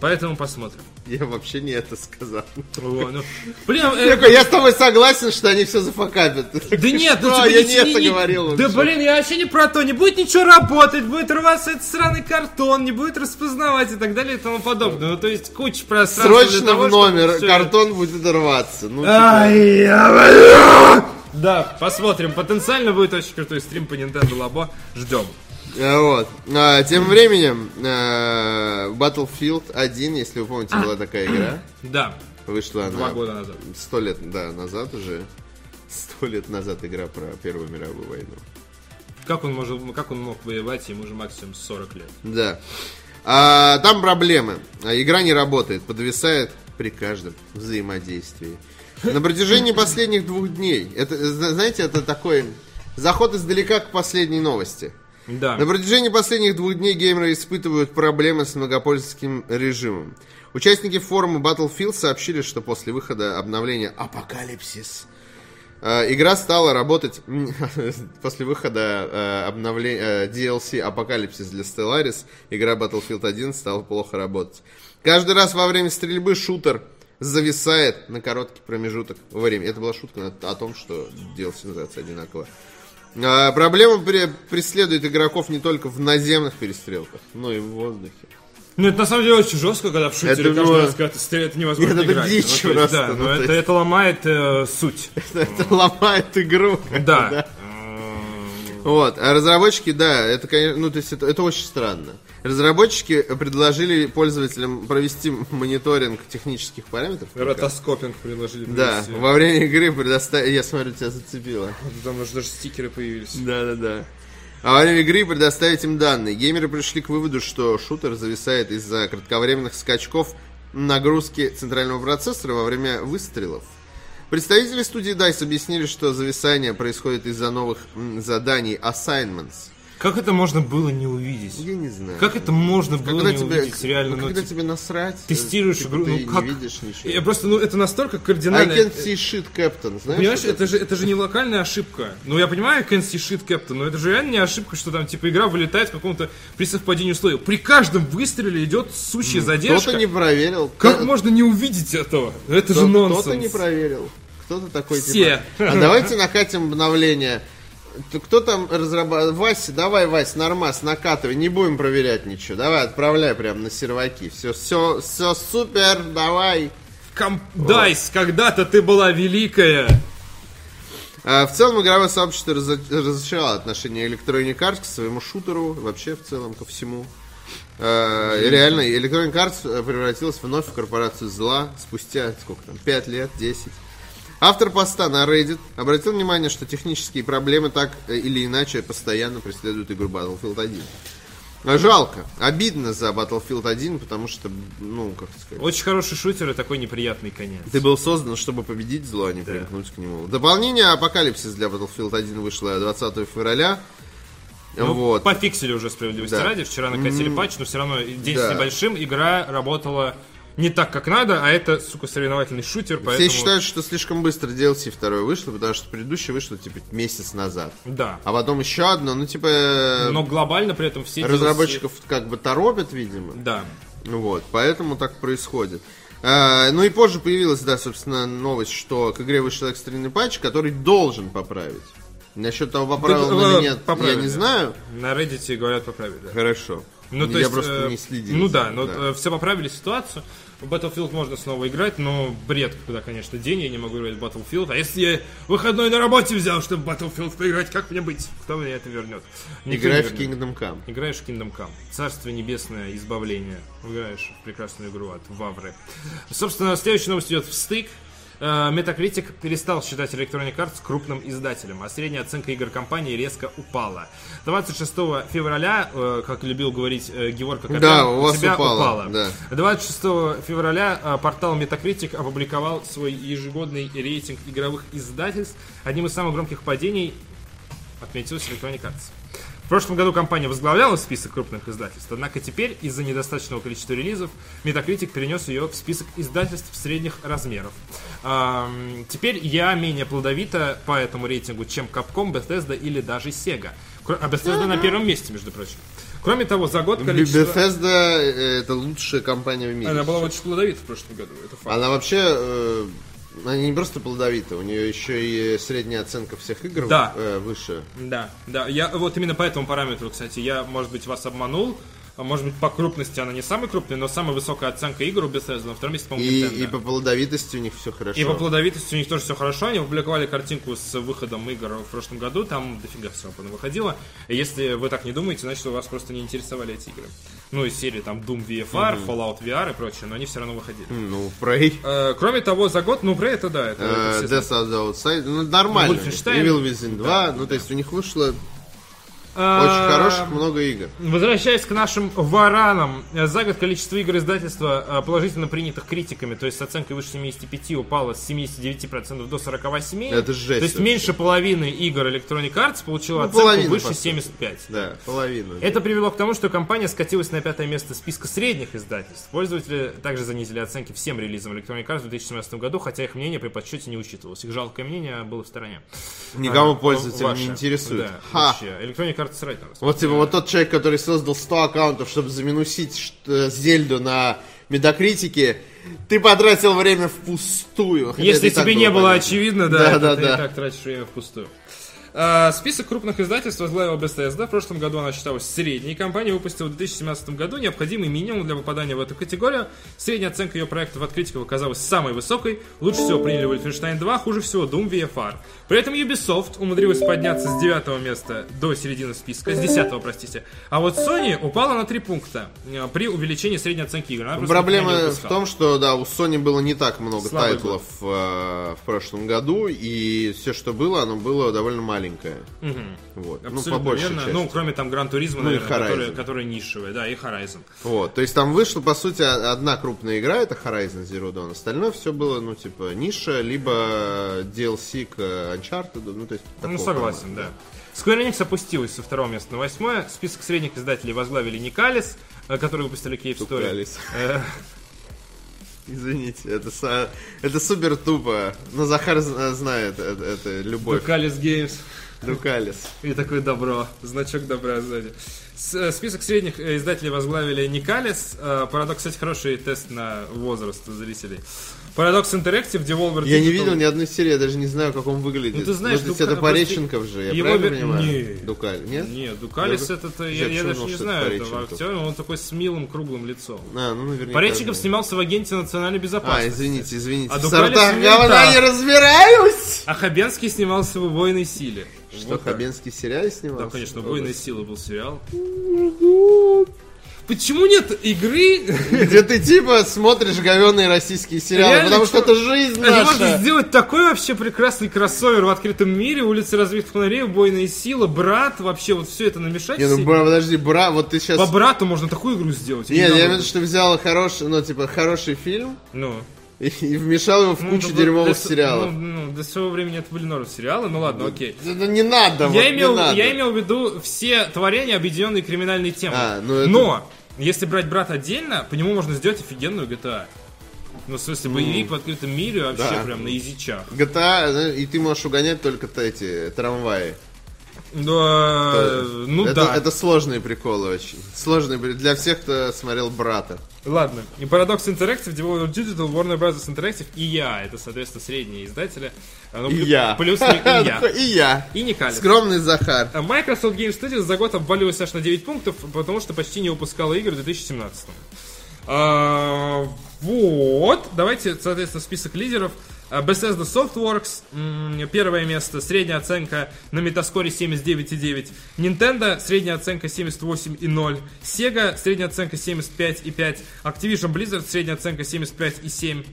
Speaker 2: Поэтому посмотрим.
Speaker 1: Я вообще не это сказал.
Speaker 2: Во, ну, Блин,
Speaker 1: Ты
Speaker 2: э,
Speaker 1: такой, я с тобой согласен, что они все зафакапят. Ты
Speaker 2: Да
Speaker 1: такой,
Speaker 2: нет, ну
Speaker 1: «Что?
Speaker 2: типа,
Speaker 1: я
Speaker 2: не-
Speaker 1: не это
Speaker 2: не-
Speaker 1: говорил.
Speaker 2: Да
Speaker 1: вообще».
Speaker 2: блин, я вообще не про то, не будет ничего работать, будет рваться этот сраный картон, не будет распознавать и так далее и тому подобное. Ну, то есть куча пространства для
Speaker 1: Срочно
Speaker 2: того,
Speaker 1: в
Speaker 2: чтобы
Speaker 1: номер,
Speaker 2: всё
Speaker 1: картон будет рваться. Ну, типа,
Speaker 2: Ай, я блин! Да, посмотрим. Потенциально будет очень крутой стрим по Nintendo Labo. Ждем.
Speaker 1: э, вот. А, тем временем, э, Battlefield 1, если вы помните, была такая игра.
Speaker 2: Да,
Speaker 1: Вышла
Speaker 2: два
Speaker 1: она
Speaker 2: года назад.
Speaker 1: сто лет да, назад уже. Сто лет назад игра про Первую мировую войну.
Speaker 2: Как он, может, как он мог воевать, ему же максимум 40 лет.
Speaker 1: Да. А, там проблемы. А, Игра не работает, подвисает при каждом взаимодействии. На протяжении последних двух дней. Это, зна- знаете, это такой заход издалека к последней новости.
Speaker 2: Да.
Speaker 1: На протяжении последних двух дней геймеры испытывают проблемы с многопольским режимом. Участники форума Battlefield сообщили, что после выхода обновления Апокалипсис э, игра стала работать м, после выхода э, обновле- э, DLC Апокалипсис для Stellaris, игра Battlefield 1 стала плохо работать. Каждый раз во время стрельбы шутер зависает на короткий промежуток времени. Это была шутка на- о том, что DLC называется одинаково. А, Проблема пре- преследует игроков не только в наземных перестрелках, но и в воздухе.
Speaker 2: Ну, это на самом деле очень жестко, когда в шутере
Speaker 1: Это,
Speaker 2: каждый
Speaker 1: ну,
Speaker 2: раз, когда ты стреляешь, это невозможно
Speaker 1: это
Speaker 2: играть.
Speaker 1: дичь
Speaker 2: то есть, да,
Speaker 1: просто,
Speaker 2: но
Speaker 1: ну, то
Speaker 2: это,
Speaker 1: есть.
Speaker 2: это ломает э, суть.
Speaker 1: Это ломает игру.
Speaker 2: Да.
Speaker 1: Вот, а разработчики, да, это, конечно, ну, то есть это, это очень странно. Разработчики предложили пользователям провести мониторинг технических параметров.
Speaker 2: Ротоскопинг приложили.
Speaker 1: Да,
Speaker 2: привезли.
Speaker 1: во время игры предоставили... Я смотрю, тебя зацепило.
Speaker 2: Там уже даже стикеры появились.
Speaker 1: Да-да-да. А во время игры предоставить им данные. Геймеры пришли к выводу, что шутер зависает из-за кратковременных скачков нагрузки центрального процессора во время выстрелов. Представители студии DICE объяснили, что зависание происходит из-за новых м, заданий assignments.
Speaker 2: Как это можно было не увидеть?
Speaker 1: Я не знаю.
Speaker 2: Как это можно было
Speaker 1: Когда
Speaker 2: не
Speaker 1: тебе,
Speaker 2: увидеть? Реально,
Speaker 1: ну,
Speaker 2: ну,
Speaker 1: когда
Speaker 2: типа,
Speaker 1: тебе насрать,
Speaker 2: тестируешь
Speaker 1: типа,
Speaker 2: игру,
Speaker 1: ты
Speaker 2: ну
Speaker 1: не
Speaker 2: как?
Speaker 1: видишь ничего.
Speaker 2: я просто, ну, это настолько
Speaker 1: I
Speaker 2: кардинально.
Speaker 1: can see shit, Captain, знаешь?
Speaker 2: Понимаешь,
Speaker 1: вот это?
Speaker 2: это же, это же не локальная ошибка. Ну, я понимаю, can see shit, Captain, но это же реально не ошибка, что там, типа, игра вылетает в каком-то при совпадении условий. При каждом выстреле идет сущая задержка.
Speaker 1: Кто-то не проверил.
Speaker 2: Как
Speaker 1: Кто-
Speaker 2: можно не увидеть этого? Это же
Speaker 1: Кто-
Speaker 2: нонсенс.
Speaker 1: Кто-то не проверил. Кто-то такой
Speaker 2: Все.
Speaker 1: типа. А давайте накатим обновление. Т- Кто там разрабатывает? Вася, давай, Вась, нормас, накатывай, не будем проверять ничего. Давай, отправляй прям на серваки. Все, все, все супер, давай.
Speaker 2: Ком- Дайс, когда-то ты была великая.
Speaker 1: А, В целом игровое сообщество разо- разочаровало отношение Electronic Arts к своему шутеру, вообще в целом ко всему. Э, реально, Electronic Arts э, превратилась вновь в корпорацию зла спустя, сколько там, 5 лет, 10. Автор поста на Reddit обратил внимание, что технические проблемы так э, или иначе постоянно преследуют игру Battlefield 1. А Жалко, обидно за Battlefield 1, потому что, ну, как сказать...
Speaker 2: Очень хороший шутер и такой неприятный конец.
Speaker 1: Ты был создан, чтобы победить зло, а не примкнуть к нему. Дополнение Апокалипсис для Battlefield 1 вышло 20 февраля.
Speaker 2: Ну,
Speaker 1: вот.
Speaker 2: Пофиксили уже справедливости
Speaker 1: Да.
Speaker 2: ради. Вчера накатили патч, но все равно день
Speaker 1: да.
Speaker 2: с небольшим. Игра работала не так, как надо, а это, сука, соревновательный шутер, поэтому...
Speaker 1: Все считают, что слишком быстро DLC второй вышло, потому что предыдущее вышло, типа, месяц назад.
Speaker 2: Да.
Speaker 1: А потом еще одно, ну, типа, э,
Speaker 2: Но глобально при этом все... DLC
Speaker 1: разработчиков как бы торопят, видимо.
Speaker 2: Да.
Speaker 1: Вот, поэтому так происходит. Э, ну и позже появилась, да, собственно, новость, что к игре вышел экстренный патч, который должен поправить. Насчет того, поправил
Speaker 2: Да,
Speaker 1: он
Speaker 2: э,
Speaker 1: или нет,
Speaker 2: поправили.
Speaker 1: я не знаю.
Speaker 2: На Reddit говорят поправили. да.
Speaker 1: Хорошо.
Speaker 2: Ну, то
Speaker 1: я
Speaker 2: есть,
Speaker 1: просто
Speaker 2: э,
Speaker 1: не следил.
Speaker 2: Ну
Speaker 1: за
Speaker 2: да,
Speaker 1: этим,
Speaker 2: но все поправили ситуацию. В Battlefield можно снова играть, но бред, когда, конечно, день, я не могу играть в Battlefield. А если я выходной на работе взял, чтобы в Battlefield поиграть, как мне быть? Кто мне это вернет? Никто не
Speaker 1: Играй в
Speaker 2: вернет.
Speaker 1: Kingdom Come.
Speaker 2: Играешь в Kingdom Come. Царство небесное, избавление. Играешь в прекрасную игру от Вавры. Собственно, следующая новость идет в стык. Э, Metacritic перестал считать Electronic Arts крупным издателем, а средняя оценка игр компании резко упала. 26 февраля, э, как любил говорить э, Георг Акопян,
Speaker 1: Да, у вас
Speaker 2: тебя
Speaker 1: упало,
Speaker 2: упало.
Speaker 1: да.
Speaker 2: 26 февраля э, портал Metacritic опубликовал свой ежегодный рейтинг игровых издательств. Одним из самых громких падений отметилась Electronic Arts. В прошлом году компания возглавляла список крупных издательств, однако теперь из-за недостаточного количества релизов Metacritic перенес ее в список издательств средних размеров. Ам, теперь я менее плодовита по этому рейтингу, чем Capcom, Bethesda или даже Sega. Кро- А Bethesda на первом месте, между прочим. Кроме того, за год количество...
Speaker 1: Bethesda э, это лучшая компания в мире.
Speaker 2: Она была очень плодовита в прошлом году, это факт.
Speaker 1: Она вообще э, она не просто плодовита, у нее еще и средняя оценка всех игр
Speaker 2: Да.
Speaker 1: э, выше.
Speaker 2: Да, да. Я вот именно по этому параметру, кстати, я, может быть, вас обманул. А Может быть, по крупности она не самая крупная, но самая высокая оценка игр у Bethesda на втором месте, по-моему,
Speaker 1: И,
Speaker 2: Nintendo.
Speaker 1: и по плодовитости у них все хорошо.
Speaker 2: И по плодовитости у них тоже все хорошо. Они опубликовали картинку с выходом игр в прошлом году. Там дофига всего выходило. И если вы так не думаете, значит, вас просто не интересовали эти игры. Ну, из серии там Doom VFR, Fallout VR и прочее, но они все равно выходили.
Speaker 1: Ну, Prey.
Speaker 2: Э, Кроме того, за год, ну, про это да, это, это
Speaker 1: Э,
Speaker 2: все
Speaker 1: Death of the Outside, ну нормально.
Speaker 2: Wolfenstein.
Speaker 1: Evil Within 2, ну то есть у них вышло очень
Speaker 2: знают. А,
Speaker 1: хороших много игр.
Speaker 2: Возвращаясь к нашим варанам, э, за год количество игр издательства, э, положительно принятых критиками, то есть с оценкой выше 75 упало с 79% до 47.
Speaker 1: Это жесть
Speaker 2: То есть
Speaker 1: вообще.
Speaker 2: меньше половины игр Electronic Arts получила
Speaker 1: Ну,
Speaker 2: оценку
Speaker 1: половина,
Speaker 2: выше
Speaker 1: по сути.
Speaker 2: 75.
Speaker 1: Да, половину.
Speaker 2: Это привело к тому, что компания скатилась на пятое место списка средних издательств. Пользователи также занизили оценки всем релизам Electronic Arts в 2017 году, хотя их мнение при подсчете не учитывалось. Их жалкое мнение было в стороне.
Speaker 1: Никому
Speaker 2: А,
Speaker 1: пользователя
Speaker 2: ваше.
Speaker 1: не интересует.
Speaker 2: Да,
Speaker 1: Ха.
Speaker 2: вообще. Electronic Arts срать на вас.
Speaker 1: Вот типа вот тот человек, который создал 100 аккаунтов, чтобы заминусить что- Зельду на Медокритике, ты потратил время впустую. хотя это
Speaker 2: Если
Speaker 1: и так
Speaker 2: тебе не было
Speaker 1: понятно.
Speaker 2: очевидно, да,
Speaker 1: Да,
Speaker 2: это
Speaker 1: да,
Speaker 2: ты
Speaker 1: да.
Speaker 2: и так тратишь время впустую. А, список крупных издательств возглавил Bethesda. В прошлом году она считалась средней. Компания выпустила в 2017 году необходимый минимум для попадания в эту категорию. Средняя оценка ее проектов от критиков оказалась самой высокой. Лучше всего приняли Wolfenstein 2, хуже всего Doom VFR. При этом Ubisoft умудрилась подняться с 9 места до середины списка, с 10 простите. А вот Sony упала на 3 пункта э, при увеличении средней оценки игр. Она просто никогда не
Speaker 1: Проблема в
Speaker 2: выпускала.
Speaker 1: том, что да, у Sony было не так много
Speaker 2: Слабый
Speaker 1: тайтлов э, в прошлом году, и все, что было, оно было довольно маленькое. Вот. Ну,
Speaker 2: Абсолютно
Speaker 1: по большей
Speaker 2: верно.
Speaker 1: части.
Speaker 2: Ну, кроме там Гран Туризма,
Speaker 1: Ну, и
Speaker 2: наверное, которые,
Speaker 1: Horizon.
Speaker 2: которые нишевые, да, и Horizon.
Speaker 1: Вот, то есть там вышла, по сути, о- одна крупная игра, это Horizon Zero Dawn, остальное все было, ну, типа, ниша, либо DLC к э, Uncharted, ну, то есть... такого
Speaker 2: ну, согласен,
Speaker 1: формата.
Speaker 2: да. Square Enix опустилась со второго места на восьмое. Список средних издателей возглавили Никалис, э, который выпустили Cave Story.
Speaker 1: Тукалис.
Speaker 2: Э,
Speaker 1: Извините, это, са- это супер тупо, но Захар зна- знает это, это любовь.
Speaker 2: Тукалис Games.
Speaker 1: Дукалис.
Speaker 2: И такое добро. Значок добра сзади. С- э, Список средних э, издателей возглавили Никалис. Э, Парадокс, кстати, хороший тест на возраст зрителей. Парадокс Interactive, Devolver
Speaker 1: Я не
Speaker 2: Digital.
Speaker 1: видел ни одной серии, я даже не знаю, как он выглядит.
Speaker 2: Ну, ты знаешь,
Speaker 1: Может быть,
Speaker 2: Дука-
Speaker 1: это
Speaker 2: просто
Speaker 1: Пореченков же, я
Speaker 2: его
Speaker 1: правильно
Speaker 2: вер-
Speaker 1: понимаю?
Speaker 2: Не.
Speaker 1: Дукаль, нет?
Speaker 2: Не, Дукалис
Speaker 1: Я бы-
Speaker 2: этот, э,
Speaker 1: я
Speaker 2: я, я
Speaker 1: почему
Speaker 2: даже
Speaker 1: думал,
Speaker 2: не
Speaker 1: что
Speaker 2: знаю
Speaker 1: это
Speaker 2: этого
Speaker 1: Пореченков?
Speaker 2: актера, он такой с милым круглым лицом.
Speaker 1: А, ну наверняка.
Speaker 2: Пореченков
Speaker 1: да.
Speaker 2: снимался в агенте национальной
Speaker 1: А,
Speaker 2: безопасности.
Speaker 1: извините, извините.
Speaker 2: А
Speaker 1: в
Speaker 2: Дукалис
Speaker 1: сортах
Speaker 2: не
Speaker 1: говна
Speaker 2: та.
Speaker 1: не разбираюсь!
Speaker 2: А, Хабенский снимался в «Убойной силе».
Speaker 1: Что,
Speaker 2: Вот так.
Speaker 1: Хабенский сериал снимал?
Speaker 2: Да, конечно, «Убойная сила» был сериал. Почему нет игры?
Speaker 1: Где ты типа смотришь говёные российские сериалы,
Speaker 2: Реально,
Speaker 1: потому что
Speaker 2: чё- А
Speaker 1: это жизнь
Speaker 2: Это можно
Speaker 1: наша.
Speaker 2: сделать такой вообще прекрасный кроссовер в открытом мире, улицы разбитых фонарей, убойная сила, брат, вообще вот все это намешать.
Speaker 1: Не, ну
Speaker 2: все-
Speaker 1: бра- подожди, бра, вот ты сейчас...
Speaker 2: По брату можно такую игру сделать.
Speaker 1: Нет, я
Speaker 2: Недавно.
Speaker 1: имею в виду, что взял хороший, ну типа хороший фильм
Speaker 2: Ну.
Speaker 1: и, и вмешал его в
Speaker 2: Ну,
Speaker 1: кучу
Speaker 2: до-
Speaker 1: дерьмовых
Speaker 2: до с-
Speaker 1: сериалов.
Speaker 2: Ну, ну, до своего времени это были норм сериалы, ну ладно, окей.
Speaker 1: Это не надо, вот,
Speaker 2: я,
Speaker 1: не
Speaker 2: имел,
Speaker 1: надо.
Speaker 2: я имел в виду все творения, объединенные криминальной темой.
Speaker 1: А, ну это-
Speaker 2: Но, если брать брат отдельно, по нему можно сделать офигенную GTA. Ну, в смысле, боевик в открытом мире вообще
Speaker 1: Да.
Speaker 2: прям на язычах.
Speaker 1: GTA, знаешь, и ты можешь угонять только т- эти трамваи.
Speaker 2: Да, ну
Speaker 1: это,
Speaker 2: да.
Speaker 1: это сложные приколы очень. Сложные при- для всех, кто смотрел брата.
Speaker 2: Ладно. И Paradox Interactive, Devolver Digital, Warner Bros. Interactive и я. Это, соответственно, средние издатели. А, ну,
Speaker 1: И
Speaker 2: плю-
Speaker 1: я.
Speaker 2: Плюс не- и я.
Speaker 1: И я.
Speaker 2: И не Калин.
Speaker 1: Скромный Захар.
Speaker 2: А Microsoft Game Studios за год обвалилась аж на 9 пунктов, потому что почти не выпускала игры в 2017. А, вот, давайте, соответственно, список лидеров. А, Bethesda Softworks, м, первое место, средняя оценка на метаскоре 79,9. Nintendo, средняя оценка 78,0. Sega, средняя оценка 75,5. Activision Blizzard, средняя оценка 75,7.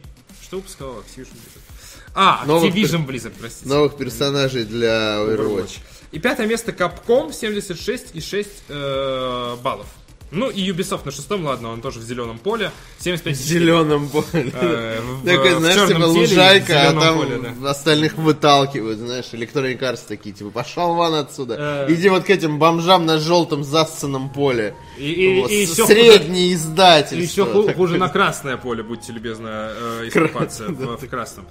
Speaker 2: Что выпускала Activision Blizzard? А,
Speaker 1: Новых
Speaker 2: Activision Blizzard, простите.
Speaker 1: Новых персонажей для Overwatch.
Speaker 2: И пятое место Capcom 76,6 э, баллов. Ну и Ubisoft на шестом, ладно, он тоже в зеленом поле. 75
Speaker 1: В зеленом поле.
Speaker 2: Э, в-
Speaker 1: Такой,
Speaker 2: в
Speaker 1: знаешь, типа
Speaker 2: черном теле и в
Speaker 1: лужайка, а
Speaker 2: зеленом
Speaker 1: там
Speaker 2: поле,
Speaker 1: остальных выталкивают, знаешь, Electronic Arts такие, типа, пошел вон отсюда.
Speaker 2: Э.
Speaker 1: Иди вот к этим бомжам на желтом засценном поле.
Speaker 2: И- и-
Speaker 1: Вот,
Speaker 2: и
Speaker 1: с-
Speaker 2: еще
Speaker 1: Средний издатель.
Speaker 2: И еще ху- хуже на красное поле, будьте любезны, э, искупаться в, в красном.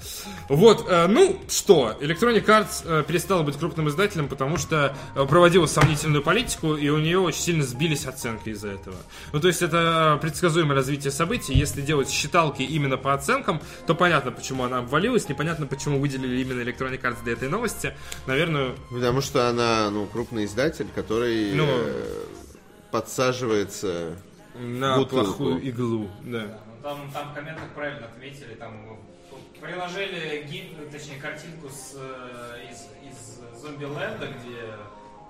Speaker 2: Вот, э, ну что, Electronic Arts э, перестала быть крупным издателем, потому что э, проводила сомнительную политику, и у нее очень сильно сбились оценки из-за этого. Ну, то есть это э, предсказуемое развитие событий. Если делать считалки именно по оценкам, то понятно, почему она обвалилась, непонятно, почему выделили именно Electronic Arts для этой новости. Наверное,
Speaker 1: Потому что она, ну, крупный издатель, который
Speaker 2: Ну.
Speaker 1: э, подсаживается.
Speaker 2: на
Speaker 1: Бутылку.
Speaker 2: плохую иглу. Да.
Speaker 4: Ну, Там, там в комментах правильно ответили, там э, приложили гиф, точнее картинку с, э, из, из Зомбиленда, где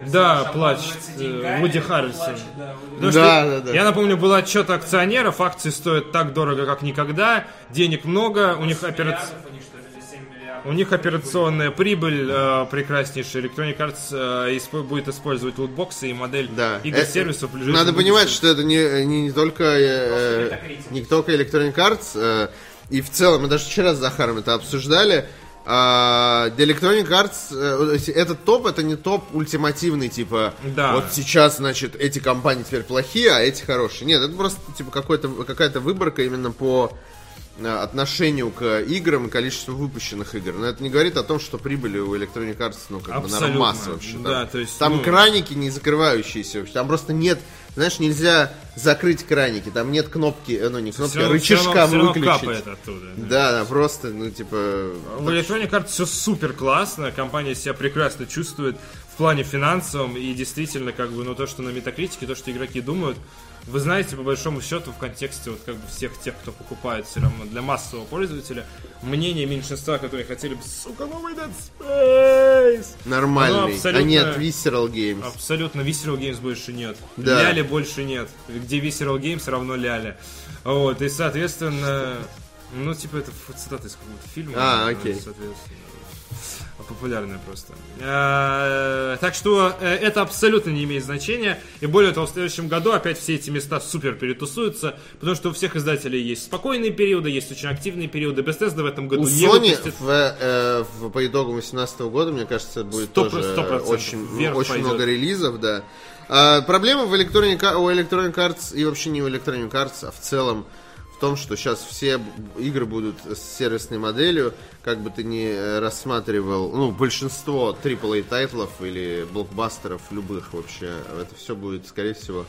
Speaker 4: персонаж
Speaker 2: Да, плачет,
Speaker 4: обманывается
Speaker 2: э,
Speaker 4: деньгами,
Speaker 2: Вуди
Speaker 4: и
Speaker 2: Харрельсон.
Speaker 4: плачет, да, Вуди
Speaker 2: Потому
Speaker 1: Да,
Speaker 2: что
Speaker 1: да, да.
Speaker 2: Я напомню, был отчет акционеров, акции стоят так дорого, как никогда, денег много, у них,
Speaker 4: 8
Speaker 2: операц-
Speaker 4: миллиардов, у них, что ли, или 7 миллиардов.
Speaker 2: у них операционная прибыль э, прекраснейшая. Electronic Arts э, исп- будет использовать лутбоксы и модель
Speaker 1: Да.
Speaker 2: игр
Speaker 1: Э,
Speaker 2: сервисов. в ближайшем
Speaker 1: Надо
Speaker 2: будущем.
Speaker 1: понимать, что это не, не, не только э,
Speaker 4: Просто Metacritic.
Speaker 1: не только Electronic Arts, э, и в целом, мы даже вчера с Захаром это обсуждали, а, для Electronic Arts э, этот топ, это не топ ультимативный, типа,
Speaker 2: Да.
Speaker 1: вот сейчас, значит, эти компании теперь плохие, а эти хорошие. Нет, это просто, типа, какой-то, какая-то выборка именно по э, отношению к играм и количеству выпущенных игр. Но это не говорит о том, что прибыли у Electronic Arts, ну, как бы,
Speaker 2: Абсолютно.
Speaker 1: наверное, масса вообще. Там,
Speaker 2: Да, то есть,
Speaker 1: там
Speaker 2: ну,
Speaker 1: краники не закрывающиеся вообще. Там просто нет, знаешь, нельзя закрыть краники. Там нет кнопки, э, ну не кнопки,
Speaker 2: Всё равно-
Speaker 1: а
Speaker 2: всё
Speaker 1: рычажка
Speaker 2: равно- всё равно
Speaker 1: выключить.
Speaker 2: капает оттуда. да.
Speaker 1: Да, да, просто, ну типа...
Speaker 2: У Electronic Arts все супер классно, компания себя прекрасно чувствует в плане финансовом и действительно, как бы, ну то, что на метакритике, то, что игроки думают, вы знаете, по большому счету, в контексте вот как бы всех тех, кто покупает все равно для массового пользователя, мнение меньшинства, которые хотели бы, сука, новый Dead Space! Ну,
Speaker 1: Нормальный.
Speaker 2: абсолютно-
Speaker 1: А нет, Visceral Games.
Speaker 2: Абсолютно, Visceral Games больше нет.
Speaker 1: Да.
Speaker 2: Ляли больше нет. Где Visceral Games равно Ляли. Вот, и, соответственно, ну, типа, это ф- цитата из какого-то фильма.
Speaker 1: А,
Speaker 2: э,
Speaker 1: окей.
Speaker 2: Соответственно. Популярная просто. Э, Так что э, это абсолютно не имеет значения. И более того, в следующем году опять все эти места супер перетусуются, потому что у всех издателей есть спокойные периоды, есть очень активные периоды. Bethesda в этом году
Speaker 1: У
Speaker 2: не
Speaker 1: Sony
Speaker 2: выпустит.
Speaker 1: в, э, в- по итогам 2018 года, мне кажется, будет
Speaker 2: Сто
Speaker 1: тоже
Speaker 2: про-
Speaker 1: э,
Speaker 2: сто процентов
Speaker 1: очень, ну,
Speaker 2: вверх
Speaker 1: очень
Speaker 2: пойдет.
Speaker 1: много релизов, да. А, проблема в Electronic, Ar- у Electronic Arts и вообще не у Electronic Arts, а в целом в том, что сейчас все б- игры будут с сервисной моделью, как бы ты ни э, рассматривал, ну, большинство AAA тайтлов или блокбастеров любых вообще, это все будет, скорее всего,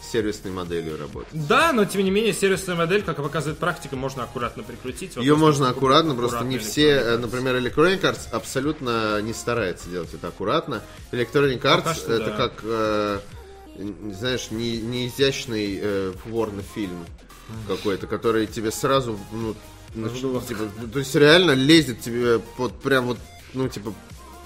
Speaker 1: с сервисной моделью работать.
Speaker 2: Да, но тем не менее, сервисная модель, как показывает практика, можно аккуратно прикрутить.
Speaker 1: Ее
Speaker 2: Вопрос,
Speaker 1: можно
Speaker 2: насколько
Speaker 1: аккуратно, просто
Speaker 2: аккуратно
Speaker 1: не
Speaker 2: или
Speaker 1: все,
Speaker 2: аккуратно.
Speaker 1: э, например, Electronic Arts абсолютно не старается делать это аккуратно. Electronic Arts
Speaker 2: что
Speaker 1: это
Speaker 2: да.
Speaker 1: как, э, н- знаешь, не, неизящный э, порнофильм какой-то, который тебе сразу, ну, нач- типа, ну, то есть реально лезет тебе под прям вот, ну, типа,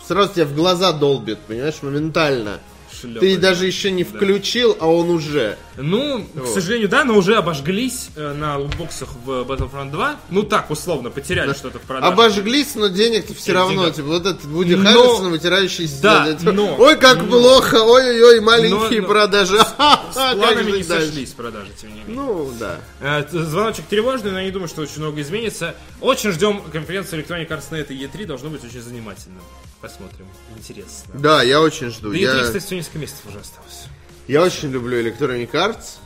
Speaker 1: сразу тебя в глаза долбит, понимаешь, моментально.
Speaker 2: Шлёпает.
Speaker 1: Ты даже еще не
Speaker 2: Да.
Speaker 1: включил, а он уже.
Speaker 2: Ну, к сожалению, да, но уже обожглись э, на лутбоксах в Battlefront 2. Ну так, условно, потеряли что-то в продаже.
Speaker 1: Обожглись, но денег-то все
Speaker 2: Денег.
Speaker 1: равно. Типа, вот этот Вуди
Speaker 2: Но-
Speaker 1: Харрисон, вытирающий
Speaker 2: Да,
Speaker 1: слезы.
Speaker 2: но-
Speaker 1: типа, Ой, как плохо, ой-ой-ой, маленькие
Speaker 2: но-
Speaker 1: продажи. Ха-ха,
Speaker 2: С
Speaker 1: как
Speaker 2: планами
Speaker 1: жить
Speaker 2: не
Speaker 1: дальше?
Speaker 2: сошлись продажи, тем не менее.
Speaker 1: Ну, да.
Speaker 2: Э, т- Звоночек тревожный, но я не думаю, что очень много изменится. Очень ждем конференцию Electronic Arts на этой E3. Должно быть очень занимательно. Посмотрим. Интересно.
Speaker 1: Да, я очень жду.
Speaker 2: Да
Speaker 1: я...
Speaker 2: E3, кстати, всего несколько месяцев уже осталось.
Speaker 1: Я очень люблю Electronic Arts,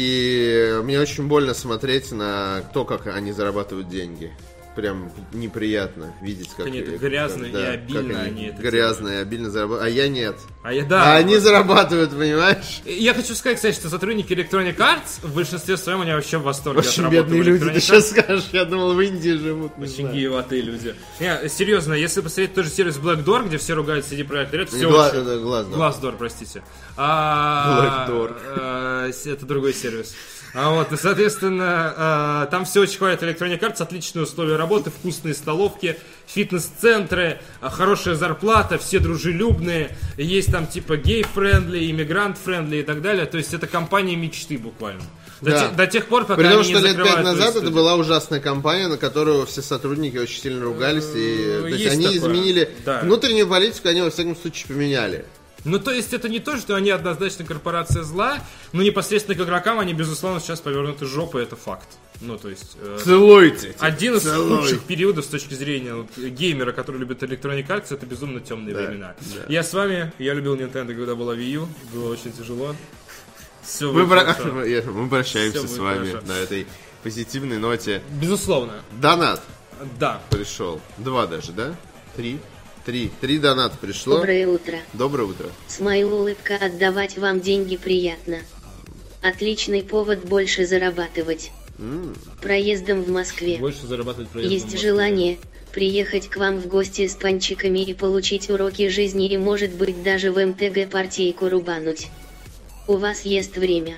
Speaker 1: и мне очень больно смотреть на то, как они зарабатывают деньги. Прям неприятно видеть, как
Speaker 2: Они это
Speaker 1: их-
Speaker 2: грязно
Speaker 1: как-
Speaker 2: и обильно
Speaker 1: как
Speaker 2: они это
Speaker 1: грязно и обильно зарабатывают. А я нет.
Speaker 2: А я да.
Speaker 1: а они зарабатывают, понимаешь?
Speaker 2: Я хочу сказать, кстати, что сотрудники Electronic Arts в большинстве своем они вообще в восторге от
Speaker 1: Очень
Speaker 2: работы
Speaker 1: бедные
Speaker 2: в
Speaker 1: люди,
Speaker 2: Electronic
Speaker 1: ты
Speaker 2: Arts.
Speaker 1: сейчас скажешь. Я думал, в Индии живут. не
Speaker 2: Очень
Speaker 1: знаю.
Speaker 2: гиеватые люди. Не, серьезно, если посмотреть тот же сервис Black Door, где все ругают CD Projekt Red,
Speaker 1: Не,
Speaker 2: все
Speaker 1: гла-
Speaker 2: очень-
Speaker 1: да, глаз, да.
Speaker 2: Glassdoor, простите. А,
Speaker 1: Black Door.
Speaker 2: э, с- Это другой сервис. А вот, и, соответственно, э, там все очень хватит Electronic Arts, отличные условия работы, вкусные столовки, фитнес-центры, э, хорошая зарплата, все дружелюбные, есть там типа гей-френдли, иммигрант-френдли и так далее. То есть это компания мечты буквально. До,
Speaker 1: Да.
Speaker 2: те- до тех пор, пока
Speaker 1: При том,
Speaker 2: они
Speaker 1: что
Speaker 2: не
Speaker 1: лет пять
Speaker 2: закрывают эту
Speaker 1: назад это
Speaker 2: студию.
Speaker 1: была ужасная компания, на которую все сотрудники очень сильно ругались. И,
Speaker 2: Э,
Speaker 1: то Ну, есть
Speaker 2: есть
Speaker 1: они
Speaker 2: такое.
Speaker 1: изменили
Speaker 2: Да.
Speaker 1: внутреннюю политику, они во всяком случае поменяли.
Speaker 2: Ну, то есть, это не то, что они однозначно корпорация зла, но непосредственно к игрокам они, безусловно, сейчас повернуты жопой, это факт. Ну, то есть... э,
Speaker 1: Целуйте.
Speaker 2: Один из
Speaker 1: Целуй.
Speaker 2: лучших периодов с точки зрения вот, геймера, который любит Electronic Arts, это безумно темные времена. Я с вами, я любил Nintendo, когда была Wii U, было очень тяжело. Все
Speaker 1: Мы, про- Я- мы прощаемся
Speaker 2: Всё
Speaker 1: с
Speaker 2: будет
Speaker 1: вами
Speaker 2: хорошо.
Speaker 1: на этой позитивной ноте.
Speaker 2: Безусловно,
Speaker 1: Донат
Speaker 2: да.
Speaker 1: пришел. Два даже, да? Три? Три. Три доната пришло.
Speaker 3: Доброе утро.
Speaker 1: Доброе утро.
Speaker 3: С моей улыбка отдавать вам деньги приятно. Отличный повод больше зарабатывать. Проездом в Москве.
Speaker 2: Больше зарабатывать проездом
Speaker 3: Есть
Speaker 2: можно.
Speaker 3: желание приехать к вам в гости с пончиками и получить уроки жизни и может быть даже в МТГ партийку рубануть. У вас есть время.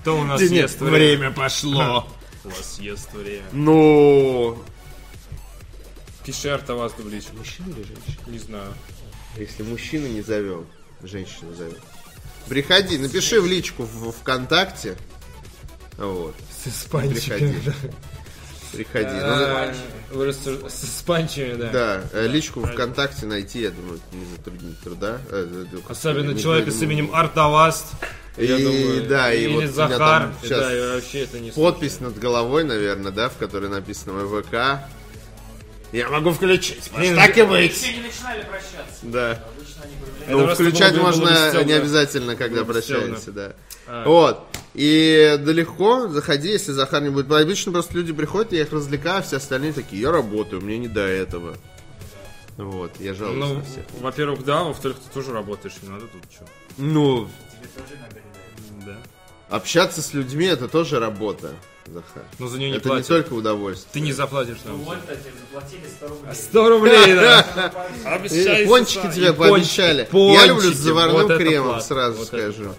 Speaker 2: Кто у нас ест время?
Speaker 1: пошло.
Speaker 2: У вас ест время.
Speaker 1: Ну,
Speaker 2: Пиши Артаваз Дублич. Мужчина или женщина? Не знаю.
Speaker 1: если мужчину не зовем, женщину зовем. Приходи, напиши в личку в ВКонтакте. Вот,
Speaker 2: С
Speaker 1: приходи. Приходи. Ну,
Speaker 2: А. Э, Вы рассуж- С испанчами, да.
Speaker 1: Да, э, личку ВКонтакте найти, я думаю, не затруднит труда. Э, э,
Speaker 2: Особенно
Speaker 1: не
Speaker 2: человека
Speaker 1: трудно.
Speaker 2: с именем А. Артаваст. я
Speaker 1: И,
Speaker 2: думаю.
Speaker 1: да, и
Speaker 2: Или
Speaker 1: вот у меня
Speaker 2: Захар.
Speaker 1: там щас
Speaker 2: Да, и вообще это не
Speaker 1: Подпись над головой, наверное, да, в которой написано ВК. Я могу включить, может,
Speaker 2: Не,
Speaker 1: так и
Speaker 4: Все
Speaker 1: быть.
Speaker 4: не начинали прощаться.
Speaker 1: Да.
Speaker 4: Обычно они появляются.
Speaker 1: Ну,
Speaker 2: просто
Speaker 1: включать
Speaker 2: было бы- было бы
Speaker 1: можно
Speaker 2: стёмно.
Speaker 1: не обязательно, когда
Speaker 2: Было бы А.
Speaker 1: прощаемся,
Speaker 2: стёмно.
Speaker 1: да. Вот. И да легко, заходи, если Захар не будет. Обычно просто люди приходят, я их развлекаю, а все остальные такие, я работаю, мне не до этого. Вот, я жалуюсь
Speaker 2: Ну,
Speaker 1: на всех.
Speaker 2: во-первых, да, во-вторых, ты тоже работаешь, не надо тут что.
Speaker 1: Ну,
Speaker 2: Да.
Speaker 1: общаться с людьми это тоже работа, Захар.
Speaker 2: Но за нее не
Speaker 1: это
Speaker 2: платят.
Speaker 1: не только удовольствие.
Speaker 2: Ты не заплатишь нам.
Speaker 4: Ну, Вот, кстати, заплатили 100 рублей.
Speaker 2: 100 рублей, да.
Speaker 1: И Пончики тебе
Speaker 2: И пончики,
Speaker 1: пообещали. Я
Speaker 2: пончики,
Speaker 1: люблю с заварным
Speaker 2: вот это
Speaker 1: кремом,
Speaker 2: плата,
Speaker 1: сразу
Speaker 2: вот это
Speaker 1: скажу.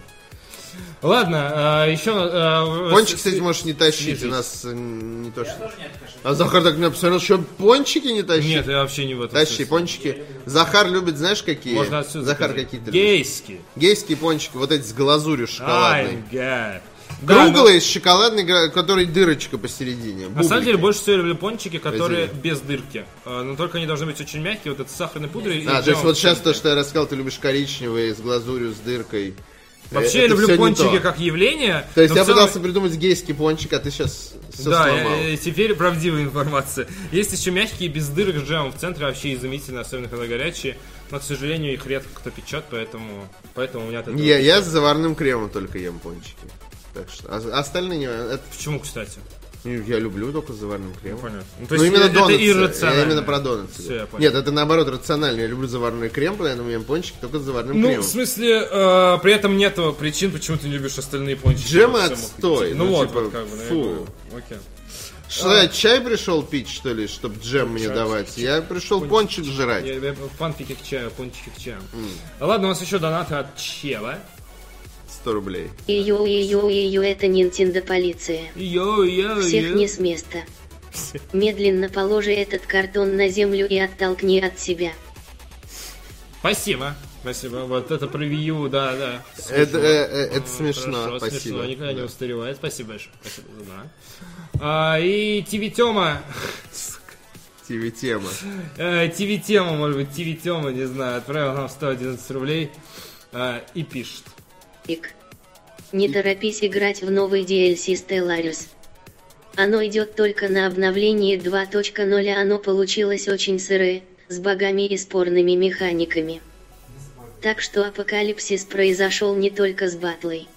Speaker 2: Ладно, а, еще...
Speaker 1: Пончики, кстати, можешь не тащить,
Speaker 2: Слежись.
Speaker 1: у нас э, не то что.
Speaker 4: Тоже не откажешь.
Speaker 1: А Захар так на меня посмотрел, что пончики не тащить?
Speaker 2: Нет, я вообще не в этом
Speaker 1: Тащи
Speaker 2: смысле.
Speaker 1: пончики. Захар любит, знаешь, какие?
Speaker 2: Можно отсюда.
Speaker 1: Захар
Speaker 2: заказать.
Speaker 1: какие-то любит.
Speaker 2: Гейские.
Speaker 1: Гейские пончики, вот эти с глазурью шоколадной.
Speaker 2: Ай, гад. Да, ну,
Speaker 1: Круглые, с шоколадной, гра- у которой дырочка посередине.
Speaker 2: На самом
Speaker 1: бублики.
Speaker 2: деле, больше всего я люблю пончики, которые
Speaker 1: Возили.
Speaker 2: без дырки. Э, Но только они должны быть очень мягкие, вот это с сахарной пудрой. и
Speaker 1: А, то есть
Speaker 2: джемом
Speaker 1: вот сейчас
Speaker 2: сверху.
Speaker 1: то, что я рассказал, ты любишь коричневые с глазурью, с дыркой.
Speaker 2: Вообще
Speaker 1: Э,
Speaker 2: я
Speaker 1: это всё
Speaker 2: люблю
Speaker 1: не
Speaker 2: пончики
Speaker 1: то.
Speaker 2: как явление.
Speaker 1: То есть
Speaker 2: но
Speaker 1: я
Speaker 2: в целом-
Speaker 1: пытался придумать гейский пончик, а ты сейчас все
Speaker 2: Да,
Speaker 1: сломал.
Speaker 2: э, э, теперь правдивая информация. Есть еще мягкие без дырок с джемом в центре, вообще изумительно, особенно когда горячие. Но, к сожалению, их редко кто печет, поэтому, поэтому у меня от этого-
Speaker 1: Я, я с заварным кремом только ем пончики. Так что, а остальные не... это-
Speaker 2: Почему, кстати?
Speaker 1: я люблю только с заварным кремом.
Speaker 2: Понятно. Ну, то
Speaker 1: Ну,
Speaker 2: есть
Speaker 1: именно
Speaker 2: это
Speaker 1: донатсы.
Speaker 2: иррационально. Ну,
Speaker 1: Я именно про донатсы.
Speaker 2: Всё, я понял.
Speaker 1: Нет, это наоборот рационально. Я люблю заварной крем, поэтому ем пончики только с заварным
Speaker 2: Ну,
Speaker 1: кремом.
Speaker 2: в смысле, э, при этом нет причин, почему ты не любишь остальные пончики.
Speaker 1: Джемы
Speaker 2: Всё мог-
Speaker 1: отстой,
Speaker 2: Ну,
Speaker 1: ну,
Speaker 2: вот,
Speaker 1: типа,
Speaker 2: вот как бы, ну, я
Speaker 1: фу.
Speaker 2: говорю. Окей.
Speaker 1: Что, я чай пришел пить, что ли, чтобы джем мне давать? Я пришел пончик жрать.
Speaker 2: Я, я фанфики к чаю, пончики к чаю. А Ладно, у нас еще донаты от Чела.
Speaker 1: 100 рублей.
Speaker 3: Ее, ее, ее, это Nintendo полиция.
Speaker 2: Йоу, йоу,
Speaker 3: Всех
Speaker 2: йоу.
Speaker 3: не с места. Медленно положи этот картон на землю и оттолкни от себя.
Speaker 2: Спасибо. Спасибо. Вот это превью, да, да.
Speaker 1: Это, э, э, это
Speaker 2: Э,
Speaker 1: смешно,
Speaker 2: хорошо,
Speaker 1: спасибо.
Speaker 2: смешно, никогда не
Speaker 1: Да.
Speaker 2: устаревает. Спасибо большое. Спасибо за донат. А, и ТВ Тема.
Speaker 1: ТВ тема.
Speaker 2: ТВ Тема, может быть, ТВ Тема, не знаю, отправил нам 111 рублей а, и пишет.
Speaker 3: Ик. Не торопись играть в новый DLC Stellaris. Оно идет только на обновлении 2.0, оно получилось очень сырое, с багами и спорными механиками. Так что апокалипсис произошел не только с батлой.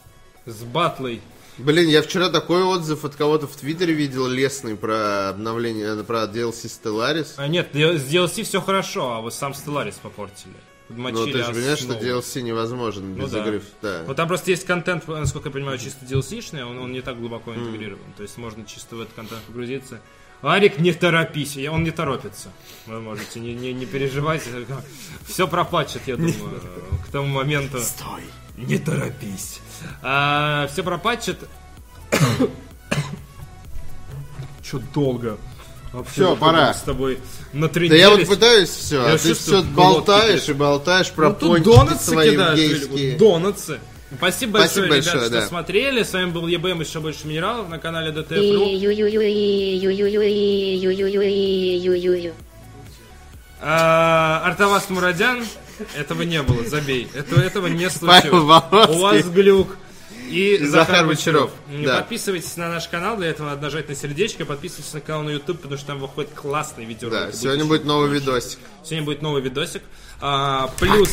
Speaker 2: С батлой.
Speaker 1: Блин, я вчера такой отзыв от кого-то в Твиттере видел лесный про обновление, э, про DLC Stellaris.
Speaker 2: А нет, с DLC все хорошо, а вот сам Stellaris попортили.
Speaker 1: Но Ну,
Speaker 2: Подмочили
Speaker 1: ты же понимаешь, что
Speaker 2: основу.
Speaker 1: DLC невозможен
Speaker 2: Ну
Speaker 1: без
Speaker 2: да.
Speaker 1: игры. Да.
Speaker 2: Вот там просто есть контент, насколько я понимаю, чисто DLC-шный, он, он не так глубоко интегрирован. То есть можно чисто в этот контент погрузиться. Арик, не торопись, я- он не торопится. Вы можете не, не, не переживать. Все пропачет, я думаю, к тому моменту.
Speaker 1: Стой.
Speaker 2: Не торопись. А, все пропачет. Че долго? Вообще,
Speaker 1: Всё,
Speaker 2: мы
Speaker 1: пора.
Speaker 2: С тобой натренились.
Speaker 1: Да я вот пытаюсь все,
Speaker 2: Я
Speaker 1: а ты
Speaker 2: чувствую,
Speaker 1: все
Speaker 2: в глотке
Speaker 1: болтаешь
Speaker 2: печет.
Speaker 1: и болтаешь про
Speaker 2: Ну, тут
Speaker 1: пончики
Speaker 2: донатсы
Speaker 1: свои
Speaker 2: кидают,
Speaker 1: гейские.
Speaker 2: Лиль, донатсы. Спасибо большое,
Speaker 1: Спасибо
Speaker 2: ребят,
Speaker 1: большое,
Speaker 2: что
Speaker 1: да.
Speaker 2: смотрели. С вами был ЕБМ еще больше минералов на канале ДТФ.
Speaker 3: И-ю-ю-ю-и-ю-ю-ю-и-ю-ю-ю-и-ю-ю-ю.
Speaker 2: А, Артавас Мурадян, этого не было, забей. Это, этого не
Speaker 1: Павел
Speaker 2: случилось.
Speaker 1: Волоцкий.
Speaker 2: У вас глюк. И
Speaker 1: Захар
Speaker 2: Захар
Speaker 1: Бочаров,
Speaker 2: Бочаров. Не
Speaker 1: да.
Speaker 2: Подписывайтесь на наш канал, для этого надо нажать на сердечко, подписывайтесь на канал на YouTube, потому что там выходит классный видео.
Speaker 1: Да, сегодня будет новый видосик.
Speaker 2: Сегодня будет новый видосик. А, плюс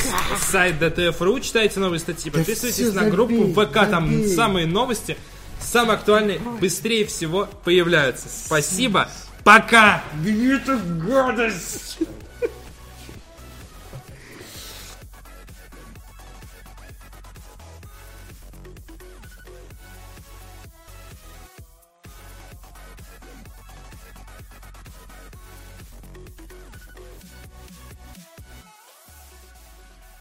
Speaker 2: сайт DTF.ru, читайте новые статьи, подписывайтесь на группу ВК, там самые новости, самые актуальные, быстрее всего появляются. Спасибо, пока! Где эта гадость?